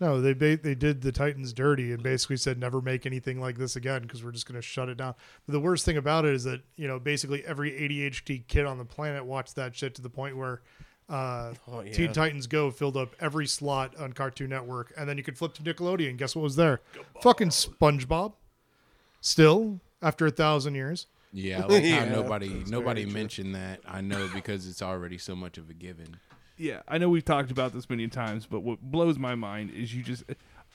S2: No, they ba- they did the Titans dirty and basically said never make anything like this again because we're just going to shut it down. But the worst thing about it is that you know basically every ADHD kid on the planet watched that shit to the point where uh,
S3: Oh, yeah.
S2: Teen Titans Go filled up every slot on Cartoon Network, and then you could flip to Nickelodeon. Guess what was there? Fucking SpongeBob. Still, after a thousand years,
S4: Yeah, I like how
S3: Yeah,
S4: nobody nobody
S3: very true.
S4: mentioned that. I know because it's already so much of a given.
S1: Yeah, I know we've talked about this many times, but what blows my mind is you just.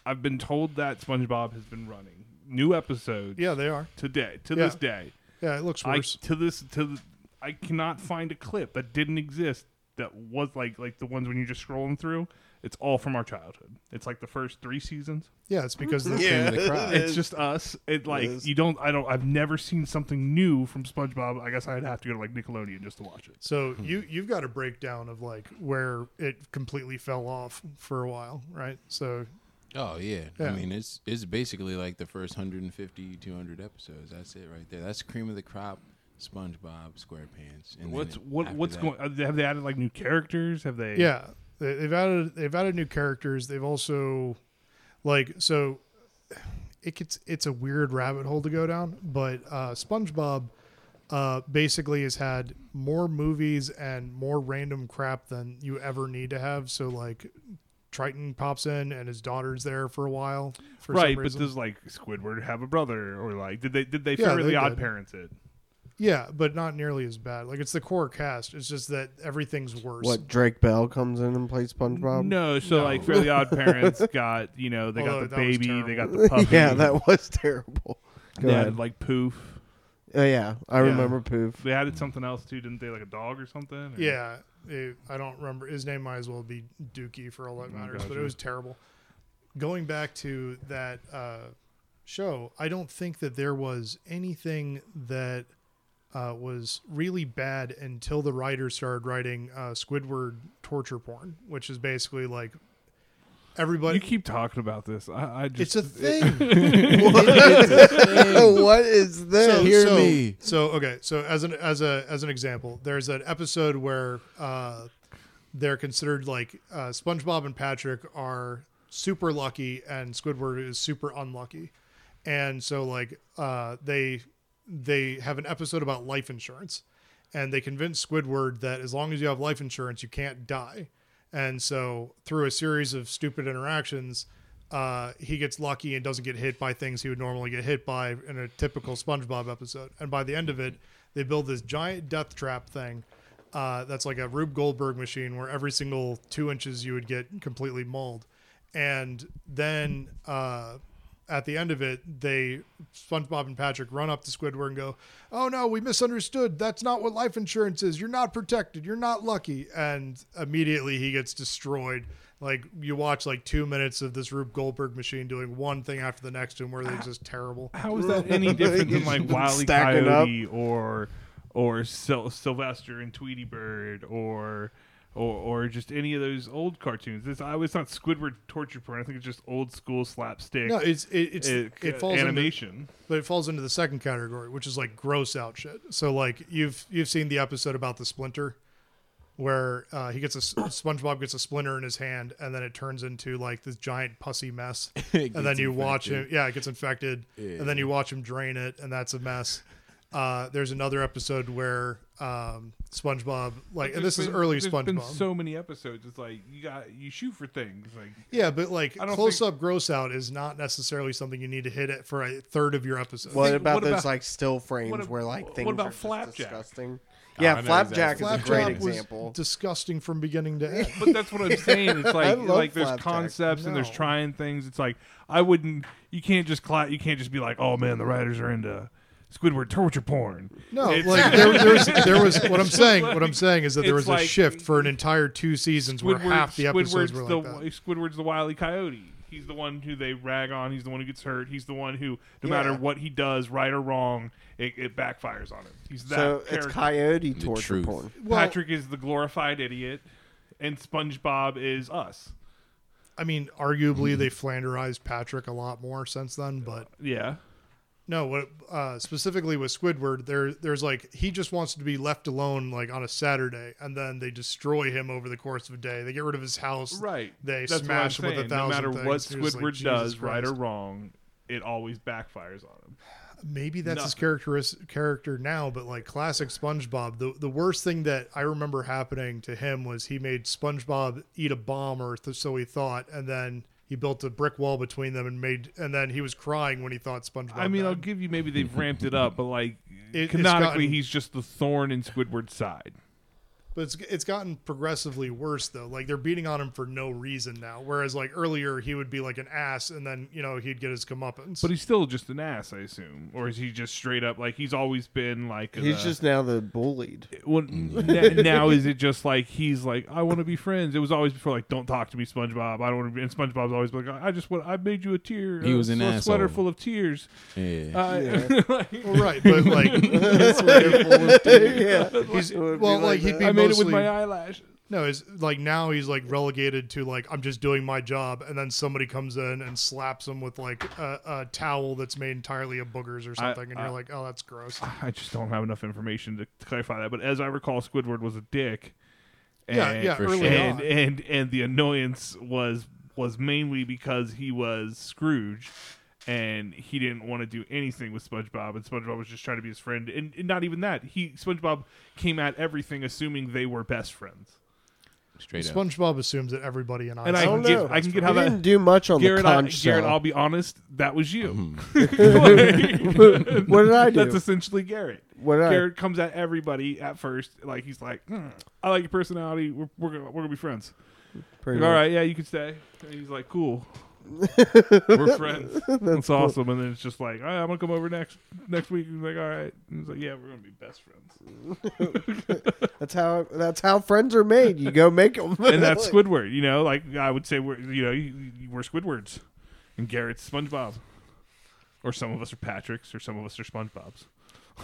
S1: I've been told that SpongeBob has been running new episodes.
S2: yeah, they are.
S1: Today, to
S2: Yeah.
S1: this day,
S2: Yeah, it looks
S1: I
S2: worse.
S1: to this to th- I cannot find a clip that didn't exist that was like like the ones when you're just scrolling through. It's all from our childhood. It's like the first three seasons.
S2: yeah, it's because the,
S4: Cream of the crop.
S1: It's just us. It like
S3: is.
S1: you don't. I don't. I've never seen something new from SpongeBob. I guess I'd have to go to like Nickelodeon just to watch it.
S2: So you you've got a breakdown of like where it completely fell off for a while, right? So
S4: Oh yeah. I
S2: Yeah.
S4: mean it's it's basically like the first 150 200 episodes. That's it right there. That's cream of the crop SpongeBob SquarePants. And then
S1: What's
S4: it-
S1: what
S4: after
S1: what's
S4: that-
S1: going? Have they added like new characters? Have they?
S2: yeah, they- they've added they've added new characters. They've also like so it gets it's a weird rabbit hole to go down, but uh, SpongeBob uh, basically has had more movies and more random crap than you ever need to have. So like Triton pops in and his daughter's there for a while. For
S1: right,
S2: some
S1: but
S2: reason.
S1: does like Squidward have a brother, or like did they did they
S2: Yeah,
S1: figure
S2: they
S1: the Odd
S2: did.
S1: Parents it?
S2: Yeah, but not nearly as bad. Like it's the core cast. It's just that everything's worse.
S3: What Drake Bell comes in and plays SpongeBob?
S1: No, so like Fairly Odd Parents got you know they
S2: Although
S1: got the
S2: that was
S1: baby, they got
S2: terrible.
S1: the puppy,
S3: yeah, that was terrible. Go
S1: they
S3: ahead.
S1: had like poof.
S3: Uh, yeah, I
S2: Yeah.
S3: remember Poof.
S1: They added something else too, didn't they? Like a dog or something. Or-
S2: Yeah, it- I don't remember. His name might as well be Dookie for all that matters, but
S1: Mm, Gotcha.
S2: it was terrible. Going back to that uh, show, I don't think that there was anything that uh, was really bad until the writers started writing uh, Squidward torture porn, which is basically like everybody.
S1: you keep talking about this. I, I
S2: it's
S1: just
S2: a thing.
S3: Oh, what is this?
S2: So-
S4: Hear
S2: so,
S4: me.
S2: So okay, so as an as a as an example, there's an episode where uh, they're considered like uh, SpongeBob and Patrick are super lucky, and Squidward is super unlucky, and so like uh, they they have an episode about life insurance, and they convince Squidward that as long as you have life insurance, you can't die, and so through a series of stupid interactions uh, he gets lucky and doesn't get hit by things he would normally get hit by in a typical SpongeBob episode. And by the end of it, they build this giant death trap thing uh, that's like a Rube Goldberg machine where every single two inches you would get completely mauled. And then uh, at the end of it, they SpongeBob and Patrick run up to Squidward and go, "Oh no, we misunderstood. That's not what life insurance is. You're not protected. You're not lucky." And immediately he gets destroyed. Like you watch like two minutes of this Rube Goldberg machine doing one thing after the next to him, where they're just terrible.
S1: how is that any different than like Wile E.
S3: Stacking up.
S1: Coyote or or Syl- Sylvester and Tweety Bird or. Or, or just any of those old cartoons. It's, I, it's not Squidward torture porn. I think it's just old school slapstick.
S2: No, it's it, it's
S1: it,
S2: it, falls into
S1: animation.
S2: but it falls into the second category, which is like gross out shit. So like you've you've seen the episode about the splinter, where uh, he gets a s- SpongeBob gets a splinter in his hand, and then it turns into like this giant pussy mess.
S4: It
S2: and then
S4: gets
S2: you watch
S4: infected.
S2: him, yeah, it gets infected, and then you watch him drain it, and that's a mess. Uh, there's another episode where um, SpongeBob, like, and this
S1: There's
S2: is
S1: been-
S2: early
S1: there's been
S2: SpongeBob.
S1: so many episodes. It's like you got you shoot for things. Like
S2: yeah, but like
S1: I don't
S2: close
S1: think-
S2: up gross out is not necessarily something you need to hit it for a third of your episode.
S3: What
S1: Think-
S3: about
S1: what
S3: those
S1: about-
S3: like still frames
S1: what ab-
S3: where like
S1: what
S3: things
S1: about
S3: are just
S1: Flapjack?
S3: disgusting?
S4: I
S3: Yeah,
S4: know
S3: Flapjack
S4: exactly.
S3: is a great
S2: Flapjack was
S3: example.
S2: disgusting from beginning to end.
S1: but that's what I'm saying. It's like
S3: love
S1: like there's
S3: Flapjack.
S1: concepts and there's
S2: No.
S1: trying things. It's like I wouldn't. You can't just cla- You can't just be like, oh man, the writers are into Squidward torture porn.
S2: No,
S1: It's-
S2: like there, there was there was what I'm saying. What I'm saying is that there
S1: it's
S2: was a
S1: like-
S2: shift for an entire two seasons where half the episodes
S1: Squidward's
S2: were like
S1: the
S2: that.
S1: Squidward's the wily coyote. He's the one who they rag on. He's the one who gets hurt. He's the one who, no matter
S3: Yeah.
S1: what he does, right or wrong, it, it backfires on him. He's that
S3: so it's
S1: character.
S3: coyote torture
S4: truth.
S3: porn.
S2: Well,
S1: Patrick is the glorified idiot, and SpongeBob is us.
S2: I mean, arguably they flanderized Patrick a lot more since then, but
S1: Mm-hmm. Yeah.
S2: no. What uh, specifically with Squidward, there there's like he just wants to be left alone, like on a Saturday, and then they destroy him over the course of a day. They get rid of his house,
S1: Right.
S2: They
S1: That's what
S2: smash
S1: I'm
S2: him with
S1: saying.
S2: a
S1: No
S2: thousand
S1: matter
S2: things.
S1: what
S2: It's just
S1: Squidward
S2: like, Jesus
S1: does, right or
S2: Christ.
S1: wrong, it always backfires on him.
S2: Maybe that's his
S1: Nothing.
S2: characteris- character now, but like classic SpongeBob, the the worst thing that I remember happening to him was he made SpongeBob eat a bomb, or th- so he thought, and then he built a brick wall between them and made, and then he was crying when he thought SpongeBob.
S1: I mean, I'll
S2: died.
S1: give you maybe they've ramped it up, but like
S2: it's
S1: canonically,
S2: gotten-
S1: he's just the thorn in Squidward's side.
S2: but it's it's gotten progressively worse though. Like they're beating on him for no reason now, whereas like earlier he would be like an ass, and then you know he'd get his comeuppance.
S1: But he's still just an ass, I assume, or is he just straight up like he's always been like
S3: He's
S1: the-
S3: just now the bullied.
S1: Well, n- now is it just like he's like I want to be friends? It was always before like don't talk to me, SpongeBob. I don't want to be. And SpongeBob's always been like I just want I made you a tear.
S4: He
S1: uh,
S4: was an
S1: a sweater
S4: asshole.
S1: full of tears.
S4: Yeah.
S1: Uh,
S2: well, right, but like,
S3: yeah,
S2: he's,
S3: It would
S2: well, like,
S3: be like
S2: he'd
S3: that.
S2: be
S1: I made it with
S2: mostly-
S1: my eyelashes.
S2: No, it's like now he's like relegated to like I'm just doing my job, and then somebody comes in and slaps him with like a, a towel that's made entirely of boogers or something, and
S1: I-
S2: you're like, oh, that's gross.
S1: I just don't have enough information to clarify that. But as I recall, Squidward was a dick. And,
S2: yeah, yeah,
S4: for
S2: early
S4: sure.
S2: on.
S1: eh, And, and and the annoyance was was mainly because he was Scrooge, and he didn't want to do anything with SpongeBob, and SpongeBob was just trying to be his friend, and, and not even that. He SpongeBob came at everything assuming they were best friends.
S4: Straight up.
S2: SpongeBob assumes that everybody in
S1: And I,
S2: Iceland
S1: can
S3: don't
S1: get
S3: know.
S1: I can get
S3: He
S1: how
S3: didn't
S1: that
S3: do much on
S1: Garrett.
S3: the
S1: I,
S3: conch
S1: Garrett,
S3: shell.
S1: I'll be
S4: Mm-hmm.
S1: honest, that was you.
S3: what did I do?
S1: That's essentially Garrett.
S3: What I-
S1: Garrett comes at everybody at first. Like he's like, "Hmm, I like your personality. We're we're gonna, we're gonna be friends.
S3: pretty
S1: Like, All
S3: much.
S1: right, yeah, you can stay. And he's like, cool. We're friends. That's, awesome. And then it's just like, all right, I'm gonna come over next next week. He's like, all right. And he's like, yeah, we're gonna be best friends.
S3: That's how that's how friends are made. You go make them.
S1: And that's Squidward. You know, like I would say we're you know you- you- we're Squidwards, and Garrett's SpongeBob, or some of us are Patrick's, or some of us are SpongeBob's.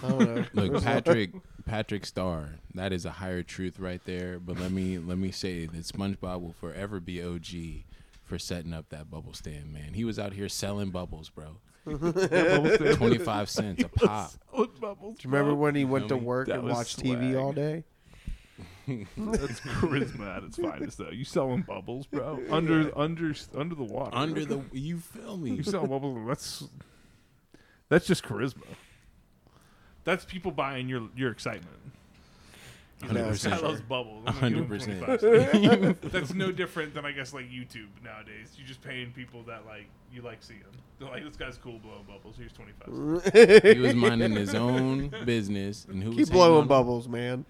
S3: I don't know.
S4: Look, Patrick, Patrick Starr. That is a higher truth right there. But let me let me say that SpongeBob will forever be OG for setting up that bubble stand. Man, he was out here selling bubbles, bro. Twenty five cents a pop.
S1: With bubbles,
S3: Do you remember
S1: bro.
S3: when he went to
S4: Dummy.
S3: work
S1: That
S3: and
S1: was
S3: watched TV all
S1: swag.
S3: day?
S1: That's charisma at its finest, though. You selling bubbles, bro? Under under under the water.
S4: Under the you feel me?
S1: You sell bubbles. That's that's just charisma. That's people buying your your excitement.
S4: Hundred
S1: This guy
S4: percent.
S1: loves bubbles. I'm gonna give him 25
S4: Hundred
S1: cents.
S4: percent.
S1: That's no different than I guess like YouTube nowadays. You're just paying people that like you like seeing. They're like this guy's cool blowing bubbles. Here's twenty five. cents.
S4: He was minding his own business, and who was
S3: Keep
S4: hating on
S3: blowing
S4: him?
S3: bubbles, man.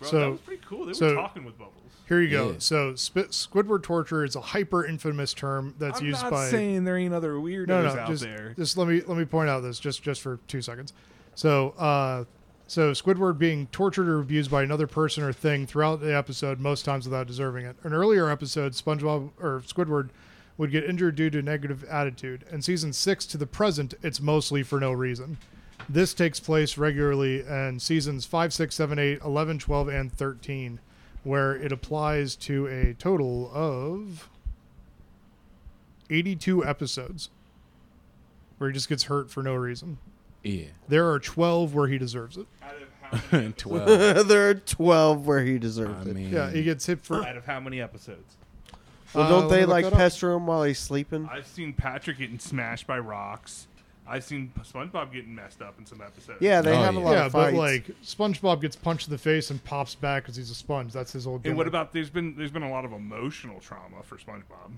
S1: Bro,
S2: So-
S1: that was pretty cool. They
S2: so-
S1: were talking with bubbles.
S2: Here you go.
S4: Yeah.
S2: So sp- Squidward torture is a hyper infamous term that's
S1: I'm
S2: used
S1: not
S2: by
S1: saying there ain't other weirdos
S2: no, no,
S1: out
S2: just,
S1: there.
S2: just let me let me point out this just just for two seconds. So, uh, so Squidward being tortured or abused by another person or thing throughout the episode, most times without deserving it. An earlier episode, SpongeBob or Squidward would get injured due to negative attitude. In season six to the present, it's mostly for no reason. This takes place regularly in seasons 5, 6, 7, 8, 11, 12, and 13, where it applies to a total of 82 episodes where he just gets hurt for no reason.
S4: Yeah,
S2: There are 12 where he deserves it.
S1: Out of how many
S4: twelve.
S3: there are twelve where he deserves
S4: I
S3: it.
S4: mean,
S1: Mm.
S2: Uh, Yeah, he gets hit for.
S1: out of how many episodes?
S3: Well,
S2: Uh,
S3: don't
S2: let me
S3: they
S2: look
S3: like
S2: that up.
S3: pester him while he's sleeping?
S1: I've seen Patrick getting smashed by rocks. I've seen SpongeBob getting messed up in some episodes.
S3: Yeah, they
S4: Oh,
S3: have a
S4: yeah.
S3: lot
S2: Yeah,
S3: of
S2: but
S3: fights.
S2: like SpongeBob gets punched in the face and pops back because he's a sponge. That's his old.
S1: And
S2: Gimmick.
S1: what about there's been there's been a lot of emotional trauma for SpongeBob.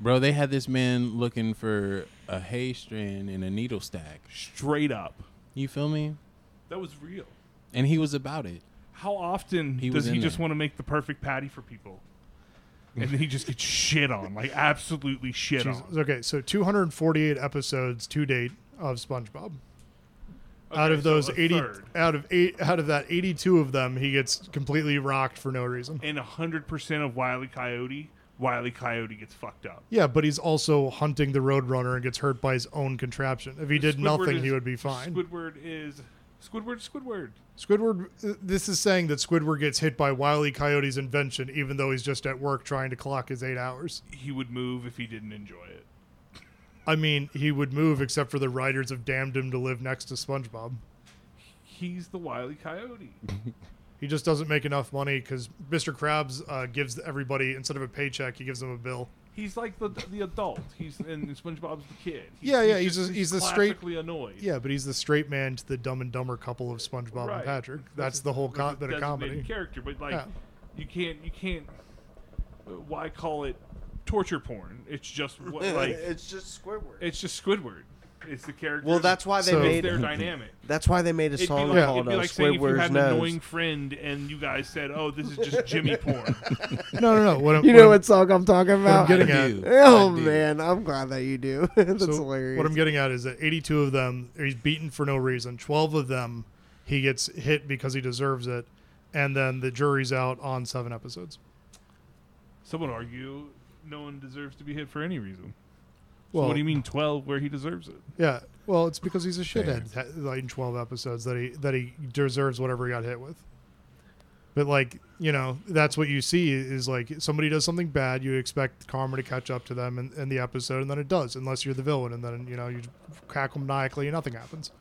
S4: bro, they had this man looking for a hay strand and a needle stack.
S1: Straight up,
S4: You feel me?
S1: that was real.
S4: And he was about it.
S1: How often
S4: He
S1: does
S4: was
S1: he
S4: in
S1: just
S4: there.
S1: want to make the perfect patty for people, and then he just gets shit on, like absolutely shit
S2: Jesus.
S1: on.
S2: Okay, so 248 episodes to date of SpongeBob. out
S1: Okay,
S2: of
S1: so
S2: those
S1: a
S2: 80,
S1: third.
S2: out of eight, out of that 82 of them, he gets completely rocked for no reason.
S1: and hundred percent of Wiley Coyote, Wiley Coyote gets fucked up.
S2: Yeah, but he's also hunting the Roadrunner and gets hurt by his own contraption. If he did
S1: Squidward
S2: nothing,
S1: is-
S2: he would be fine.
S1: Squidward is Squidward. Squidward.
S2: Squidward, uh, this is saying that Squidward gets hit by Wiley Coyote's invention, even though he's just at work trying to clock his eight hours.
S1: He would move if he didn't enjoy it.
S2: I mean, he would move except for the writers have damned him to live next to SpongeBob.
S1: He's the Wiley Coyote.
S2: He just doesn't make enough money because Mr. Krabs uh, gives everybody, instead of a paycheck, he gives them a bill.
S1: He's like the the adult. He's and SpongeBob's the kid.
S2: Yeah, yeah, he's
S1: just-
S2: a- he's a straight-
S1: classically annoyed.
S2: Yeah, but he's the straight man to the dumb and dumber couple of SpongeBob and
S1: Right.
S2: Patrick. That's the whole
S1: That's
S2: co-
S1: his
S2: bit of
S1: designated
S2: comedy.
S1: character, but like,
S2: Yeah.
S1: you can't you can't. uh, Why call it torture porn? It's just what like
S3: it's just Squidward.
S1: it's just Squidward. It's the character.
S3: well, that's why they
S2: So-
S1: it's
S3: made.
S1: their dynamic.
S3: That's why they made a
S1: It'd be
S3: song
S1: like, it'd
S3: called
S1: be
S3: uh,
S1: like saying if you
S3: "Squidward's
S1: had an
S3: Nose."
S1: annoying friend and you guys said, "Oh, this is just Jimmy porn."
S2: No, no, no. What I'm,
S3: You
S2: what
S3: know
S2: I'm-
S3: what song I'm talking about?
S2: I'm getting
S4: I
S2: at-
S4: do.
S3: Oh
S4: I do.
S3: man, I'm glad that you do. That's
S2: So
S3: hilarious.
S2: What I'm getting at is that 82 of them he's beaten for no reason. 12 of them he gets hit because he deserves it, and then the jury's out on seven episodes.
S1: Someone argue no one deserves to be hit for any reason. So
S2: Well-
S1: what do you mean twelve where he deserves it?
S2: Yeah, well, it's because he's a shithead that- like in 12 episodes that he that he deserves whatever he got hit with. But like you know, that's what you see is like somebody does something bad, you expect karma to catch up to them in, in the episode, and then it does, unless you're the villain, and then you know you cackle maniacally and nothing happens.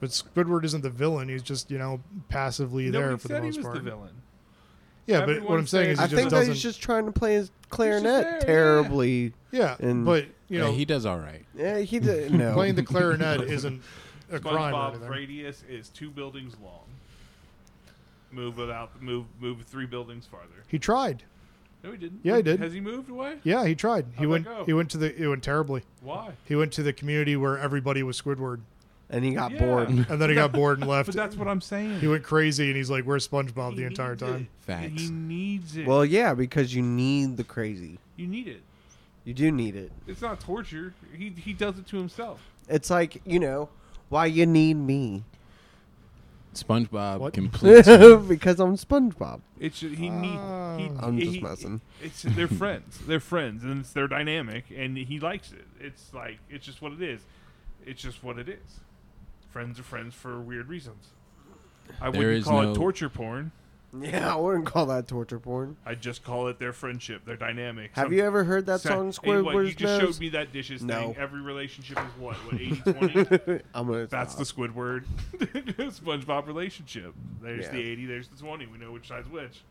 S2: But Squidward isn't the villain; he's just you know passively there
S1: Nobody
S2: for
S1: said
S2: the most
S1: he was
S2: part.
S1: the villain.
S2: Yeah, but
S1: Everyone
S2: what I'm saying is he
S3: I
S1: said-
S2: just
S3: think that
S2: doesn't.
S3: he's just trying to play his clarinet
S1: there, yeah.
S3: terribly.
S2: yeah,
S3: and-
S2: but you know,
S4: Yeah, he does all right.
S3: Yeah, he did. No,
S2: playing the clarinet isn't a crime or
S1: SpongeBob
S2: anything.
S1: radius is two buildings long. Move without move move three buildings farther.
S2: He tried.
S1: No, he didn't.
S2: Yeah, he did.
S1: Has he moved away?
S2: Yeah, he tried. He
S1: How'd that
S2: went.
S1: go?
S2: He went to the. It went terribly.
S1: Why?
S2: He went to the community where everybody was Squidward.
S3: and he got
S1: Yeah.
S3: bored.
S2: and then he got bored and
S1: But
S2: left.
S1: that's what I'm saying.
S2: He went crazy, and he's like, "Where's SpongeBob?"
S1: He
S2: the entire
S1: needs
S2: time.
S1: it.
S4: Facts.
S1: He needs it.
S3: Well, yeah, because you need the crazy.
S1: you need it.
S3: You do need it.
S1: It's not torture. He he does it to himself.
S3: It's like you know why you need me
S4: SpongeBob
S2: What?
S4: completes.
S3: because I'm SpongeBob.
S1: It's ju- he need.
S3: Ah.
S1: He,
S2: Oh.
S3: I'm just
S1: he-
S3: messing.
S1: It's they're friends. They're friends, and it's their dynamic, and he likes it. It's like it's just what it is. It's just what it is. Friends are friends for weird reasons. I
S4: There
S1: wouldn't
S4: is
S1: call
S4: no-
S1: it torture porn.
S3: Yeah, I wouldn't call that torture porn.
S1: I just call it their friendship, their dynamic.
S3: Have
S1: Some-
S3: you ever heard that
S1: Sa-
S3: song
S1: hey, what, You
S3: Squidward's
S1: just
S3: Nose?
S1: showed me that dishes
S3: No.
S1: thing. Every relationship is what? What, 80 20?
S3: I'm gonna.
S1: That's the
S3: stop.
S1: Squidward SpongeBob relationship. There's
S3: Yeah.
S1: the 80, there's the 20. We know which side's which.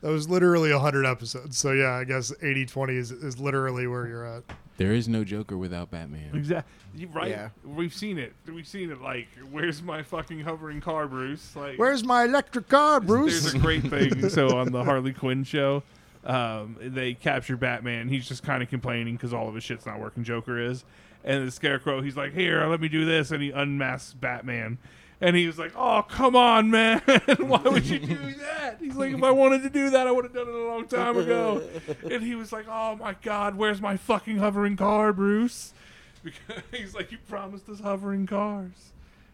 S2: That was literally 100 episodes. So yeah, I guess 80-20 is, is literally where you're at.
S4: there is no Joker without Batman.
S1: Exactly. Right?
S3: Yeah.
S1: We've seen it. We've seen it. Like, where's my fucking hovering car, Bruce? Like,
S2: Where's my electric car,
S1: There's
S2: Bruce?
S1: a great thing. so on the Harley Quinn show, um, they capture Batman. He's just kind of complaining because all of his shit's not working. Joker is, and the Scarecrow. He's like, "Here, let me do this," and he unmasks Batman. And he was like, "Oh, come on, man! Why would you do that?" He's like, "If I wanted to do that, I would have done it a long time ago." And he was like, "Oh my God, where's my fucking hovering car, Bruce?" Because he's like, "You promised us hovering cars."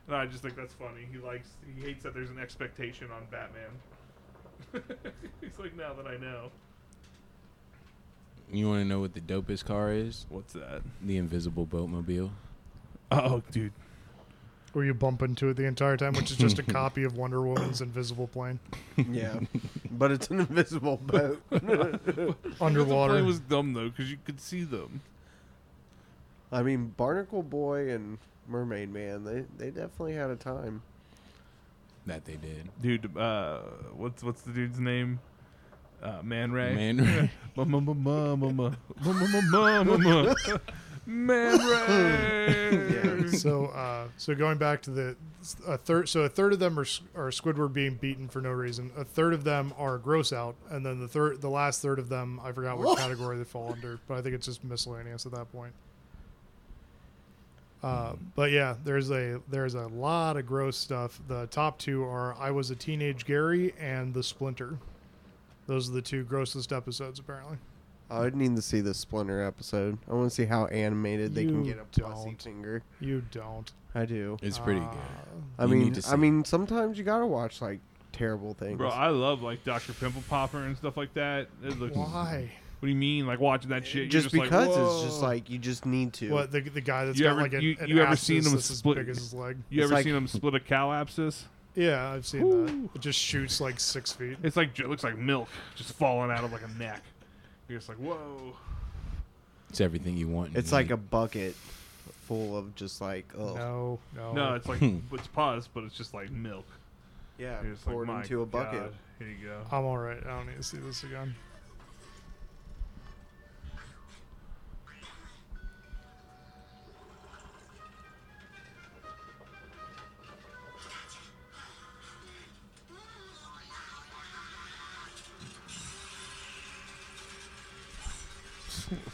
S1: And I just think that's funny. He likes, he hates that there's an expectation on Batman. He's like, now that I know.
S4: You want to know what the dopest car is?
S1: What's that?
S4: The Invisible Boatmobile.
S1: Oh, dude.
S2: Were you bumping to it the entire time, which is just a copy of Wonder Woman's Invisible Plane
S3: Yeah, but it's an invisible boat.
S2: underwater?
S1: It was dumb though, because you could see them.
S3: I mean, Barnacle Boy and Mermaid Man, they they definitely had a time.
S4: That they did.
S1: Dude, uh, what's what's the dude's name? Uh, Man Ray.
S4: Man
S3: Uh,
S4: Ray.
S1: Ma- ma- ma- ma- ma- ma- ma- ma- ma- ma- ma- ma. Man Ray.
S2: so uh, so going back to the a third so a third of them are, are squidward being beaten for no reason a third of them are gross out and then the third the last third of them i forgot what category they fall under but i think it's just miscellaneous at that point uh, but yeah there's a there's a lot of gross stuff the top two are i was a teenage gary and the splinter those are the two grossest episodes apparently
S3: I would need to see the Splinter episode. I want to see how animated they can
S2: You
S3: get a pussy
S2: don't.
S3: finger.
S2: you don't
S3: I do.
S4: It's pretty
S2: Uh,
S4: good.
S3: I
S4: You
S3: mean,
S4: need to
S3: I
S4: see.
S3: mean, sometimes you gotta watch like terrible things.
S1: Bro, I love like Dr. Pimple Popper and stuff like that. It looks, what
S2: why
S1: do you mean? Like watching that shit? you're
S3: just,
S1: like,
S3: because it's just
S1: "Whoa."
S3: like you just need to.
S2: What the the guy that's
S1: You
S2: got
S1: ever-
S2: like an,
S1: you-
S2: an
S1: you ever
S2: abscess
S1: seen him
S2: that's
S1: split-
S2: as big as his leg?
S1: You
S3: It's
S1: ever
S3: like-
S1: seen him split a cow abscess?
S2: Yeah, I've seen that. It just shoots like six feet.
S1: It's like it looks like milk just falling out of like a neck. You're just like, whoa.
S4: It's everything you want.
S3: It's like a bucket full of just like oh
S2: No, no.
S1: No, it's like
S2: Hmm.
S1: it's pus, but it's just like milk.
S3: yeah,
S1: You're just
S3: poured
S1: like, "My
S3: into a bucket.
S1: God, here you go.
S2: I'm all right. I don't need to see this again.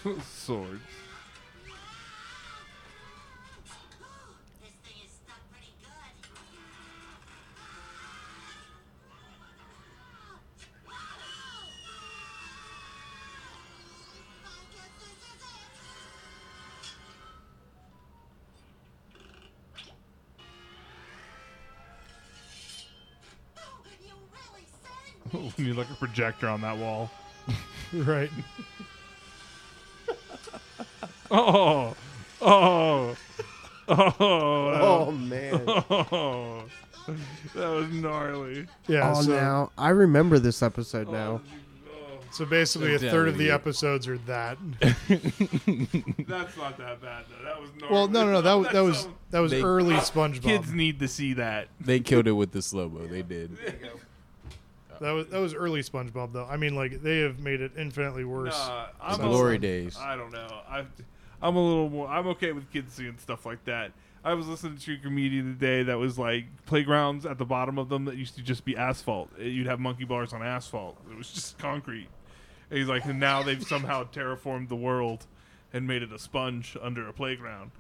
S5: Oh,
S1: Swords.
S5: This thing is stuck pretty good. I guess this is it. Oh, you really sent
S1: we
S5: me.
S1: need like a projector on that wall.
S2: Right.
S1: Oh, oh,
S3: Oh
S1: oh,
S3: man!
S1: oh. That was gnarly.
S2: Yeah.
S3: oh,
S2: so,
S3: now I remember this episode now.
S1: Oh,
S2: so basically, a third of the episodes are that.
S1: That's not that bad though. That was gnarly.
S2: Well, no, no, no. Oh, That was that was
S1: That's
S2: that was
S4: They-
S2: early
S1: so- kids
S2: SpongeBob.
S1: need to see that.
S4: They killed it with the slow mo. They did.
S2: That was that was early SpongeBob though. I mean, like they have made it infinitely worse.
S1: Nah, I'm
S2: It's
S1: a-
S4: Glory days.
S1: I don't know. I, I'm a little more. I'm okay with kids seeing stuff like that. I was listening to a comedian today that was like playgrounds at the bottom of them that used to just be asphalt. Uh, You'd have monkey bars on asphalt. It was just concrete. And he's like, and now they've somehow terraformed the world and made it a sponge under a playground.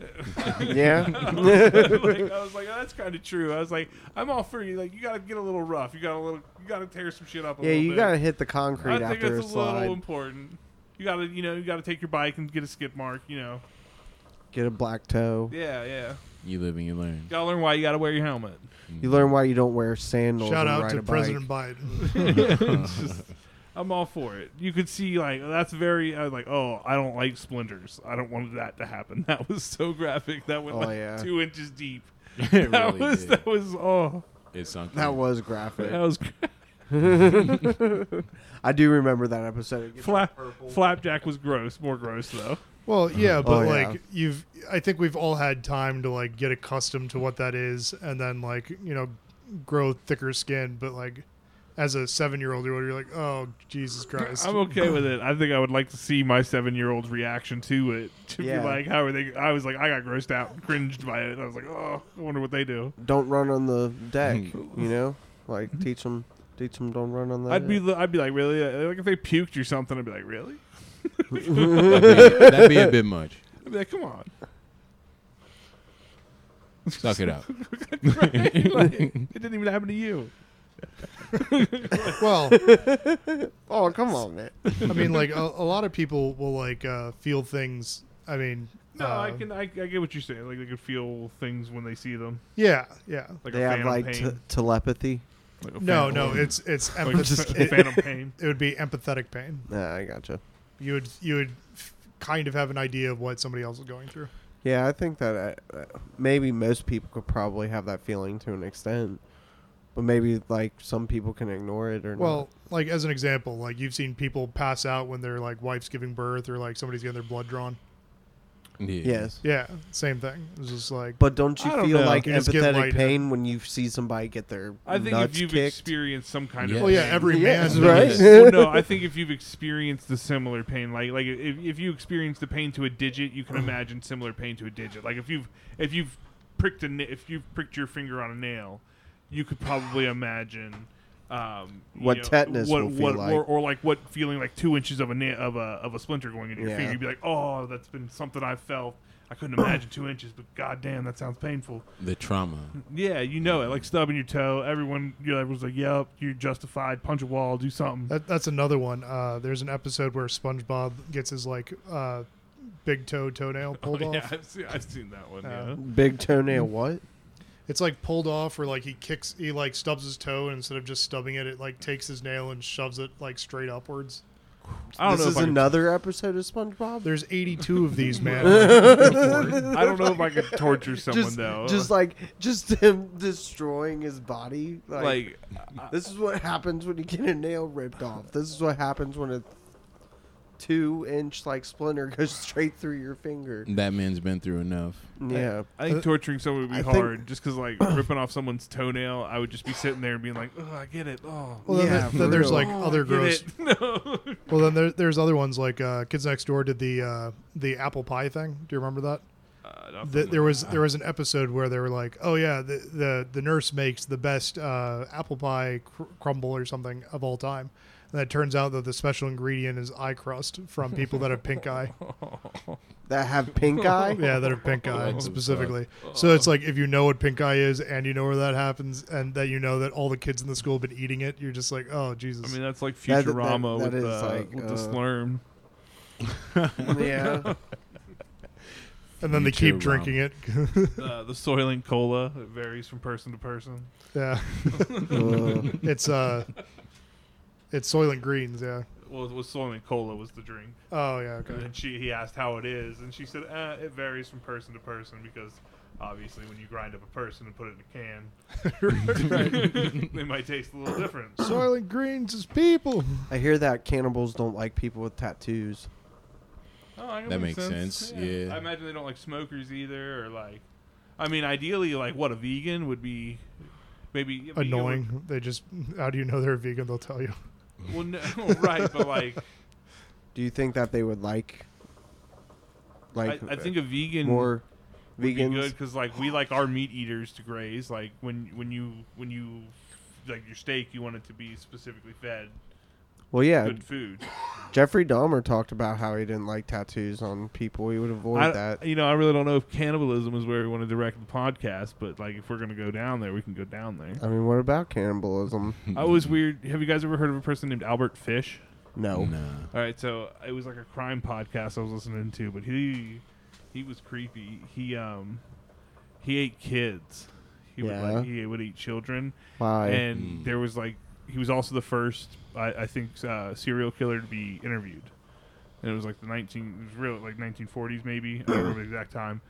S3: Yeah.
S1: like, I was like, oh, that's kind of true. I was like, I'm all for you. Like, you gotta get a little rough. You gotta a little. You gotta tear some shit up. A
S3: yeah,
S1: little
S3: you
S1: bit.
S3: gotta hit the
S1: I
S3: concrete
S1: think
S3: after a
S1: it's a little
S3: slide.
S1: important. You gotta, you know, you gotta take your bike and get a skip mark. You know.
S3: Get a black toe.
S1: Yeah, yeah.
S4: You live and you learn.
S1: You gotta learn why you gotta wear your helmet.
S3: You learn why you don't wear sandals.
S2: Shout
S3: and
S2: out
S3: ride
S2: to
S3: a bike.
S2: President Biden.
S1: It's just- I'm all for it. You could see like that's very. I was like, oh, I don't like splinters. I don't want that to happen. That was so graphic. That went
S3: Oh,
S1: like
S3: yeah.
S1: two inches deep.
S4: it
S1: that
S4: really
S1: was
S4: did.
S1: that was oh
S4: It's something.
S3: That was
S1: that
S3: graphic.
S1: was
S3: I do remember that episode. It gets
S1: fla-
S3: purple.
S1: flapjack was gross. More gross though.
S2: Well, yeah, but
S3: yeah.
S2: like you've, I think we've all had time to like get accustomed to what that is, and then like you know, grow thicker skin. But like, as a seven-year-old, you're like, oh Jesus Christ!
S1: I'm okay with it. I think I would like to see my seven year old's reaction to it. To
S3: Yeah.
S1: be like, how are they? I was like, I got grossed out, and cringed by it. I was like, oh, I wonder what they do.
S3: Don't run on the deck. you know, like teach them. Teach them. Don't run on the.
S1: I'd be,
S3: deck.
S1: li- I'd be like, really? Uh, Like if they puked or something, I'd be like, really?
S4: That'd be, that'd be a bit much.
S1: I'd be like, come on.
S4: Suck it up.
S1: Right? Like, it didn't even happen to you.
S2: well,
S3: Oh come on, man.
S2: I mean, like a, a lot of people will like uh, feel things. I mean,
S1: No, I
S3: Um,
S2: uh,
S1: can. I, I get what you're saying. Like they can feel things when they see them.
S2: Yeah, yeah.
S1: Like
S3: they
S1: a
S3: have
S1: phantom
S3: like
S1: pain.
S3: te- telepathy.
S1: Like a
S2: No,
S1: phantom-
S2: no, it's it's
S1: like a
S2: empath-
S1: ph-
S2: it,
S1: phantom pain.
S2: it would be empathetic pain.
S3: Nah, I gotcha.
S2: You would you would f- kind of have an idea of what somebody else is going through.
S3: Yeah, I think that uh, uh, maybe most people could probably have that feeling to an extent, but maybe like some people can ignore it or
S2: Well, like as an example, like you've seen people pass out when their like wife's giving birth or like somebody's getting their blood drawn.
S4: Yeah.
S3: not. yes.
S2: Yeah, same thing. It's just like
S3: But don't you
S1: I don't
S3: feel
S1: know.
S3: like
S2: You just get
S3: empathetic
S2: lightheaded.
S3: pain when you see somebody get their
S1: I think
S3: nuts
S1: if you've
S3: kicked?
S1: experienced some kind of
S4: Yeah.
S2: well, Oh, yeah, every
S3: Yeah,
S2: man
S4: right?
S1: well, no, I think if you've experienced the similar pain, like like if, if you experience the pain to a digit, you can imagine similar pain to a digit. Like if you've if you've pricked a na- if you've pricked your finger on a nail, you could probably imagine um, you
S3: What
S1: know,
S3: tetanus
S1: what,
S3: will feel
S1: what
S3: like.
S1: or, or like what feeling like two inches of a na- of a of a splinter going into your
S3: Yeah.
S1: finger. You'd be like, oh, that's been something I felt. I couldn't imagine two inches, but goddamn, that sounds painful.
S4: The trauma.
S1: Yeah, you know it. Like stubbing your toe. Everyone, you know, everyone's like, "Yep, you're justified. Punch a wall, do something."
S2: That, that's another one. Uh, there's an episode where SpongeBob gets his like uh, big toe toenail pulled
S1: Oh, Yeah,
S2: off.
S1: I've seen, I've seen that one.
S2: Yeah.
S1: Yeah.
S3: Big toenail, what?
S2: It's like pulled off, or like he kicks, he like stubs his toe, and instead of just stubbing it, it like takes his nail and shoves it like straight upwards.
S1: I don't
S3: this
S1: know.
S3: is
S1: if I could-
S3: another episode of SpongeBob.
S2: There's 82 of these, man.
S1: I don't know if I could torture someone
S3: just,
S1: though.
S3: just like just him destroying his body. Like, uh,
S1: like,
S3: this is what happens when you get a nail ripped off. This is what happens when a two-inch like splinter goes straight through your finger.
S4: That man's been through enough.
S3: Yeah,
S1: I think torturing someone would be
S3: uh, I think-
S1: hard, just because like ripping off someone's toenail, I would just be sitting there and being like, "Oh, I get it. Oh,
S2: well, then,
S3: Yeah,
S2: then
S3: for
S2: there's
S3: real.
S2: like
S1: oh, I
S2: other
S1: get
S2: gross.
S1: it." No.
S2: Well, then there, there's other ones like uh, Kids Next Door did the uh, the apple pie thing. Do you remember that?
S1: Uh, not
S2: Th
S1: from
S2: there was there was an episode where they were like, "Oh yeah, the the, the nurse makes the best uh, apple pie cr- crumble or something of all time." And it turns out that the special ingredient is eye crust from people that have pink eye.
S3: that have pink eye.
S2: Yeah, that have pink eye
S4: Oh,
S2: specifically. So it's like if you know what pink eye is and you know where that happens and that you know that all the kids in the school have been eating it, you're just like, oh Jesus.
S1: I mean, that's like
S3: That- that-
S1: Futurama
S3: that
S1: with,
S3: is,
S1: the,
S3: like,
S1: with
S3: uh,
S1: the slurm.
S3: yeah,
S2: and then they keep
S4: Futurama.
S2: drinking it.
S1: Uh, the Soylent Cola. It varies from person to person.
S2: yeah,
S3: Uh,
S2: it's uh, it's Soylent Greens. Yeah.
S1: Well, it was Soylent Cola was the drink.
S2: Oh yeah. Okay.
S1: And she, he asked how it is, and she said, eh, "It varies from person to person because obviously when you grind up a person and put it in a can, they might taste a little different."
S2: Soylent Greens is people.
S3: I hear that cannibals don't like people with tattoos.
S1: Oh,
S4: That makes sense, yeah.
S1: I imagine they don't like smokers either, or like, I mean, ideally, like what a vegan would be, maybe a vegan
S2: Annoying. They just. How do you know they're vegan? They'll tell you.
S1: would- well, no, right, but like,
S3: Do you think that they would like,
S1: I,
S3: like uh,
S1: I think a vegan
S3: more
S1: would be good
S3: vegans?
S1: because like we like our meat eaters to graze. Like when when you when you like your steak, you want it to be specifically fed
S3: Well, yeah,
S1: good food.
S3: Jeffrey Dahmer talked about how he didn't like tattoos on people. He would avoid
S1: I,
S3: that.
S1: You know, I really don't know if cannibalism is where we want to direct the podcast, but like if we're gonna go down there, we can go down there.
S3: I mean, what about cannibalism?
S1: I was weird. Have you guys ever heard of a person named Albert Fish?
S3: No.
S4: Nah.
S1: All right, so it was like a crime podcast I was listening to, but he he was creepy. He um he ate kids. He would
S3: Yeah.
S1: like, he would eat children,
S3: Why?
S1: and
S4: Mm.
S1: there was like he was also the first I, I think uh, serial killer to be interviewed, and it was like the nineteen it was real like nineteen forties maybe I don't remember the exact time,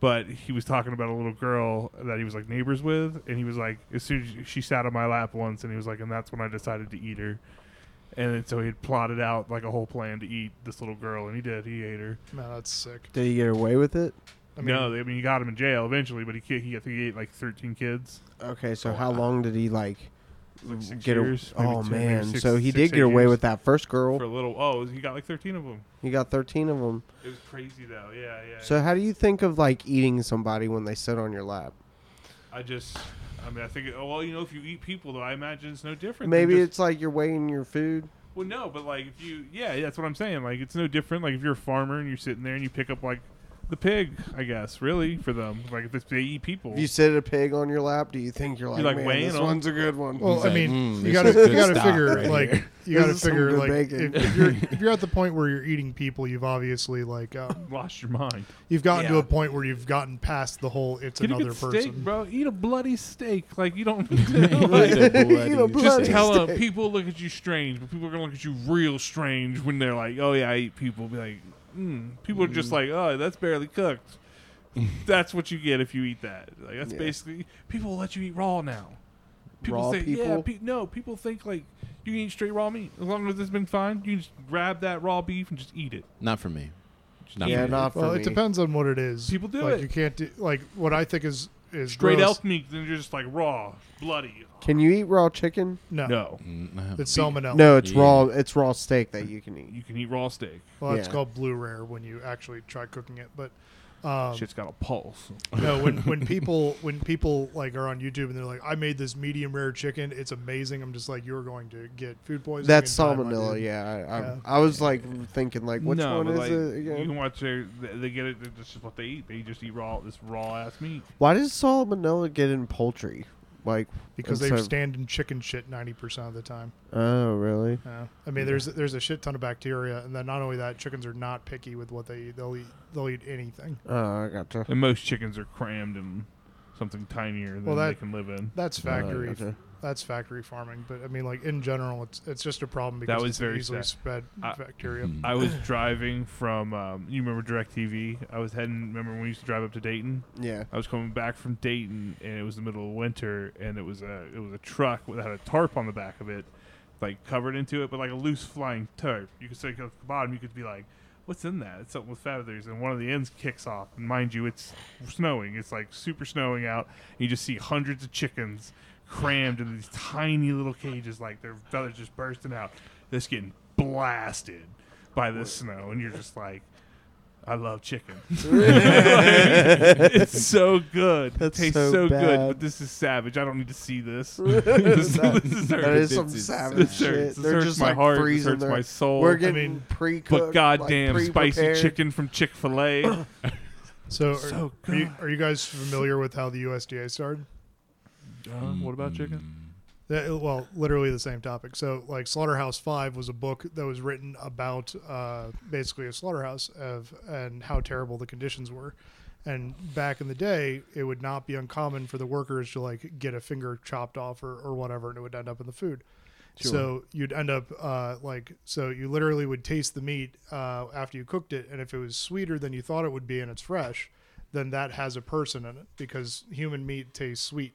S1: but he was talking about a little girl that he was like neighbors with, and he was like as soon as she sat on my lap once, and he was like, and that's when I decided to eat her. And then, so he had plotted out like a whole plan to eat this little girl, and he did. He ate her.
S2: Man, that's sick.
S3: Did he get away with it?
S2: I mean,
S1: no, they- I mean he got him in jail eventually, but he ki- he, I think he ate like thirteen kids.
S3: Okay, so
S1: Oh,
S3: how
S1: I-
S3: long did he like,
S1: Like six
S3: get? a-
S1: years, maybe
S3: oh
S1: two- maybe
S3: man,
S1: six-
S3: so he
S1: six,
S3: did
S1: eight
S3: get away
S1: years.
S3: with that first girl.
S1: for a little. Oh, he got like thirteen of them.
S3: he got thirteen of them.
S1: It was crazy though. Yeah, yeah.
S3: So how do you think of like eating somebody when they sit on your lap?
S1: I just, I mean, I think. oh, Well, you know, if you eat people, though, I imagine it's no different. than
S3: Maybe
S1: just-
S3: it's like you're weighing your food.
S1: Well, no, but like if you, yeah, that's what I'm saying. Like it's no different. Like if you're a farmer and you're sitting there and you pick up like the pig, I guess, really for them. Like if it's- they eat people,
S3: If you sit a pig on your lap, do you think you're like,
S1: like,
S3: man,
S1: weighing
S3: this
S1: 'em."
S3: one's a good one?
S2: Well,
S4: He's
S2: I
S4: like,
S2: mean,
S4: "Mm,
S2: you
S4: this
S2: gotta
S4: is good
S2: you gotta
S4: stuff
S2: figure
S4: right
S2: like
S4: here."
S2: you gotta
S3: is some
S2: figure
S3: good
S2: like if,
S3: bacon.
S2: if you're if you're at the point where you're eating people, you've obviously like um,
S1: lost your mind.
S2: you've gotten to
S4: Yeah.
S2: a point where you've gotten past the whole it's
S1: Get a
S2: another
S1: good
S2: person.
S1: steak, bro. Eat a bloody steak. Like you don't.
S4: He's a bloody-
S3: You know,
S1: Just
S3: Bloody
S1: tell them
S3: steak.
S1: people look at you strange, but people are gonna look at you real strange when they're like, "Oh yeah, I eat people." Be like, mm. people are just like, "Oh, that's barely cooked." that's what you get if you eat that. Like that's
S3: Yeah.
S1: basically people let you eat raw now. People
S3: Raw
S1: say, "Yeah,
S3: people?
S1: pe- no." People think like you can eat straight raw meat as long as it's been fine. You can just grab that raw beef and just eat it.
S4: Not for me. Not
S3: yeah,
S4: for me.
S3: not for
S2: Well,
S3: me.
S2: it depends on what it is.
S1: People do
S2: like,
S1: it.
S2: You can't do like what I think is is
S1: Straight
S2: gross.
S1: elk meat, then you're just like raw, bloody.
S3: Can you eat raw chicken?
S2: No,
S1: No,
S4: Mm,
S2: it's salmonella.
S3: No, it's
S4: Yeah.
S3: raw. It's raw steak that you can eat.
S1: you can eat raw steak.
S2: well, it's
S3: yeah.
S2: called blue rare when you actually try cooking it. But um,
S1: Shit's got a pulse.
S2: no, when when people when people like are on YouTube and they're like, I made this medium rare chicken. It's amazing. I'm just like, you're going to get food poisoning.
S3: That's
S2: and die, my
S3: salmonella.
S2: dude."
S3: Yeah, I, I,
S2: Yeah.
S3: I was like thinking like, which
S1: No,
S3: one
S1: but,
S3: is
S1: like,
S3: it
S1: You
S3: again?
S1: can watch their. They, they get it. That's just what they eat. They just eat raw this raw ass meat.
S3: Why does salmonella get in poultry? Like
S2: Because
S3: instead
S2: they
S3: of-
S2: stand in chicken shit 90% of the time.
S3: Oh, really?
S2: Yeah. I mean, there's there's a shit ton of bacteria, and then not only that, chickens are not picky with what they eat. They'll eat they'll eat anything.
S3: Oh, I gotcha.
S1: And most chickens are crammed in something tinier than
S2: Well,
S1: they
S2: that-
S1: can live in.
S2: That's factory.
S3: Oh, I gotcha.
S2: That's factory farming. But I mean, like in general, it's it's just a problem
S1: That
S2: because
S1: was
S2: it's an
S1: very
S2: easily
S1: sad.
S2: spread
S1: I-
S2: bacteria.
S1: I was driving from. Um, you remember Directv? I was heading. Remember when we used to drive up to Dayton?
S3: Yeah.
S1: I was coming back from Dayton, and it was the middle of winter, and it was a it was a truck that had a tarp on the back of it, like covered into it, but like a loose flying tarp. You could say at the bottom, you could be like, "What's in that?" It's something with feathers, and one of the ends kicks off. And mind you, it's snowing. It's like super snowing out. And you just see hundreds of chickens crammed in these tiny little cages, like their feathers just bursting out. This getting blasted by the snow, and you're just like. I love chicken. it's so good.
S3: That's
S1: it tastes so,
S3: so
S1: good,
S3: bad.
S1: but this is savage. I don't need to see this. this, this is
S3: That is
S1: hurts.
S3: some
S4: This is-
S3: savage
S1: This
S3: shit.
S1: hurts. This
S3: They're
S1: hurts
S3: just
S1: my
S3: like
S1: heart. This
S3: freezing
S1: hurts
S3: their-
S1: my soul.
S3: We're getting
S2: mean,
S3: pre-cooked,
S1: but
S3: like,
S1: goddamn, spicy
S3: pre-prepared.
S1: chicken from Uh, Chick Fil A.
S2: So, are,
S1: So
S2: are you, are you guys familiar with how the USDA started?
S3: Mm.
S1: what about chicken?
S2: That- well, literally the same topic. So, like Slaughterhouse Five was a book that was written about uh, basically a slaughterhouse of and how terrible the conditions were. And back in the day, it would not be uncommon for the workers to like get a finger chopped off or, or whatever, and it would end up in the food. So you'd end up uh, like so you literally would taste the meat uh, after you cooked it, and if it was sweeter than you thought it would be and it's fresh, then that has a person in it because human meat tastes sweet.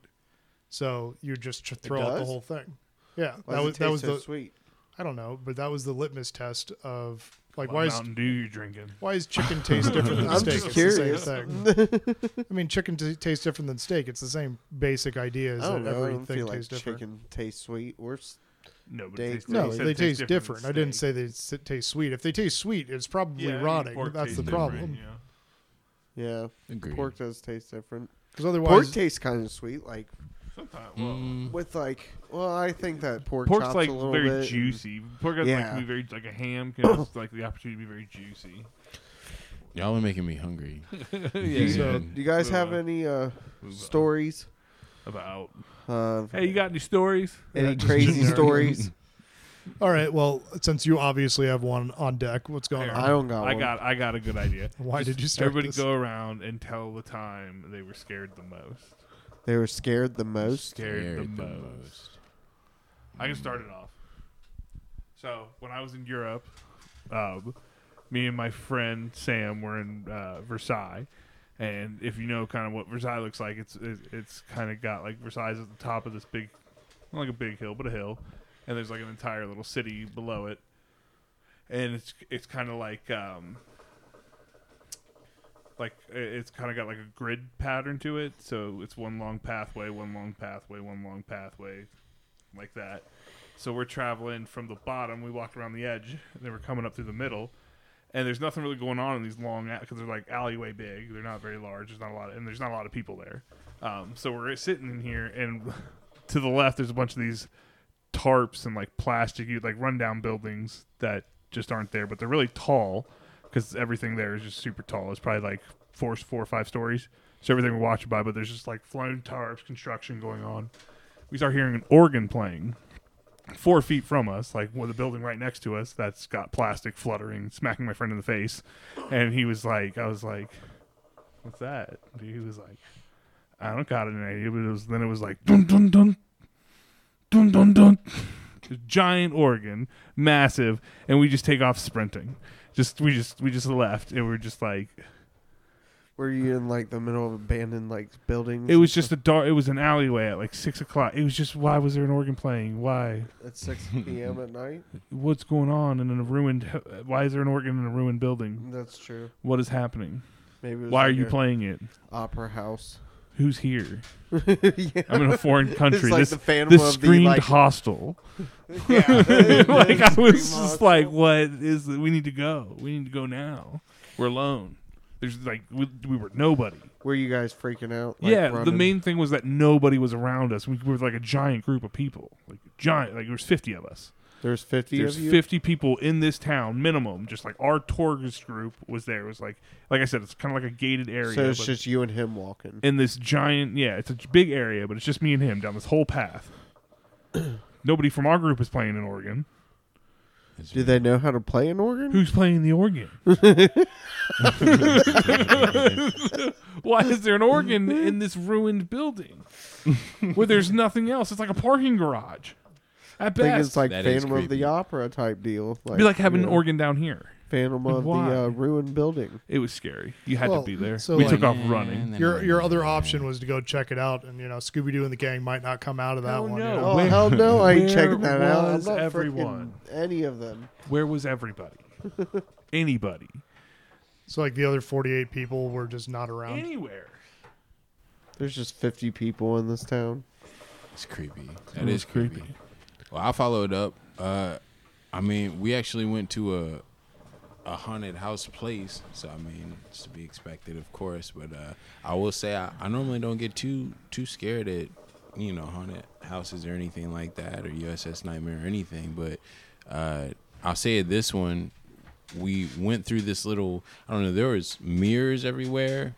S2: So you just ch- throw out the
S3: does?
S2: whole thing. Yeah,
S3: Why
S2: that
S3: does
S2: was that
S3: it taste
S2: was
S3: so
S2: the
S3: sweet?
S2: I don't know, but that was the litmus test of like
S1: What
S2: why is
S1: Mountain Dew you drinking?
S2: why is chicken taste different than
S3: I'm
S2: steak?
S3: just
S2: it's
S3: curious.
S2: the same thing. I mean, chicken t- tastes different than steak. It's the same basic idea. Is
S3: I don't
S2: that
S3: know. I don't
S2: everything
S3: feel like
S2: tastes different.
S3: chicken tastes sweet. Or s-
S1: No, but
S3: They-
S1: it tastes,
S2: No,
S1: he said
S2: they
S1: it
S2: taste
S1: tastes
S2: different.
S1: different.
S2: I didn't
S1: steak.
S2: say they s- taste sweet. If they taste sweet, it's probably
S1: I mean,
S2: rotting.
S1: pork
S2: That's the
S1: tastes
S2: problem.
S1: different, yeah.
S3: yeah,
S4: Agreed.
S3: pork does taste different.
S2: Because otherwise,
S3: Pork tastes kind of sweet. Like
S1: Sometimes. Well,
S4: Mm,
S3: with like. Well, I think that Mm. pork
S1: Pork's
S3: chops
S1: like
S3: a little
S1: very
S3: bit.
S1: juicy. Pork has like
S3: Yeah.
S1: can be very like a ham can have like the opportunity to be very juicy.
S4: Y'all are making me hungry.
S1: yeah,
S4: So-
S3: Do you guys
S1: Move
S3: have
S1: on.
S3: any uh,
S1: Move on.
S3: stories?
S1: about.
S3: Uh,
S1: Hey, you got any stories?
S3: any
S2: Yeah, just
S3: crazy
S2: generic.
S3: stories?
S2: All right. Well, since you obviously have one on deck, what's going
S1: Here.
S2: on?
S3: I don't got
S1: I
S3: one.
S1: got I got a good idea.
S2: Why did you start
S1: Everybody
S2: this?
S1: go around and tell the time they were scared the most.
S3: They were scared the most.
S1: Scared, the, most. I can start it off. So when I was in Europe, um, me and my friend Sam were in uh, Versailles, and if you know kind of what Versailles looks like, it's it's, it's kind of got like Versailles at the top of this big, not like a big hill, but a hill, and there's like an entire little city below it, and it's it's kind of like um, like i- it's kind of got like a grid pattern to it, so it's one long pathway, one long pathway, one long pathway, like that. So we're traveling from the bottom. We walked around the edge, and then we're coming up through the middle. And there's nothing really going on in these long because they're like alleyway big. They're not very large. There's not a lot, and there's not a lot of people there. Um, so we're sitting in here, and to the left there's a bunch of these tarps and like plastic, you like rundown buildings that just aren't there, but they're really tall because everything there is just super tall. It's probably like four, four or five stories. So everything we watch by, but there's just like flown tarps, construction going on. We start hearing an organ playing four feet from us, like well, the building right next to us, that's got plastic fluttering, smacking my friend in the face. And he was like, I was like, what's that? And He was like, I don't got an idea, but it was then it was like dun dun dun dun dun dun. Giant organ, massive, and we just take off sprinting. Just we just we just left, and we're just like
S3: Were you in like the middle of abandoned like buildings?
S1: it was just a dark. It was an alleyway at like six o'clock. It was just why was there an organ playing? Why?
S3: at six p.m. at night.
S1: What's going on in a ruined? Why is there an organ in a ruined building?
S3: That's true.
S1: What is happening?
S3: Maybe. It was
S1: Why are
S3: like
S1: you
S3: a
S1: playing it?
S3: Opera house.
S1: Who's here?
S3: yeah.
S1: I'm in a foreign
S3: It's
S1: country.
S3: like
S1: this
S3: the Phantom
S1: this
S3: of
S1: screamed
S3: the, like,
S1: hostile.
S3: yeah,
S1: like I was
S3: Scream
S1: just
S3: hostile.
S1: like, what is? We need to go. We need to go now. We're alone. There's like we, we were nobody.
S3: Were you guys freaking out? like,
S1: yeah, the
S3: running?
S1: main thing was that nobody was around us. We were like a giant group of people, like giant. Like there was fifty of us.
S3: There's fifty
S1: There's
S3: of you.
S1: 50 people in this town minimum. Just like our tourist group was there. It was like, like I said, it's kind of like a gated area.
S3: so it's
S1: but-
S3: just you and him walking.
S1: in this giant yeah it's a big area but it's just me and him down this whole path nobody from our group is playing an organ
S3: Do they know how to play an organ?
S1: who's playing the organ why is there an organ in this ruined building where there's nothing else it's like a parking garage at
S3: I think
S1: best
S3: it's like
S4: That is
S3: Phantom of the
S4: creepy.
S3: Opera type deal. Like,
S1: it'd be like having
S3: you
S1: an
S3: know,
S1: organ down here
S3: Phantom of
S1: Why?
S3: the uh, ruined building.
S1: it was scary you had
S2: Well,
S1: to be there
S2: so
S1: we
S2: like-
S1: took off running
S2: Your your other option was to go check it out, and you know Scooby Doo and the gang might not come out of that
S1: Hell
S2: one.
S1: no.
S2: You know?
S3: Oh
S1: Where-
S3: hell no! I ain't
S1: where
S3: checking that out. I'm
S1: was
S3: not
S1: everyone?
S3: freaking any of them.
S1: where was everybody anybody
S2: So like the other forty eight people were just not around.
S1: anywhere
S3: There's just 50 people in this town.
S4: It's creepy.
S1: It
S4: That
S1: was
S4: is
S1: creepy.
S4: creepy. Well, I followed up. Uh, I mean, we actually went to a a haunted house place, so I mean, it's to be expected, of course. But uh, I will say, I, I normally don't get too too scared at you know haunted houses or anything like that, or USS Nightmare or anything. But uh, I'll say at this one, we went through this little. I don't know. There was mirrors everywhere,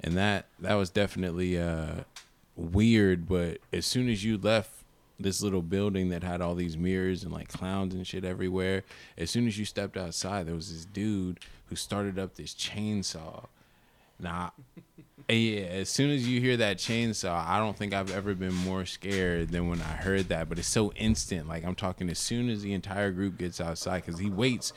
S4: and that that was definitely. Uh, weird, but as soon as you left this little building that had all these mirrors and like clowns and shit everywhere, as soon as you stepped outside, there was this dude who started up this chainsaw. Nah, yeah. As soon as you hear that chainsaw, I don't think I've ever been more scared than when I heard that. But it's so instant. Like I'm talking, as soon as the entire group gets outside, because he waits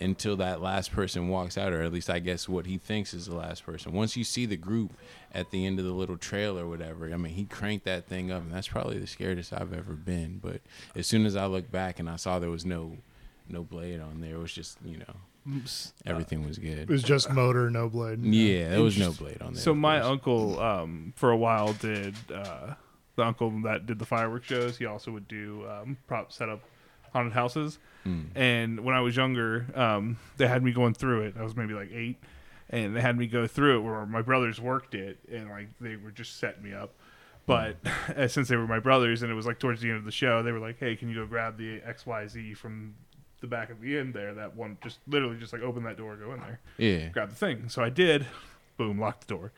S4: until that last person walks out, or at least I guess what he thinks is the last person. Once you see the group at the end of the little trail or whatever, I mean, he cranked that thing up, and that's probably the scariest I've ever been. But as soon as I looked back and I saw there was no, no blade on there, it was just you know, everything was good.
S2: It was just motor, no blade.
S4: Yeah, there was no blade on there.
S1: So
S4: of
S1: my
S4: course.
S1: uncle, um, for a while, did uh, the uncle that did the fireworks shows. He also would do um, prop setup haunted houses. And when I was younger, um, they had me going through it. I was maybe like eight, and they had me go through it where my brothers worked it, and like they were just setting me up. But uh, since they were my brothers, and it was like towards the end of the show, they were like, "Hey, can you go grab the X Y Z from the back of the end there? That one, just literally, just like open that door, go in there."
S4: Yeah.
S1: grab the thing. So I did. Boom, locked the door.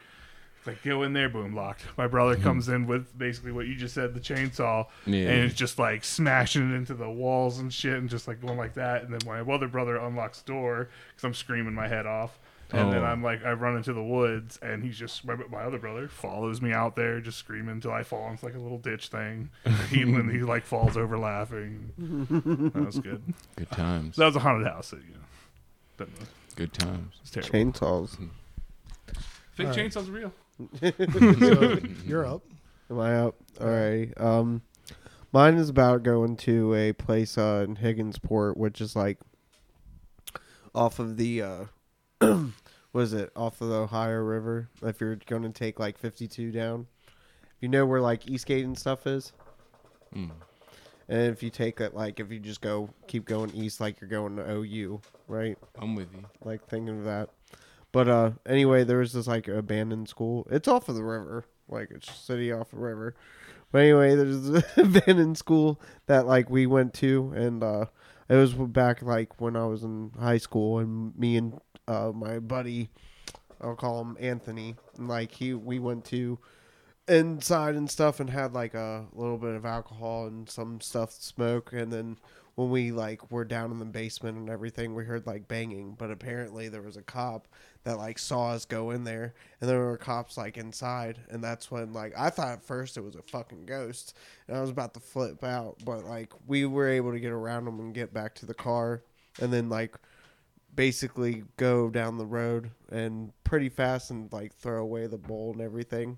S1: It's like go in there, boom, locked. My brother comes in with basically what you just said, the chainsaw,
S4: Mm-hmm. Yeah.
S1: and it's just like smashing it into the walls and shit, and just like going like that. And then my other brother unlocks the door because I'm screaming my head off. And then
S4: Oh.
S1: I'm like, I run into the woods, and he's just my, my other brother follows me out there, just screaming until I fall into like a little ditch thing. he and he like falls over laughing. That was good.
S4: Good times.
S1: So that was a haunted house. So, you know, that was,
S4: Good times.
S1: it's terrible.
S3: Chainsaws.
S1: Think
S2: All right.
S1: chainsaws are real.
S2: So you're up.
S3: Am I up? All right. Um, mine is about going to a place uh, in Higginsport, which is like off of the uh, what is it? Off of the Ohio River. If you're going to take like 52 down, you know where like Eastgate and stuff is. And if you take it, like if you just go keep going east, like you're going to OU, right?
S4: I'm with you.
S3: like thinking of that. But uh anyway, there was this like abandoned school. It's off of the river, like it's a city off the river. But anyway, there's an abandoned school that like we went to, and uh it was back like when I was in high school, and me and uh my buddy, I'll call him Anthony, and, like he we went to inside and stuff and had like a little bit of alcohol and some stuff to smoke and then when we like were down in the basement and everything we heard like banging but apparently there was a cop that like saw us go in there and there were cops like inside and that's when like i thought at first it was a fucking ghost and i was about to flip out but like we were able to get around them and get back to the car and then like basically go down the road and pretty fast and like throw away the bowl and everything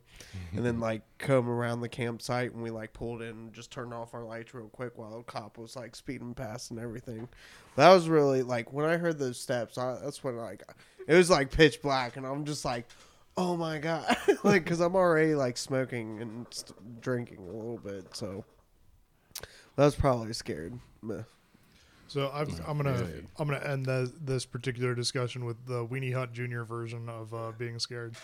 S3: and then like come around the campsite and we like pulled in and just turned off our lights real quick while the cop was like speeding past and everything that was really like when i heard those steps I, that's when like it was like pitch black and i'm just like oh my god like because i'm already like smoking and st- drinking a little bit so that was probably scared Meh.
S2: So I've, I'm gonna
S4: Yeah.
S2: I'm gonna end the, this particular discussion with the Weenie Hut Junior version of uh, being scared.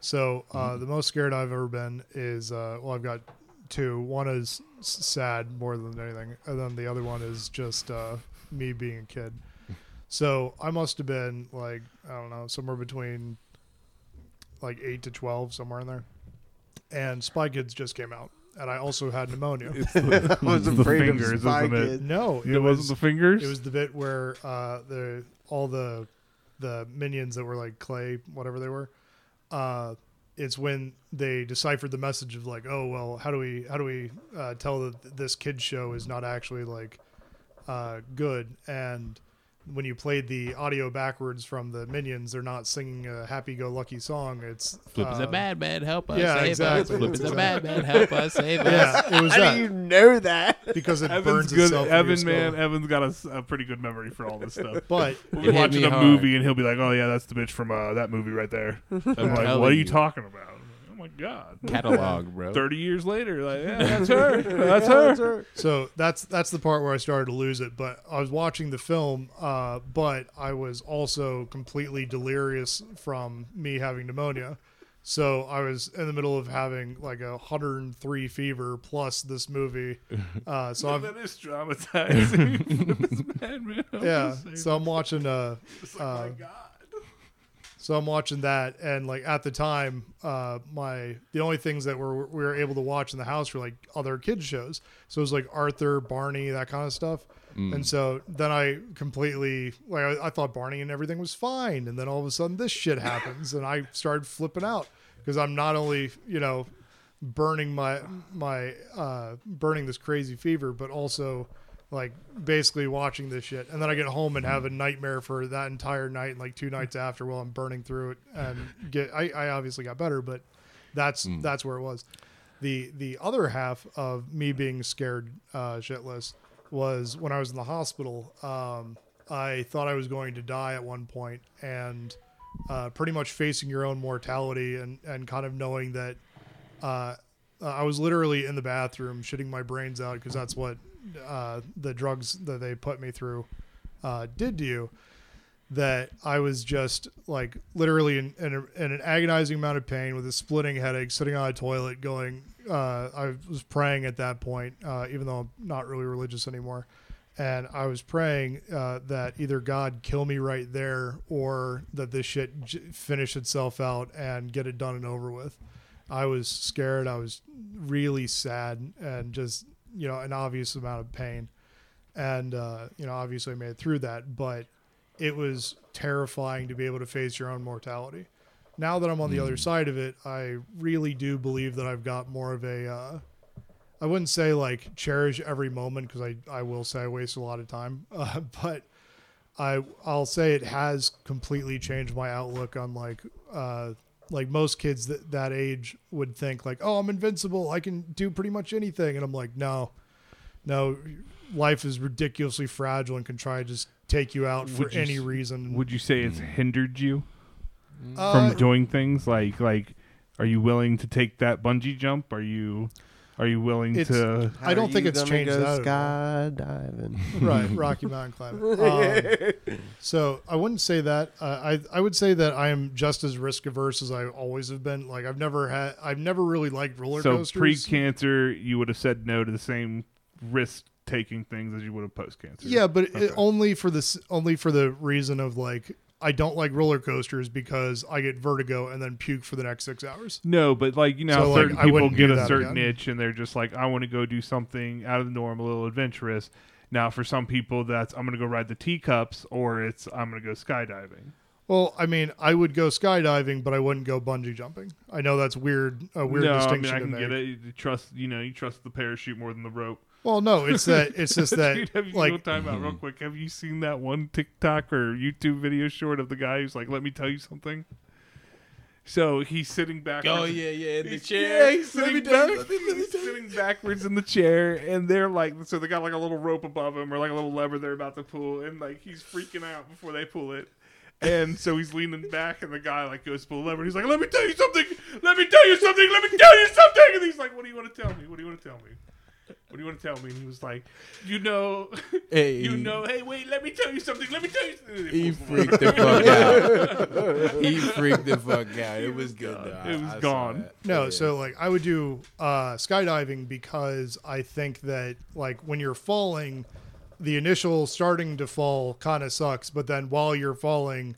S2: So uh, the most scared I've ever been is uh, well I've got two. One is s- sad more than anything, and then the other one is just uh, me being a kid. So I must have been like I don't know somewhere between like eight to twelve somewhere in there, and Spy Kids just came out, and I also had pneumonia.
S3: i was
S1: The
S3: afraid
S1: fingers,
S3: of
S1: isn't
S3: spy
S1: it?
S3: kids.
S2: no, it,
S1: It,
S2: was
S1: wasn't the fingers.
S2: it was the bit where uh, the all the the minions that were like clay, whatever they were. Uh, it's when they deciphered the message of like, oh well, how do we how do we uh, tell that this kid show is not actually like uh, good? And when you played the audio backwards from the minions, they're not singing a happy-go-lucky song. It's
S4: Flip is
S2: uh,
S4: a bad, bad, help us,
S2: yeah,
S4: save
S2: exactly.
S4: us. Flip is a
S2: Exactly.
S4: bad, bad, help us, save us.
S2: Yeah, it was
S3: how do
S2: that
S3: you know that
S2: because it
S1: Evan's
S2: burns
S1: good.
S2: itself. into your
S1: Evan,
S2: skull.
S1: man, Evan's got a s- a, pretty good memory for all this stuff.
S2: But
S1: We'll
S4: It
S1: be
S4: hit
S1: watching
S4: me
S1: a
S4: hard.
S1: movie, and he'll be like, "Oh yeah, that's the bitch from uh, that movie right there." I'm
S4: I'm
S1: like,
S4: telling
S1: "What are you talking about?" I'm like, oh my god.
S4: Catalog, bro.
S1: Thirty years later, like, yeah, that's her. That's her.
S2: So that's that's the part where I started to lose it. But I was watching the film, uh, but I was also completely delirious from me having pneumonia. So I was in the middle of having like a 103 fever plus this movie. Uh, so I'm
S1: that is traumatizing. Bad man, I'm
S2: yeah.
S1: just saying.
S2: So I'm watching uh,
S1: It's like, "Oh my
S2: uh,
S1: god.
S2: So I'm watching that, and like at the time, uh, my the only things that were we were able to watch in the house were like other kids shows. So it was like Arthur, Barney, that kind of stuff. And so then I completely like I, I thought Barney and everything was fine, and then all of a sudden this shit happens, and I started flipping out because I'm not only you know burning my my uh, burning this crazy fever, but also like basically watching this shit. And then I get home and have a nightmare for that entire night and like two nights after while I'm burning through it and get I, I obviously got better, but that's that's where it was. The the other half of me being scared uh, shitless was when I was in the hospital. Um, I thought I was going to die at one point, and uh, pretty much facing your own mortality and and kind of knowing that uh, I was literally in the bathroom shitting my brains out because that's what uh, the drugs that they put me through uh, did to you. that I was just like literally in, in, a, in an agonizing amount of pain with a splitting headache, sitting on a toilet, going. Uh, I was praying at that point, uh, even though I'm not really religious anymore. And I was praying uh, that either God kill me right there or that this shit j- finish itself out and get it done and over with. I was scared. I was really sad and just, you know, an obvious amount of pain and uh, you know obviously I made it through that but it was terrifying to be able to face your own mortality now that i'm on the
S1: Hmm.
S2: other side of it i really do believe that i've got more of a uh, i wouldn't say like cherish every moment because I, I will say i waste a lot of time uh, but I I'll say it has completely changed my outlook on like uh like most kids that that age would think like oh I'm invincible I can do pretty much anything and I'm like no no life is ridiculously fragile and can try to just take you out for
S1: Would you
S2: any
S1: s-
S2: reason
S1: Would you say it's hindered you
S2: Uh,
S1: from doing things like like? Are you willing to take that bungee jump? Are you are you willing
S2: It's-
S1: to?
S2: I don't think it's changed that at
S3: skydiving.
S2: right Rocky Mountain climbing um, so I wouldn't say that uh, I I would say that I am just as risk averse as I always have been like I've never had I've never really liked roller
S1: So
S2: coasters
S1: pre-cancer, you would have said no to the same risk-taking things as you would have post-cancer.
S2: Yeah, but
S1: Okay.
S2: it, only for this, only for the reason of like I don't like roller coasters because I get vertigo and then puke for the next six hours.
S1: No, but like you know,
S2: So,
S1: how
S2: like,
S1: certain
S2: I
S1: people
S2: wouldn't
S1: get
S2: do
S1: a
S2: that
S1: certain
S2: again.
S1: itch, and they're just like, I want to go do something out of the norm, a little adventurous. Now, for some people, that's I'm gonna go ride the teacups, or it's I'm gonna go skydiving.
S2: Well, I mean, I would go skydiving, but I wouldn't go bungee jumping. I know that's weird, a weird
S1: no,
S2: distinction
S1: I mean I
S2: to
S1: can
S2: make.
S1: get it. You trust, you know, you trust the parachute more than the rope.
S2: Well, no, it's that it's just that
S1: Dude, have you,
S2: like
S1: like, time out real quick. Have you seen that one TikTok or YouTube video short of the guy who's like, "Let me tell you something." So he's sitting back.
S4: Oh yeah, yeah, in the
S1: He's-
S4: chair.
S1: Yeah, he's
S4: Let me
S1: sitting, back,
S4: tell you something, let me
S1: he's
S4: tell you.
S1: sitting backwards in the chair, and they're like, so they got like a little rope above him or like a little lever they're about to pull, and like he's freaking out before they pull it. And so he's leaning back, and the guy like goes to pull the lever. And he's like, "Let me tell you something. Let me tell you something. Let me tell you something." And he's like, "What do you want to tell me? What do you want to tell me? What do you want to tell me?" And he was like, "You know,
S4: Hey,
S1: you know. Hey, wait. Let me tell you something. Let me tell you." Something. And he
S4: He
S1: pulls the lever.
S4: freaked the fuck out. he freaked the fuck out. It was good though.
S1: It
S4: I-
S1: was
S4: I saw
S1: gone.
S4: that.
S2: No,
S4: Yeah.
S2: so like I would do uh, skydiving because I think that like when you're falling, the initial starting to fall kind of sucks, but then while you're falling,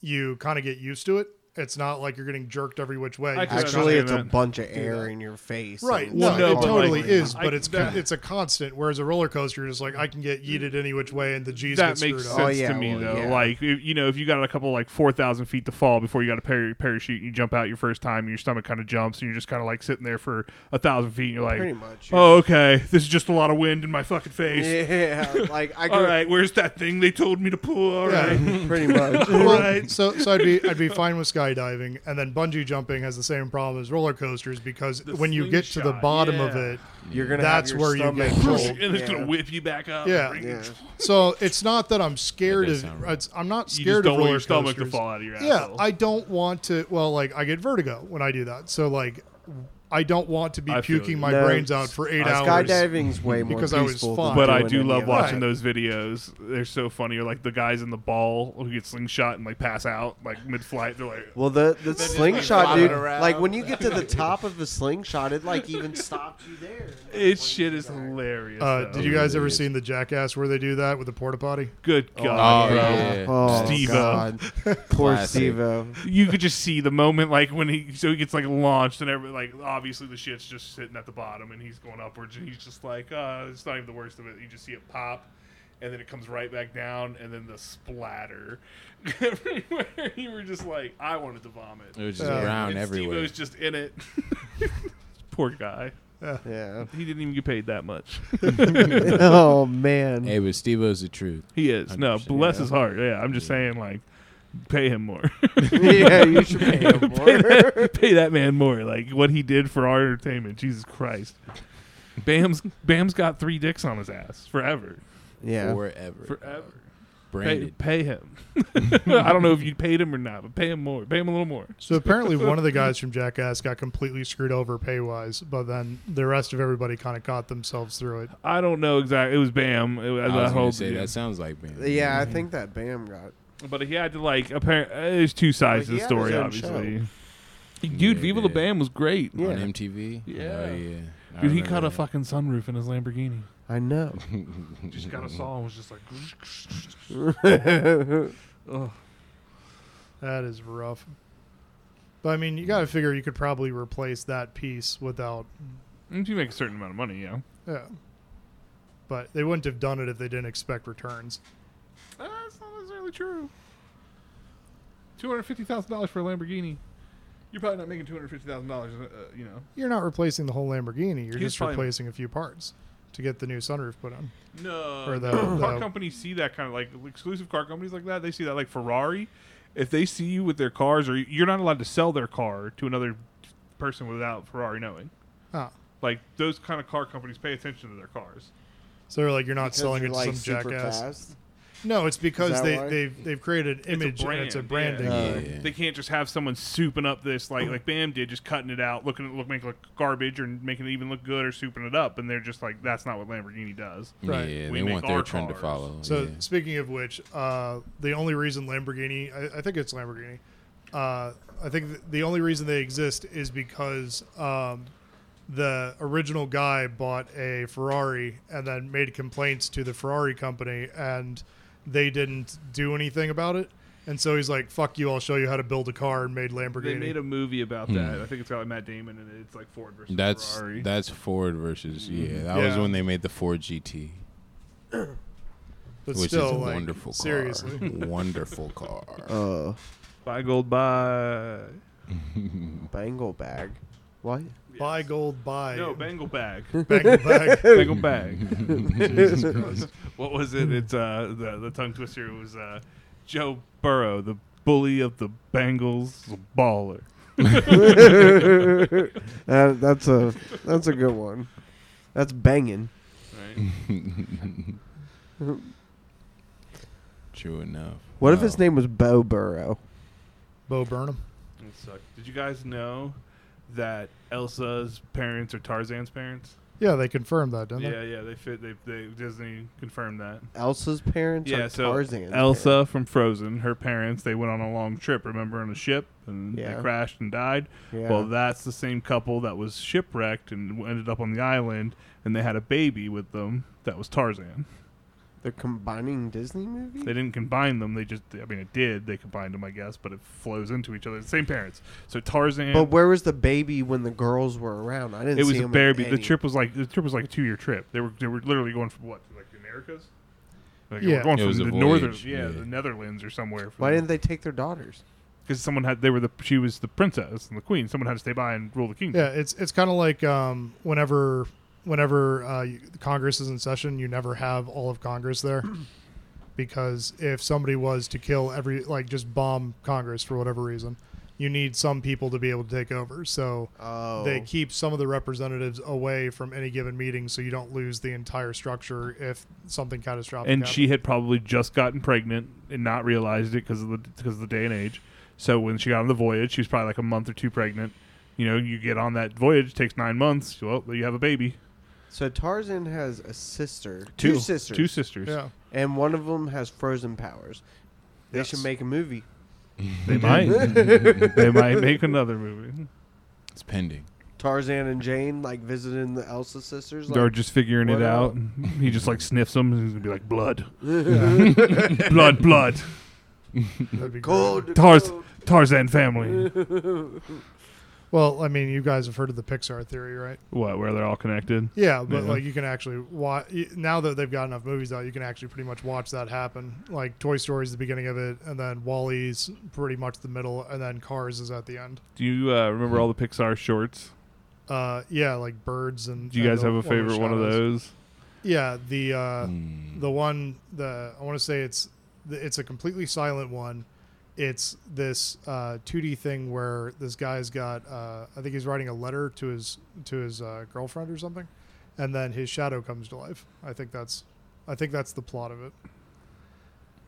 S2: you kind of get used to it. It's not like you're getting jerked every which way.
S1: I could
S2: It's-
S1: understand
S3: Actually, it's a
S1: that.
S3: bunch of air in your face.
S2: right?
S3: and
S2: No,
S1: Well, no,
S2: it
S1: but,
S2: totally
S1: like,
S2: is,
S1: I-
S2: but it's
S1: that-
S2: it's a constant. Whereas a roller coaster, you're just like I can get yeeted any which way, and the G's get
S1: that
S2: screwed
S1: makes sense
S2: up.
S3: Oh, yeah,
S1: to me
S3: well,
S1: though.
S3: yeah.
S1: Like if, you know, if you got a couple like four thousand feet to fall before you got a par- parachute, and you jump out your first time, and your stomach kind of jumps, and you're just kind of like sitting there for a thousand feet, and you're like,
S3: Pretty much.
S1: "Oh, okay, this is just a lot of wind in my fucking face."
S3: Yeah, like I
S1: All
S3: grew
S1: right, where's that thing they told me to pull? All
S2: Yeah.
S1: right,
S3: pretty much.
S2: Well, So so I'd be I'd be fine with skydiving, and then bungee jumping has the same problem as roller coasters because when you get to the
S1: slingshot,
S2: bottom of
S1: yeah.
S2: it,
S3: You're gonna
S2: That's
S3: have your
S2: where you
S3: stomach
S2: get-
S3: roll.
S2: Push
S1: and it's gonna
S3: Yeah.
S1: whip you back up.
S2: Yeah.
S1: bring you-
S3: Yeah.
S2: So it's not that I'm scared
S4: does
S2: of.
S4: sound right.
S2: It's, I'm not
S1: You just
S2: scared
S1: don't
S2: of
S1: want
S2: roller
S1: your stomach to
S2: coasters.
S1: fall out of your
S2: Yeah,
S1: asshole.
S2: I don't want to. Well, like I get vertigo when I do that. So like, I don't want to be
S1: I feel you.
S2: puking my
S3: No,
S2: brains out for eight
S3: uh,
S2: hours.
S3: Skydiving's way more
S2: because I was
S3: peaceful.
S2: fine.
S3: than
S1: but I
S3: doing
S1: do
S3: any
S1: love
S3: of
S1: watching
S2: Right.
S1: those videos. They're so funny. Or like the guys in the ball who get slingshot and like pass out like mid-flight. They're like,
S3: Well, the the slingshot,
S4: flopping
S3: dude.
S4: around.
S3: Like when you get to the top of the slingshot, it like even stops you there.
S1: "It's shit is hilarious."
S2: Uh,
S1: though.
S2: did you guys ever
S4: Hilarious.
S2: seen the Jackass where they do that with the porta potty?
S1: Good
S4: Oh,
S1: God, bro.
S4: yeah.
S3: Oh,
S1: Steve-O.
S3: God. Poor
S4: Classic.
S3: Stevo.
S1: you could just see the moment like when he so he gets like launched and every like obviously the shit's just sitting at the bottom and he's going upwards and he's just like uh it's not even the worst of it you just see it pop and then it comes right back down and then the splatter everywhere you were just like i wanted to vomit
S4: It was just
S2: Uh,
S4: around
S1: and
S4: everywhere.
S1: Steve-O's just in it poor guy
S3: Yeah.
S1: he didn't even get paid that much
S3: oh man.
S4: Hey, but Steve O's the truth.
S1: he is no
S4: 100%,
S1: bless
S4: yeah.
S1: his heart yeah i'm just saying like pay him more
S3: yeah, you should pay him
S1: pay,
S3: more.
S1: that, pay that man more. Like what he did for our entertainment. Jesus Christ. Bam's Bam's got three dicks on his ass forever.
S3: Yeah.
S4: Forever.
S1: Forever. Pay,
S4: Branded.
S1: pay him. I don't know if you paid him or not, but pay him more. Pay him a little more.
S2: So apparently, one of the guys from Jackass got completely screwed over pay wise, but then the rest of everybody kind of caught themselves through it.
S1: I don't know exactly. It was Bam. It was,
S4: I
S1: that
S4: was
S1: whole-
S4: gonna say that sounds like me.
S3: Yeah, I think that Bam got
S1: But he had to like apparent. Uh, there's two sides
S3: Well,
S1: to the
S3: he had his
S1: story,
S3: own
S1: obviously.
S4: Yeah,
S1: Dude,
S4: he
S1: Viva la
S4: did.
S1: Bam was great.
S3: Yeah.
S4: on MTV.
S1: Yeah.
S4: oh, yeah. I
S1: Dude, he
S4: remember
S1: caught a
S4: that.
S1: fucking sunroof in his Lamborghini.
S3: I know.
S1: Just got a saw and was just like. Ugh.
S2: That is rough. But I mean, you got to figure you could probably replace that piece without.
S1: If you make a certain amount of money, yeah.
S2: Yeah. But they wouldn't have done it if they didn't expect returns.
S1: Uh, That's not necessarily true. Two hundred fifty thousand dollars for a Lamborghini. You're probably not making two hundred fifty thousand dollars. uh, You know.
S2: You're not replacing the whole Lamborghini. You're
S1: He was
S2: just
S1: probably-
S2: replacing a few parts to get the new sunroof put on.
S1: No.
S2: Or the-
S1: car
S2: the-
S1: companies see that kind of like exclusive car companies like that. They see that like Ferrari. If they see you with their cars, or you're not allowed to sell their car to another person without Ferrari knowing.
S2: Oh.
S1: Like those kind of car companies pay attention to their cars.
S2: So they're like, you're not selling it
S3: you're,
S2: to
S3: like,
S2: some
S3: super
S2: jackass.
S3: fast.
S2: No, it's because
S3: that
S2: they,
S3: why?
S2: they've they've created an image and it's a
S1: brand,
S2: branding.
S3: yeah.
S2: thing.
S4: Yeah.
S1: They can't just have someone souping up this like like Bam did, just cutting it out, looking at look making it look garbage or making it even look good or souping it up, and they're just like that's not what Lamborghini does.
S2: Right.
S4: Yeah,
S1: We
S4: they
S1: make
S4: want their
S1: our
S4: trend to
S1: cars.
S4: follow.
S2: So
S4: Oh, yeah.
S2: speaking of which, uh, the only reason Lamborghini, I, I think it's Lamborghini, uh, I think th- the only reason they exist is because um, the original guy bought a Ferrari and then made complaints to the Ferrari company, and they didn't do anything about it. And so he's like, "Fuck you! I'll show you how to build a car," and made Lamborghini.
S1: They made a movie about that. I think it's got like Matt Damon and it's like Ford versus
S4: that's
S1: Ferrari.
S4: that's Ford versus
S2: Mm-hmm.
S4: yeah. That was
S2: Yeah.
S4: when they made the Ford GT,
S2: but
S4: which
S2: still,
S4: is a
S2: like,
S4: wonderful car.
S2: seriously.
S4: wonderful car.
S3: Uh,
S1: buy gold buy.
S3: bangle bag. What?
S2: Buy gold, buy
S1: No, Bengal bag.
S2: Bangle bag.
S1: Bengal bag.
S2: Jesus Christ.
S1: What was it? It's uh the the tongue twister was uh Joe Burrow, the bully of the Bengals, the baller.
S3: Uh, that's a that's a good one. That's banging.
S1: Right?
S4: True enough.
S3: What if
S4: Wow.
S3: his name was Bo Burrow?
S2: Bo Burnham.
S1: It sucked. Did you guys know that Elsa's parents are Tarzan's parents?
S2: Yeah, they confirmed that, didn't
S1: Yeah, yeah, they fit. They, they Disney confirmed that.
S3: Elsa's parents
S1: yeah,
S3: are
S1: so
S3: Tarzan's
S1: Elsa
S3: parents.
S1: from Frozen, her parents, they went on a long trip. Remember on a ship and
S3: Yeah.
S1: they crashed and died.
S3: Yeah.
S1: Well, that's the same couple that was shipwrecked and ended up on the island, and they had a baby with them that was Tarzan.
S3: They're combining Disney movies.
S1: They didn't combine them. They just, I mean, it did. They combined them, I guess, but it flows into each other. Same parents. So Tarzan.
S3: But where was the baby when the girls were around? I didn't.
S1: it was
S3: see
S1: a
S3: him
S1: bear.
S3: in
S1: The
S3: any.
S1: trip was like the trip was like a two year trip. They were they were literally going from what to, like the Americas. Like,
S2: Yeah.
S1: we're going
S4: It was
S1: from
S4: a
S1: the
S4: voyage,
S1: northern, yeah,
S4: yeah.
S1: the Netherlands or somewhere.
S3: Why didn't they take their daughters?
S1: Because someone had they were the she was the princess and the queen. Someone had to stay by and rule the kingdom.
S2: Yeah, it's it's kind of like um, whenever whenever uh, you- Congress is in session, you never have all of Congress there because if somebody was to kill every like just bomb Congress for whatever reason, you need some people to be able to take over. So
S3: Oh,
S2: they keep some of the representatives away from any given meeting, so you don't lose the entire structure if something catastrophic.
S1: and
S2: happens.
S1: she had probably just gotten pregnant and not realized it because of the because of the day and age. So when she got on the voyage, she was probably like a month or two pregnant. You know, you get on that voyage, takes nine months. Well, you have a baby,
S3: so Tarzan has a sister,
S1: two,
S3: two, sisters,
S1: two sisters.
S2: yeah.
S3: and one of them has frozen powers. They
S2: Yes.
S3: should make a movie.
S1: They might, they might make another movie,
S4: It's pending.
S3: Tarzan and Jane like visiting the Elsa sisters.
S1: or
S3: Like,
S1: just figuring
S3: what
S1: it out.
S3: out.
S1: He just like sniffs them, and he's gonna be like blood, blood, blood.
S2: That'd be great.
S3: cold
S1: Tarz,
S3: cold.
S1: Tarzan family.
S2: Well, I mean, you guys have heard of the Pixar theory, right?
S1: What? Where they're all connected?
S2: Yeah, but
S1: Yeah.
S2: like you can actually watch now that they've got enough movies out, you can actually pretty much watch that happen. Like Toy Story's the beginning of it, and then Wally's pretty much the middle, and then Cars is at the end.
S1: Do you uh, remember all the Pixar shorts?
S2: Uh, yeah, like birds and.
S1: Do you
S2: and
S1: guys
S2: the-
S1: have a
S2: one with
S1: favorite one of
S2: shadows.
S1: those?
S2: Yeah, the uh,
S4: Mm.
S2: the one the I want to say it's the, it's a completely silent one. It's this uh, 2D thing where this guy's got uh, I think he's writing a letter to his to his uh, girlfriend or something, and then his shadow comes to life. I think that's I think that's the plot of it.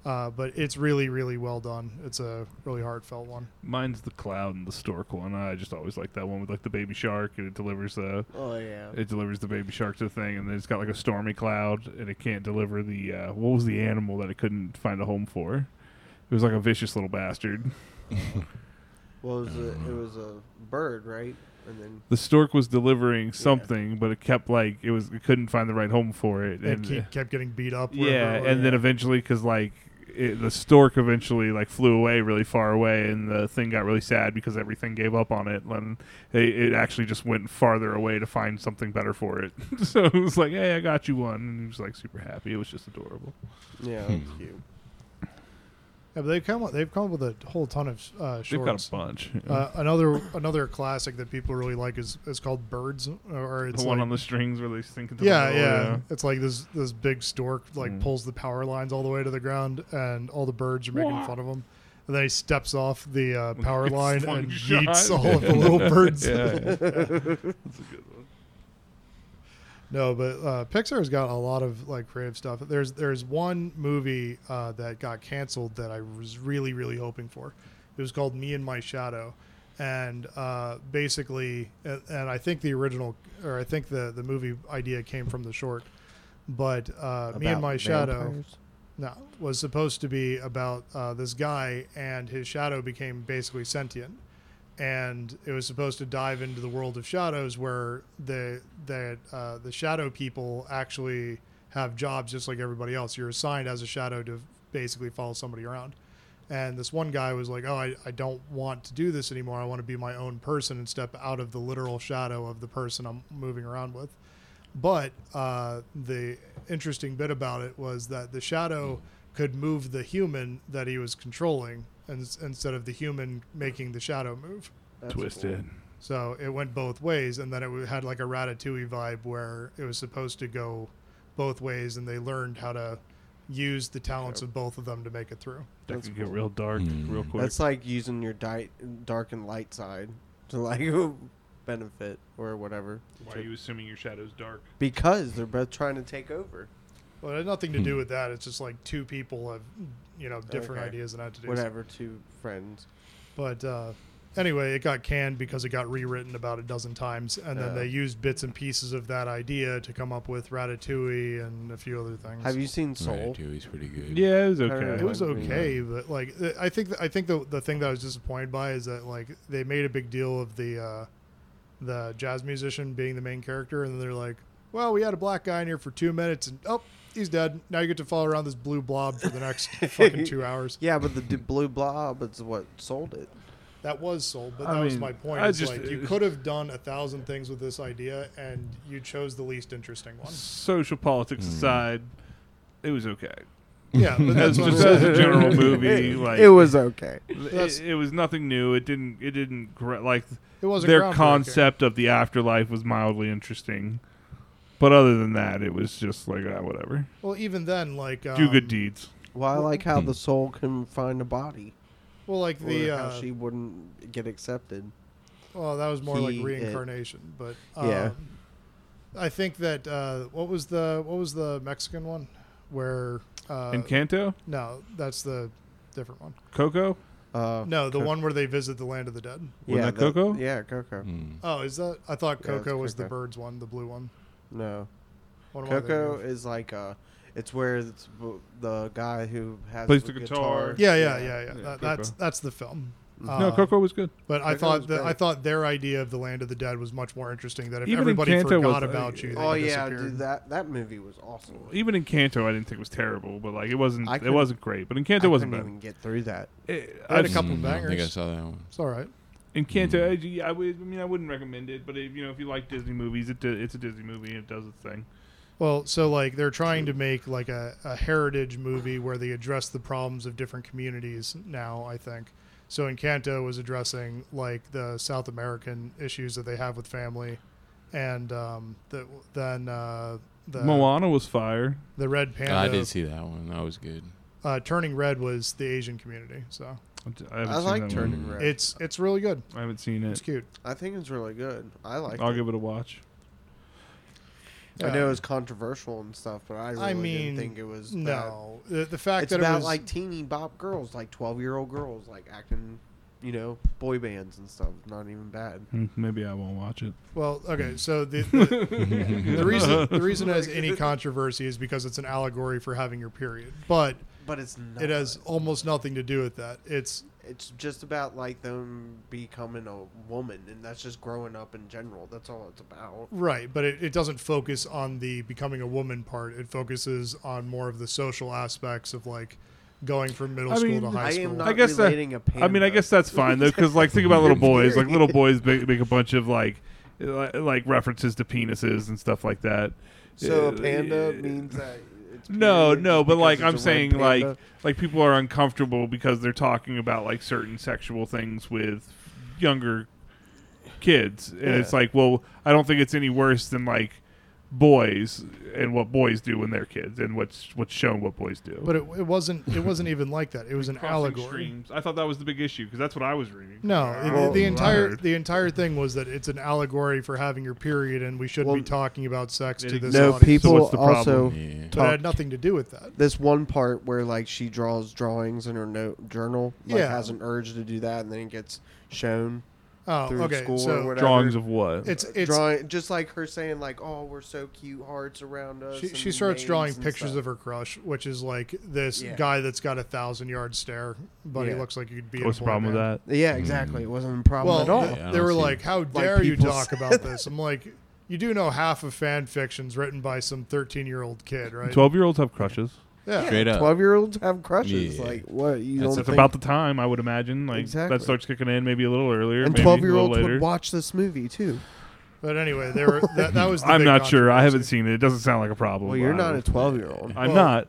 S2: Uh, but it's really really well done. It's a really heartfelt one.
S1: Mine's the cloud and the stork one. I just always like that one with like the baby shark, and it delivers the
S3: Oh yeah.
S1: it delivers the baby shark to the thing, and then it's got like a stormy cloud, and it can't deliver the uh, what was the animal that it couldn't find a home for? It was like a vicious little bastard.
S3: Well, it was, a, it was a bird, right? And then
S1: The stork was delivering something, but it kept like it was it couldn't find the right home for it,
S2: and
S1: and uh,
S2: keep, kept getting beat up. wherever
S1: yeah,
S2: it was.
S1: and then eventually because like it, the stork eventually like flew away really far away, and the thing got really sad because everything gave up on it, and it, it actually just went farther away to find something better for it. so it was like, hey, I got you one, and he was like super happy. It was just adorable.
S3: yeah, that's cute.
S2: Yeah, but they've come up- they've come up with a whole ton of uh, shorts.
S1: They've got a bunch.
S2: Uh, another another classic that people really like is is called Birds, uh, or
S1: the
S2: it's
S1: one
S2: like-
S1: on the strings where they sink into
S2: yeah,
S1: the
S2: yeah,
S1: middle,
S2: It's like this this big stork like
S1: Mm.
S2: pulls the power lines all the way to the ground, and all the birds are making fun of him. And then he steps off the uh, power
S1: It's
S2: line
S1: one
S2: and
S1: shot.
S2: yeets all of the little birds.
S1: Yeah, yeah. That's a good one.
S2: No, but uh, Pixar's got a lot of like creative stuff. There's there's one movie uh, that got canceled that I was really really hoping for. It was called Me and My Shadow, and uh, basically, and, and I think the original or I think the the movie idea came from the short. But uh, Me and
S3: About
S2: My Shadow
S3: vampires?
S2: no, was supposed to be about uh, this guy and his shadow became basically sentient and it was supposed to dive into the world of shadows where the that uh, the shadow people actually have jobs just like everybody else. You're assigned as a shadow to basically follow somebody around. And this one guy was like, "Oh, I, I don't want to do this anymore. I want to be my own person and step out of the literal shadow of the person I'm moving around with." But uh, the interesting bit about it was that the shadow could move the human that he was controlling, and, instead of the human making the shadow move.
S3: That's
S1: Twisted.
S2: So it went both ways, and then it had like a Ratatouille vibe where it was supposed to go both ways, and they learned how to use the talents of both of them to make it through.
S1: That
S3: That's
S1: could get
S3: cool.
S1: real dark
S2: Hmm.
S4: Mm.
S1: real quick.
S3: That's like using your di- dark and light side to like benefit or whatever.
S1: Why are you assuming your shadow's dark?
S3: Because they're both trying to take over.
S2: Well, it had nothing to do
S4: Hmm.
S2: with that. It's just like two people have, you know, different
S3: Okay.
S2: ideas and had to do something.
S3: Whatever, two friends.
S2: But uh, anyway, it got canned because it got rewritten about a dozen times, and then
S3: Yeah.
S2: they used bits and pieces of that idea to come up with Ratatouille and a few other things.
S3: Have you seen Soul?
S4: Right, dude, he's pretty good.
S1: Yeah, it was
S3: don't
S1: okay.
S2: It was
S3: Like, you know.
S2: okay, but like th- I think I think the the thing that I was disappointed by is that like they made a big deal of the uh, the jazz musician being the main character, and then they're like, well, we had a black guy in here for two minutes, and oh, he's dead. Now you get to follow around this blue blob for the next fucking two hours.
S3: Yeah, but the d- blue blob is what sold it.
S2: That was sold, but that
S1: I
S2: was
S1: mean,
S2: my point.
S1: I
S2: It's
S1: just-
S2: like you could have done a thousand things with this idea, and you chose the least interesting one.
S1: Social
S2: Hmm.
S1: politics aside, it was okay.
S2: Yeah, but
S1: As
S2: that's what I'm
S1: just as a
S2: saying.
S1: general movie, like
S3: it was okay.
S1: It,
S2: That's-
S1: it was nothing new. It didn't. It didn't gra- like
S2: It wasn't
S1: their
S2: groundbreaking.
S1: concept of the afterlife was mildly interesting, but other than that, it was just like ah, whatever.
S2: Well, even then, like um,
S1: Do good deeds.
S3: Well, I like how the soul can find a body.
S2: Well, like
S3: Or
S2: the
S3: how
S2: uh,
S3: she wouldn't get accepted.
S2: Well, that was more
S3: He-
S2: like
S3: it-
S2: reincarnation, but um,
S3: Yeah.
S2: I think that uh, what was the what was the Mexican one where uh,
S1: In Encanto,
S2: no, that's the different one.
S1: Coco.
S3: Uh,
S2: No, the
S3: Co-
S2: one where they visit the land of the dead.
S1: Wasn't
S3: yeah,
S1: that Coco?
S3: Yeah, Coco.
S4: Mm.
S2: Oh, is that? I thought
S3: Yeah, it's
S2: Coco was the
S3: Coco.
S2: birds one, the blue one.
S3: No,
S2: What am I thinking
S3: Coco
S2: of?
S3: is like uh, it's where it's b- the guy who has
S1: Plays the guitar.
S2: Yeah, yeah, yeah, yeah.
S1: Yeah,
S2: That, that's
S1: Coco.
S2: that's the film. Uh,
S1: no, Coco was good.
S2: But I
S3: Coco
S2: thought
S3: was
S2: that
S3: great.
S2: I thought their idea of the land of the dead was much more interesting. That if
S1: Even
S2: everybody
S1: Encanto was,
S2: forgot
S1: uh,
S2: about you, they
S3: Oh yeah,
S2: disappeared.
S3: dude, that that movie was awesome.
S1: Even in Canto, I didn't think was terrible, but like it wasn't.
S3: I
S1: It
S3: couldn't-
S1: wasn't great, but in Canto
S3: I
S1: wasn't
S3: couldn't
S1: bad.
S3: even get through that.
S1: It-
S2: I had a
S1: I've-
S2: couple
S4: Mm, I don't think I
S2: bangers.
S4: saw that one.
S2: It's all right.
S1: Encanto,
S3: Hmm.
S1: I, I would. I mean, I wouldn't recommend it, but if, you know, if you like Disney movies, it, do- it's a Disney movie and it does its thing.
S2: Well, so like they're trying to make like a, a heritage movie where they address the problems of different communities now, I think. So Encanto was addressing like the South American issues that they have with family and um the, then uh the
S1: Moana was fire.
S2: the red
S4: Oh, I
S2: panda
S4: did see that one. That was good.
S2: uh, turning red was the Asian community. So
S1: I, haven't
S3: I
S1: seen
S3: like
S1: that one.
S3: Turning
S4: one.
S3: Red.
S2: it's it's really good.
S1: I haven't seen
S2: It's
S1: it.
S2: cute.
S3: I think it's really good. I like.
S1: I'll
S3: it.
S1: give it a watch.
S3: I
S2: Yeah.
S3: know
S1: Uh,
S3: it's controversial and stuff, but I really
S2: I mean
S3: didn't think it was. bad.
S2: No, the, the fact
S3: it's
S2: that
S3: about
S2: it was
S3: like teeny bop girls, like twelve year old girls, like acting, you know, boy bands and stuff. Not even bad.
S1: Hmm, Maybe I won't watch it.
S2: Well, okay, so the, the, the reason the reason it has any controversy is because it's an allegory for having your period. But
S3: but it's not.
S2: It has almost nothing to do with that. It's
S3: It's just about like them becoming a woman, and that's just growing up in general. That's all it's about.
S2: right, but it, it doesn't focus on the becoming a woman part. It focuses on more of the social aspects of like going from middle
S1: I
S2: school
S1: mean,
S2: to high
S3: I
S2: school.
S3: am not
S1: I guess that-
S3: relating a panda.
S1: I mean, I guess that's fine though, because like think about little boys. Like little boys make, make a bunch of like li- like references to penises and stuff like that.
S3: so. A
S1: Uh,
S3: panda means that. It's
S1: No,
S3: period
S1: no, but
S3: because
S1: like
S3: it's a
S1: I'm
S3: red
S1: saying,
S3: panda.
S1: like like people are uncomfortable because they're talking about like certain sexual things with younger kids, and it's
S3: Yeah.
S1: like, well, I don't think it's any worse than like boys and what boys do when they're kids, and what's what's shown what boys do.
S2: but it, it wasn't. It wasn't even like that. It was an
S1: Crossing
S2: allegory.
S1: streams. I thought that was the big issue because that's what I was reading.
S2: No,
S1: I
S2: the-
S1: don't know what
S2: the
S1: I
S2: entire
S1: heard.
S2: the entire thing was that it's an allegory for having your period, and we shouldn't
S3: Well,
S2: be talking about sex to this
S3: no
S2: audience.
S1: So
S3: people
S1: what's the
S2: Oh.
S3: also
S1: problem?
S4: Yeah.
S2: but it had
S3: talked-
S2: nothing to do with that.
S3: this one part where like she draws drawings in her note journal like
S2: Yeah.
S3: has an urge to do that and then it gets shown
S2: Oh,
S3: through
S2: okay.
S3: school
S2: so
S3: or whatever
S1: drawings of what?
S2: it's it's
S3: drawing just like her saying like oh we're so cute hearts around us
S2: she,
S3: and
S2: she starts
S3: names
S2: drawing
S3: and
S2: pictures
S3: stuff.
S2: of her crush, which is like this
S3: Yeah.
S2: guy that's got a thousand yard stare, but he
S3: Yeah.
S2: looks like he'd be. in a
S1: what's the
S2: boy
S1: problem with
S2: band.
S1: that?
S3: yeah exactly it
S1: Mm.
S3: wasn't a problem
S2: Well,
S3: at all
S2: th-
S4: Yeah, I
S2: they
S4: don't
S2: were
S4: see-
S2: like, "How dare you
S3: people
S2: talk
S3: said
S2: about this?" I'm like, "You do know half of fan fiction's written by some 13 year old kid, right?"
S1: Twelve year olds have crushes.
S2: Yeah.
S4: Straight up.
S3: 12 year olds have crushes
S4: Yeah.
S3: like what you
S4: That's-
S3: don't
S1: That's
S3: think
S1: about the time I would imagine. Like
S3: Exactly.
S1: that starts kicking in maybe a little earlier.
S3: and
S1: maybe a
S3: 12 year
S1: little
S3: olds
S1: later.
S3: would watch this movie too
S2: But anyway, they were that, that was. The
S1: I'm
S2: big
S1: not sure. I
S2: controversy.
S1: haven't seen it. It doesn't sound like a problem.
S3: well you're
S1: but
S3: not
S1: I
S3: a
S1: was-
S3: 12 year old
S1: I'm
S2: Well,
S1: not.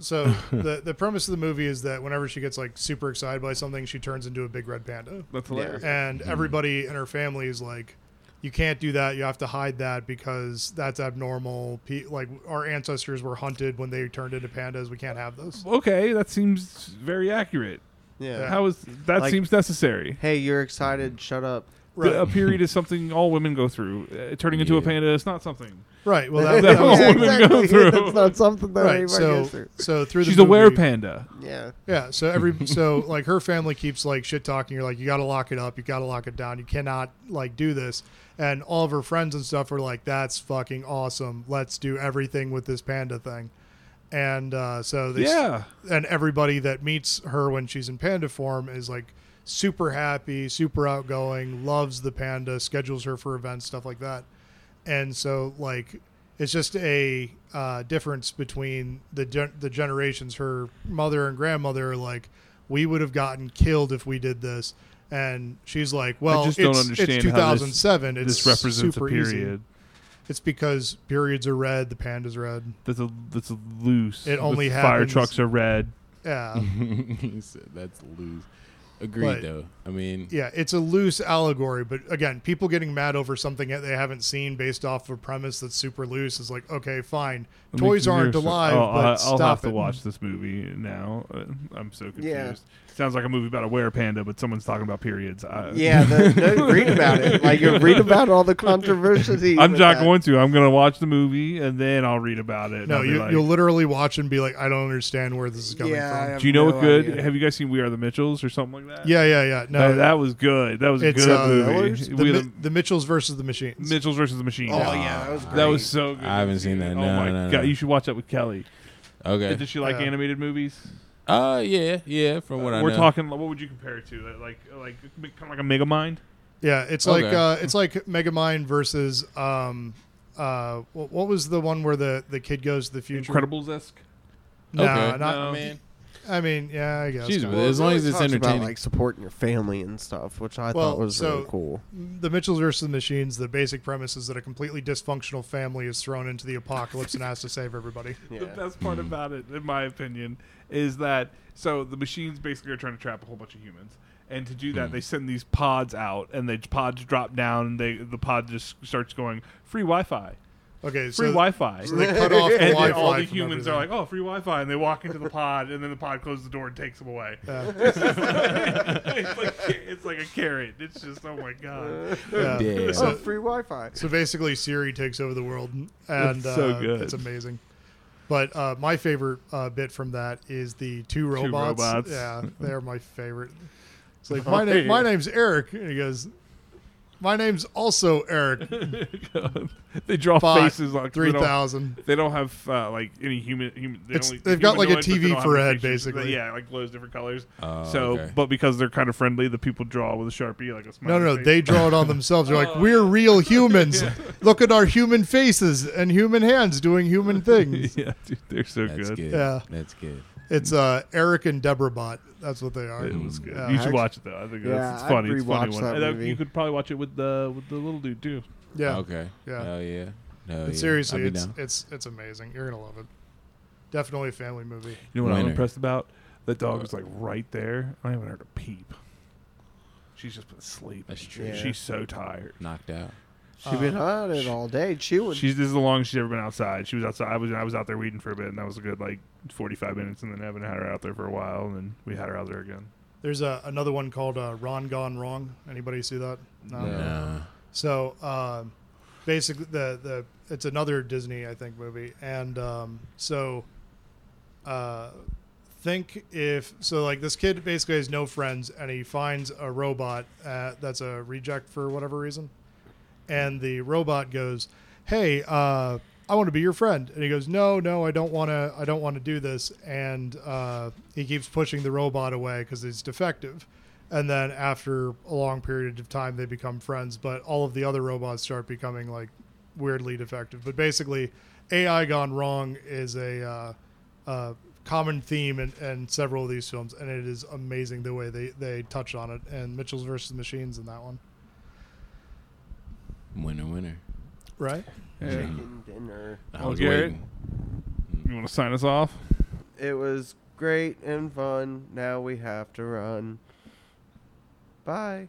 S2: So the the premise of the movie is that whenever she gets like super excited by something, she turns into a big red panda,
S1: That's
S3: hilarious.
S2: and everybody in her family is like, "You can't do that. You have to hide that because that's abnormal. Pe- like our ancestors were hunted when they turned into pandas. We can't have those."
S1: Okay, that seems very accurate.
S3: yeah
S1: How is that
S3: Like-
S1: seems necessary?
S3: hey you're excited shut up
S2: Right.
S1: A period is something all women go through. Uh, turning into a
S4: Yeah.
S1: panda is not something.
S2: Right. Well, that,
S1: That
S2: that was
S1: whole woman go through.
S3: that's not something that
S2: right.
S3: anybody
S2: So
S3: goes through
S2: so through the
S1: She's a
S2: movie-
S1: were panda.
S3: yeah
S2: Yeah. So every so like her family keeps like shit talking. You're like, you got to lock it up. You got to lock it down. You cannot like do this. And all of her friends and stuff are like, that's fucking awesome. Let's do everything with this panda thing. And uh, so they s-
S1: Yeah.
S2: and everybody that meets her when she's in panda form is like super happy, super outgoing, loves the panda, schedules her for events, stuff like that. And so like it's just a uh, difference between the gen- the generations. Her mother and grandmother are like, we would have gotten killed if we did this, and she's like, well,
S1: just don't
S2: it's,
S1: understand
S2: it's
S1: how this-
S2: 2007. it's
S1: this represents a
S2: super
S1: period.
S2: Easy. It's because periods are red. The panda's red.
S1: That's a that's a loose.
S2: It
S1: the
S2: only
S1: fire
S2: happens-
S1: trucks are red.
S2: Yeah.
S4: He said That's loose. Agreed,
S2: But-
S4: though. I mean,
S2: yeah, it's a loose allegory, but again, people getting mad over something that they haven't seen based off of a premise that's super loose is like, okay, fine.
S1: That makes
S2: Toys
S1: zero
S2: aren't
S1: sense.
S2: alive,
S1: Oh,
S2: but
S1: I- I'll
S2: stop
S1: have
S2: it.
S1: to watch this movie now. Uh, I'm so confused.
S3: Yeah.
S1: Sounds like a movie about a were panda, but someone's talking about periods. I,
S3: Yeah, the, no, read about it. Like you read about all the controversies.
S1: I'm
S3: with
S1: not
S3: that.
S1: going to. I'm going to watch the movie and then I'll read about it. and
S2: No,
S1: I'll be
S2: you,
S1: like,
S2: you'll literally watch and be like, I don't understand where this is coming
S3: Yeah, I
S2: from.
S3: have
S1: Do you know
S3: no
S1: what good?
S3: idea.
S1: Have you guys seen We Are the Mitchells or something like that?
S2: Yeah, yeah, yeah. No,
S1: Uh, that was good. That was a
S2: it's
S1: good
S2: uh,
S1: movie.
S2: The,
S1: We
S2: Mi-
S1: Are
S2: the Mitchells versus the Machines.
S1: the Mitchells versus the Machine.
S3: Oh
S1: Guns.
S3: yeah, that was great.
S1: that was so good.
S4: I haven't seen that.
S1: Oh
S4: No,
S1: my
S4: no, no.
S1: god, you should watch that with Kelly.
S4: okay.
S1: Does she like
S2: Yeah.
S1: animated movies?
S4: Uh, yeah, yeah. From what I
S1: Uh, We're
S4: know.
S1: talking. What would you compare it to? Like, like kind of like a Mega Mind.
S2: Yeah, it's
S4: Okay.
S2: like uh, it's like Megamind versus um, uh, what, what was the one where the the kid goes to the future?
S1: Incredibles esque.
S2: No,
S4: Okay.
S2: not.
S1: No.
S4: man.
S2: I mean, yeah, I guess.
S4: Jeez,
S2: kinda.
S4: but as
S3: It
S4: long
S3: really
S4: as it's
S3: talks about,
S4: entertaining.
S3: like supporting your family and stuff, which I
S2: Well,
S3: thought was really
S2: so-
S3: cool.
S2: The Mitchells versus the Machines, the basic premise is that a completely dysfunctional family is thrown into the apocalypse and has to save everybody.
S1: The
S3: Yeah.
S1: best part about it, in my opinion, is that so the machines basically are trying to trap a whole bunch of humans, and to do that, they send these pods out, and the pods drop down, and they the pod just starts going free Wi-Fi,
S2: Okay, so,
S1: free Wi-Fi.
S2: so they cut off the
S1: and
S2: Wi-Fi.
S1: then all the
S2: from
S1: humans
S2: everything.
S1: are like, "Oh, free Wi-Fi!" and they walk into the pod, and then the pod closes the door and takes them away.
S2: Yeah.
S1: it's, like, it's like a carrot. It's just, oh my god,
S2: Yeah.
S4: Damn.
S3: oh,
S2: So,
S3: free Wi-Fi.
S2: so basically, Siri takes over the world, and
S1: It's so
S2: uh,
S1: good.
S2: it's amazing. But uh, my favorite uh, bit from that is the two robots.
S1: robots.
S2: Yeah, they're my favorite. It's like
S1: Oh,
S2: my, na- my
S1: yeah.
S2: name's Eric, and he goes, My name's also Eric
S1: they draw
S2: Bot
S1: faces like
S2: three
S1: they don't-
S2: thousand.
S1: They don't have uh, like any human. human they
S2: It's-
S1: only,
S2: they've got, like, a
S1: humanoid, but they
S2: TV
S1: don't have
S2: for a
S1: any
S2: head,
S1: features.
S2: basically.
S1: yeah, like glows different colors.
S4: Oh,
S1: so,
S4: okay.
S1: but because they're kind of friendly, the people draw with a sharpie, like a smiley
S2: No, no, no.
S1: face.
S2: They draw it on themselves. They're like, we're real humans. Look at our human faces and human hands doing human things.
S1: yeah, dude, they're so
S4: That's
S1: good.
S4: good.
S2: Yeah.
S4: That's good.
S2: It's uh, Eric and Deborah Bot. That's what they are.
S1: It
S4: Mm.
S1: was good.
S2: Yeah.
S1: you should
S3: Actu-
S1: watch it though. I think
S3: Yeah,
S1: that's it's
S3: I'd
S1: funny. It's a funny
S3: rewatch
S1: one.
S3: that
S1: And that-
S3: movie.
S1: you could probably watch it with the with the little dude too.
S2: Yeah.
S4: Okay.
S2: Yeah.
S4: Hell yeah. Hell
S2: But
S4: yeah.
S2: seriously,
S4: I'll be
S2: it's
S4: down.
S2: it's it's amazing. You're gonna love it. Definitely a family movie.
S1: You know what I'm
S4: Winner.
S1: impressed about? That dog was like right there. I haven't heard a peep. She's just been asleep.
S4: That's true.
S3: Yeah.
S1: She's so tired.
S4: knocked out.
S3: She's
S2: Uh,
S3: been on it all day chewing.
S1: She's this is the longest she's ever been outside. She was outside. I was I was out there weeding for a bit, and that was a good like 45 minutes. And then Evan had her out there for a while, and then we had her out there again.
S2: There's a, another one called uh, Ron Gone Wrong. Anybody see that? No.
S4: Nah.
S2: So um, basically, the the it's another Disney I think movie, and um, so uh, think if so like this kid basically has no friends, and he finds a robot uh, that's a reject for whatever reason, and the robot goes, "Hey, uh, I want to be your friend," and he goes, "No, no, I don't want to. I don't want to do this," and uh, he keeps pushing the robot away because he's defective. And then after a long period of time, they become friends. But all of the other robots start becoming like weirdly defective. But basically, AI gone wrong is a uh, uh, common theme in, in several of these films, and it is amazing the way they they touch on it. And Mitchell's versus Machines in that one,
S4: Winner, winner.
S2: right?
S3: Chicken dinner.
S4: I
S1: Well,
S4: was
S1: Garrett?
S4: waiting.
S1: You want to sign us off?
S3: It was great and fun. Now we have to run. Bye.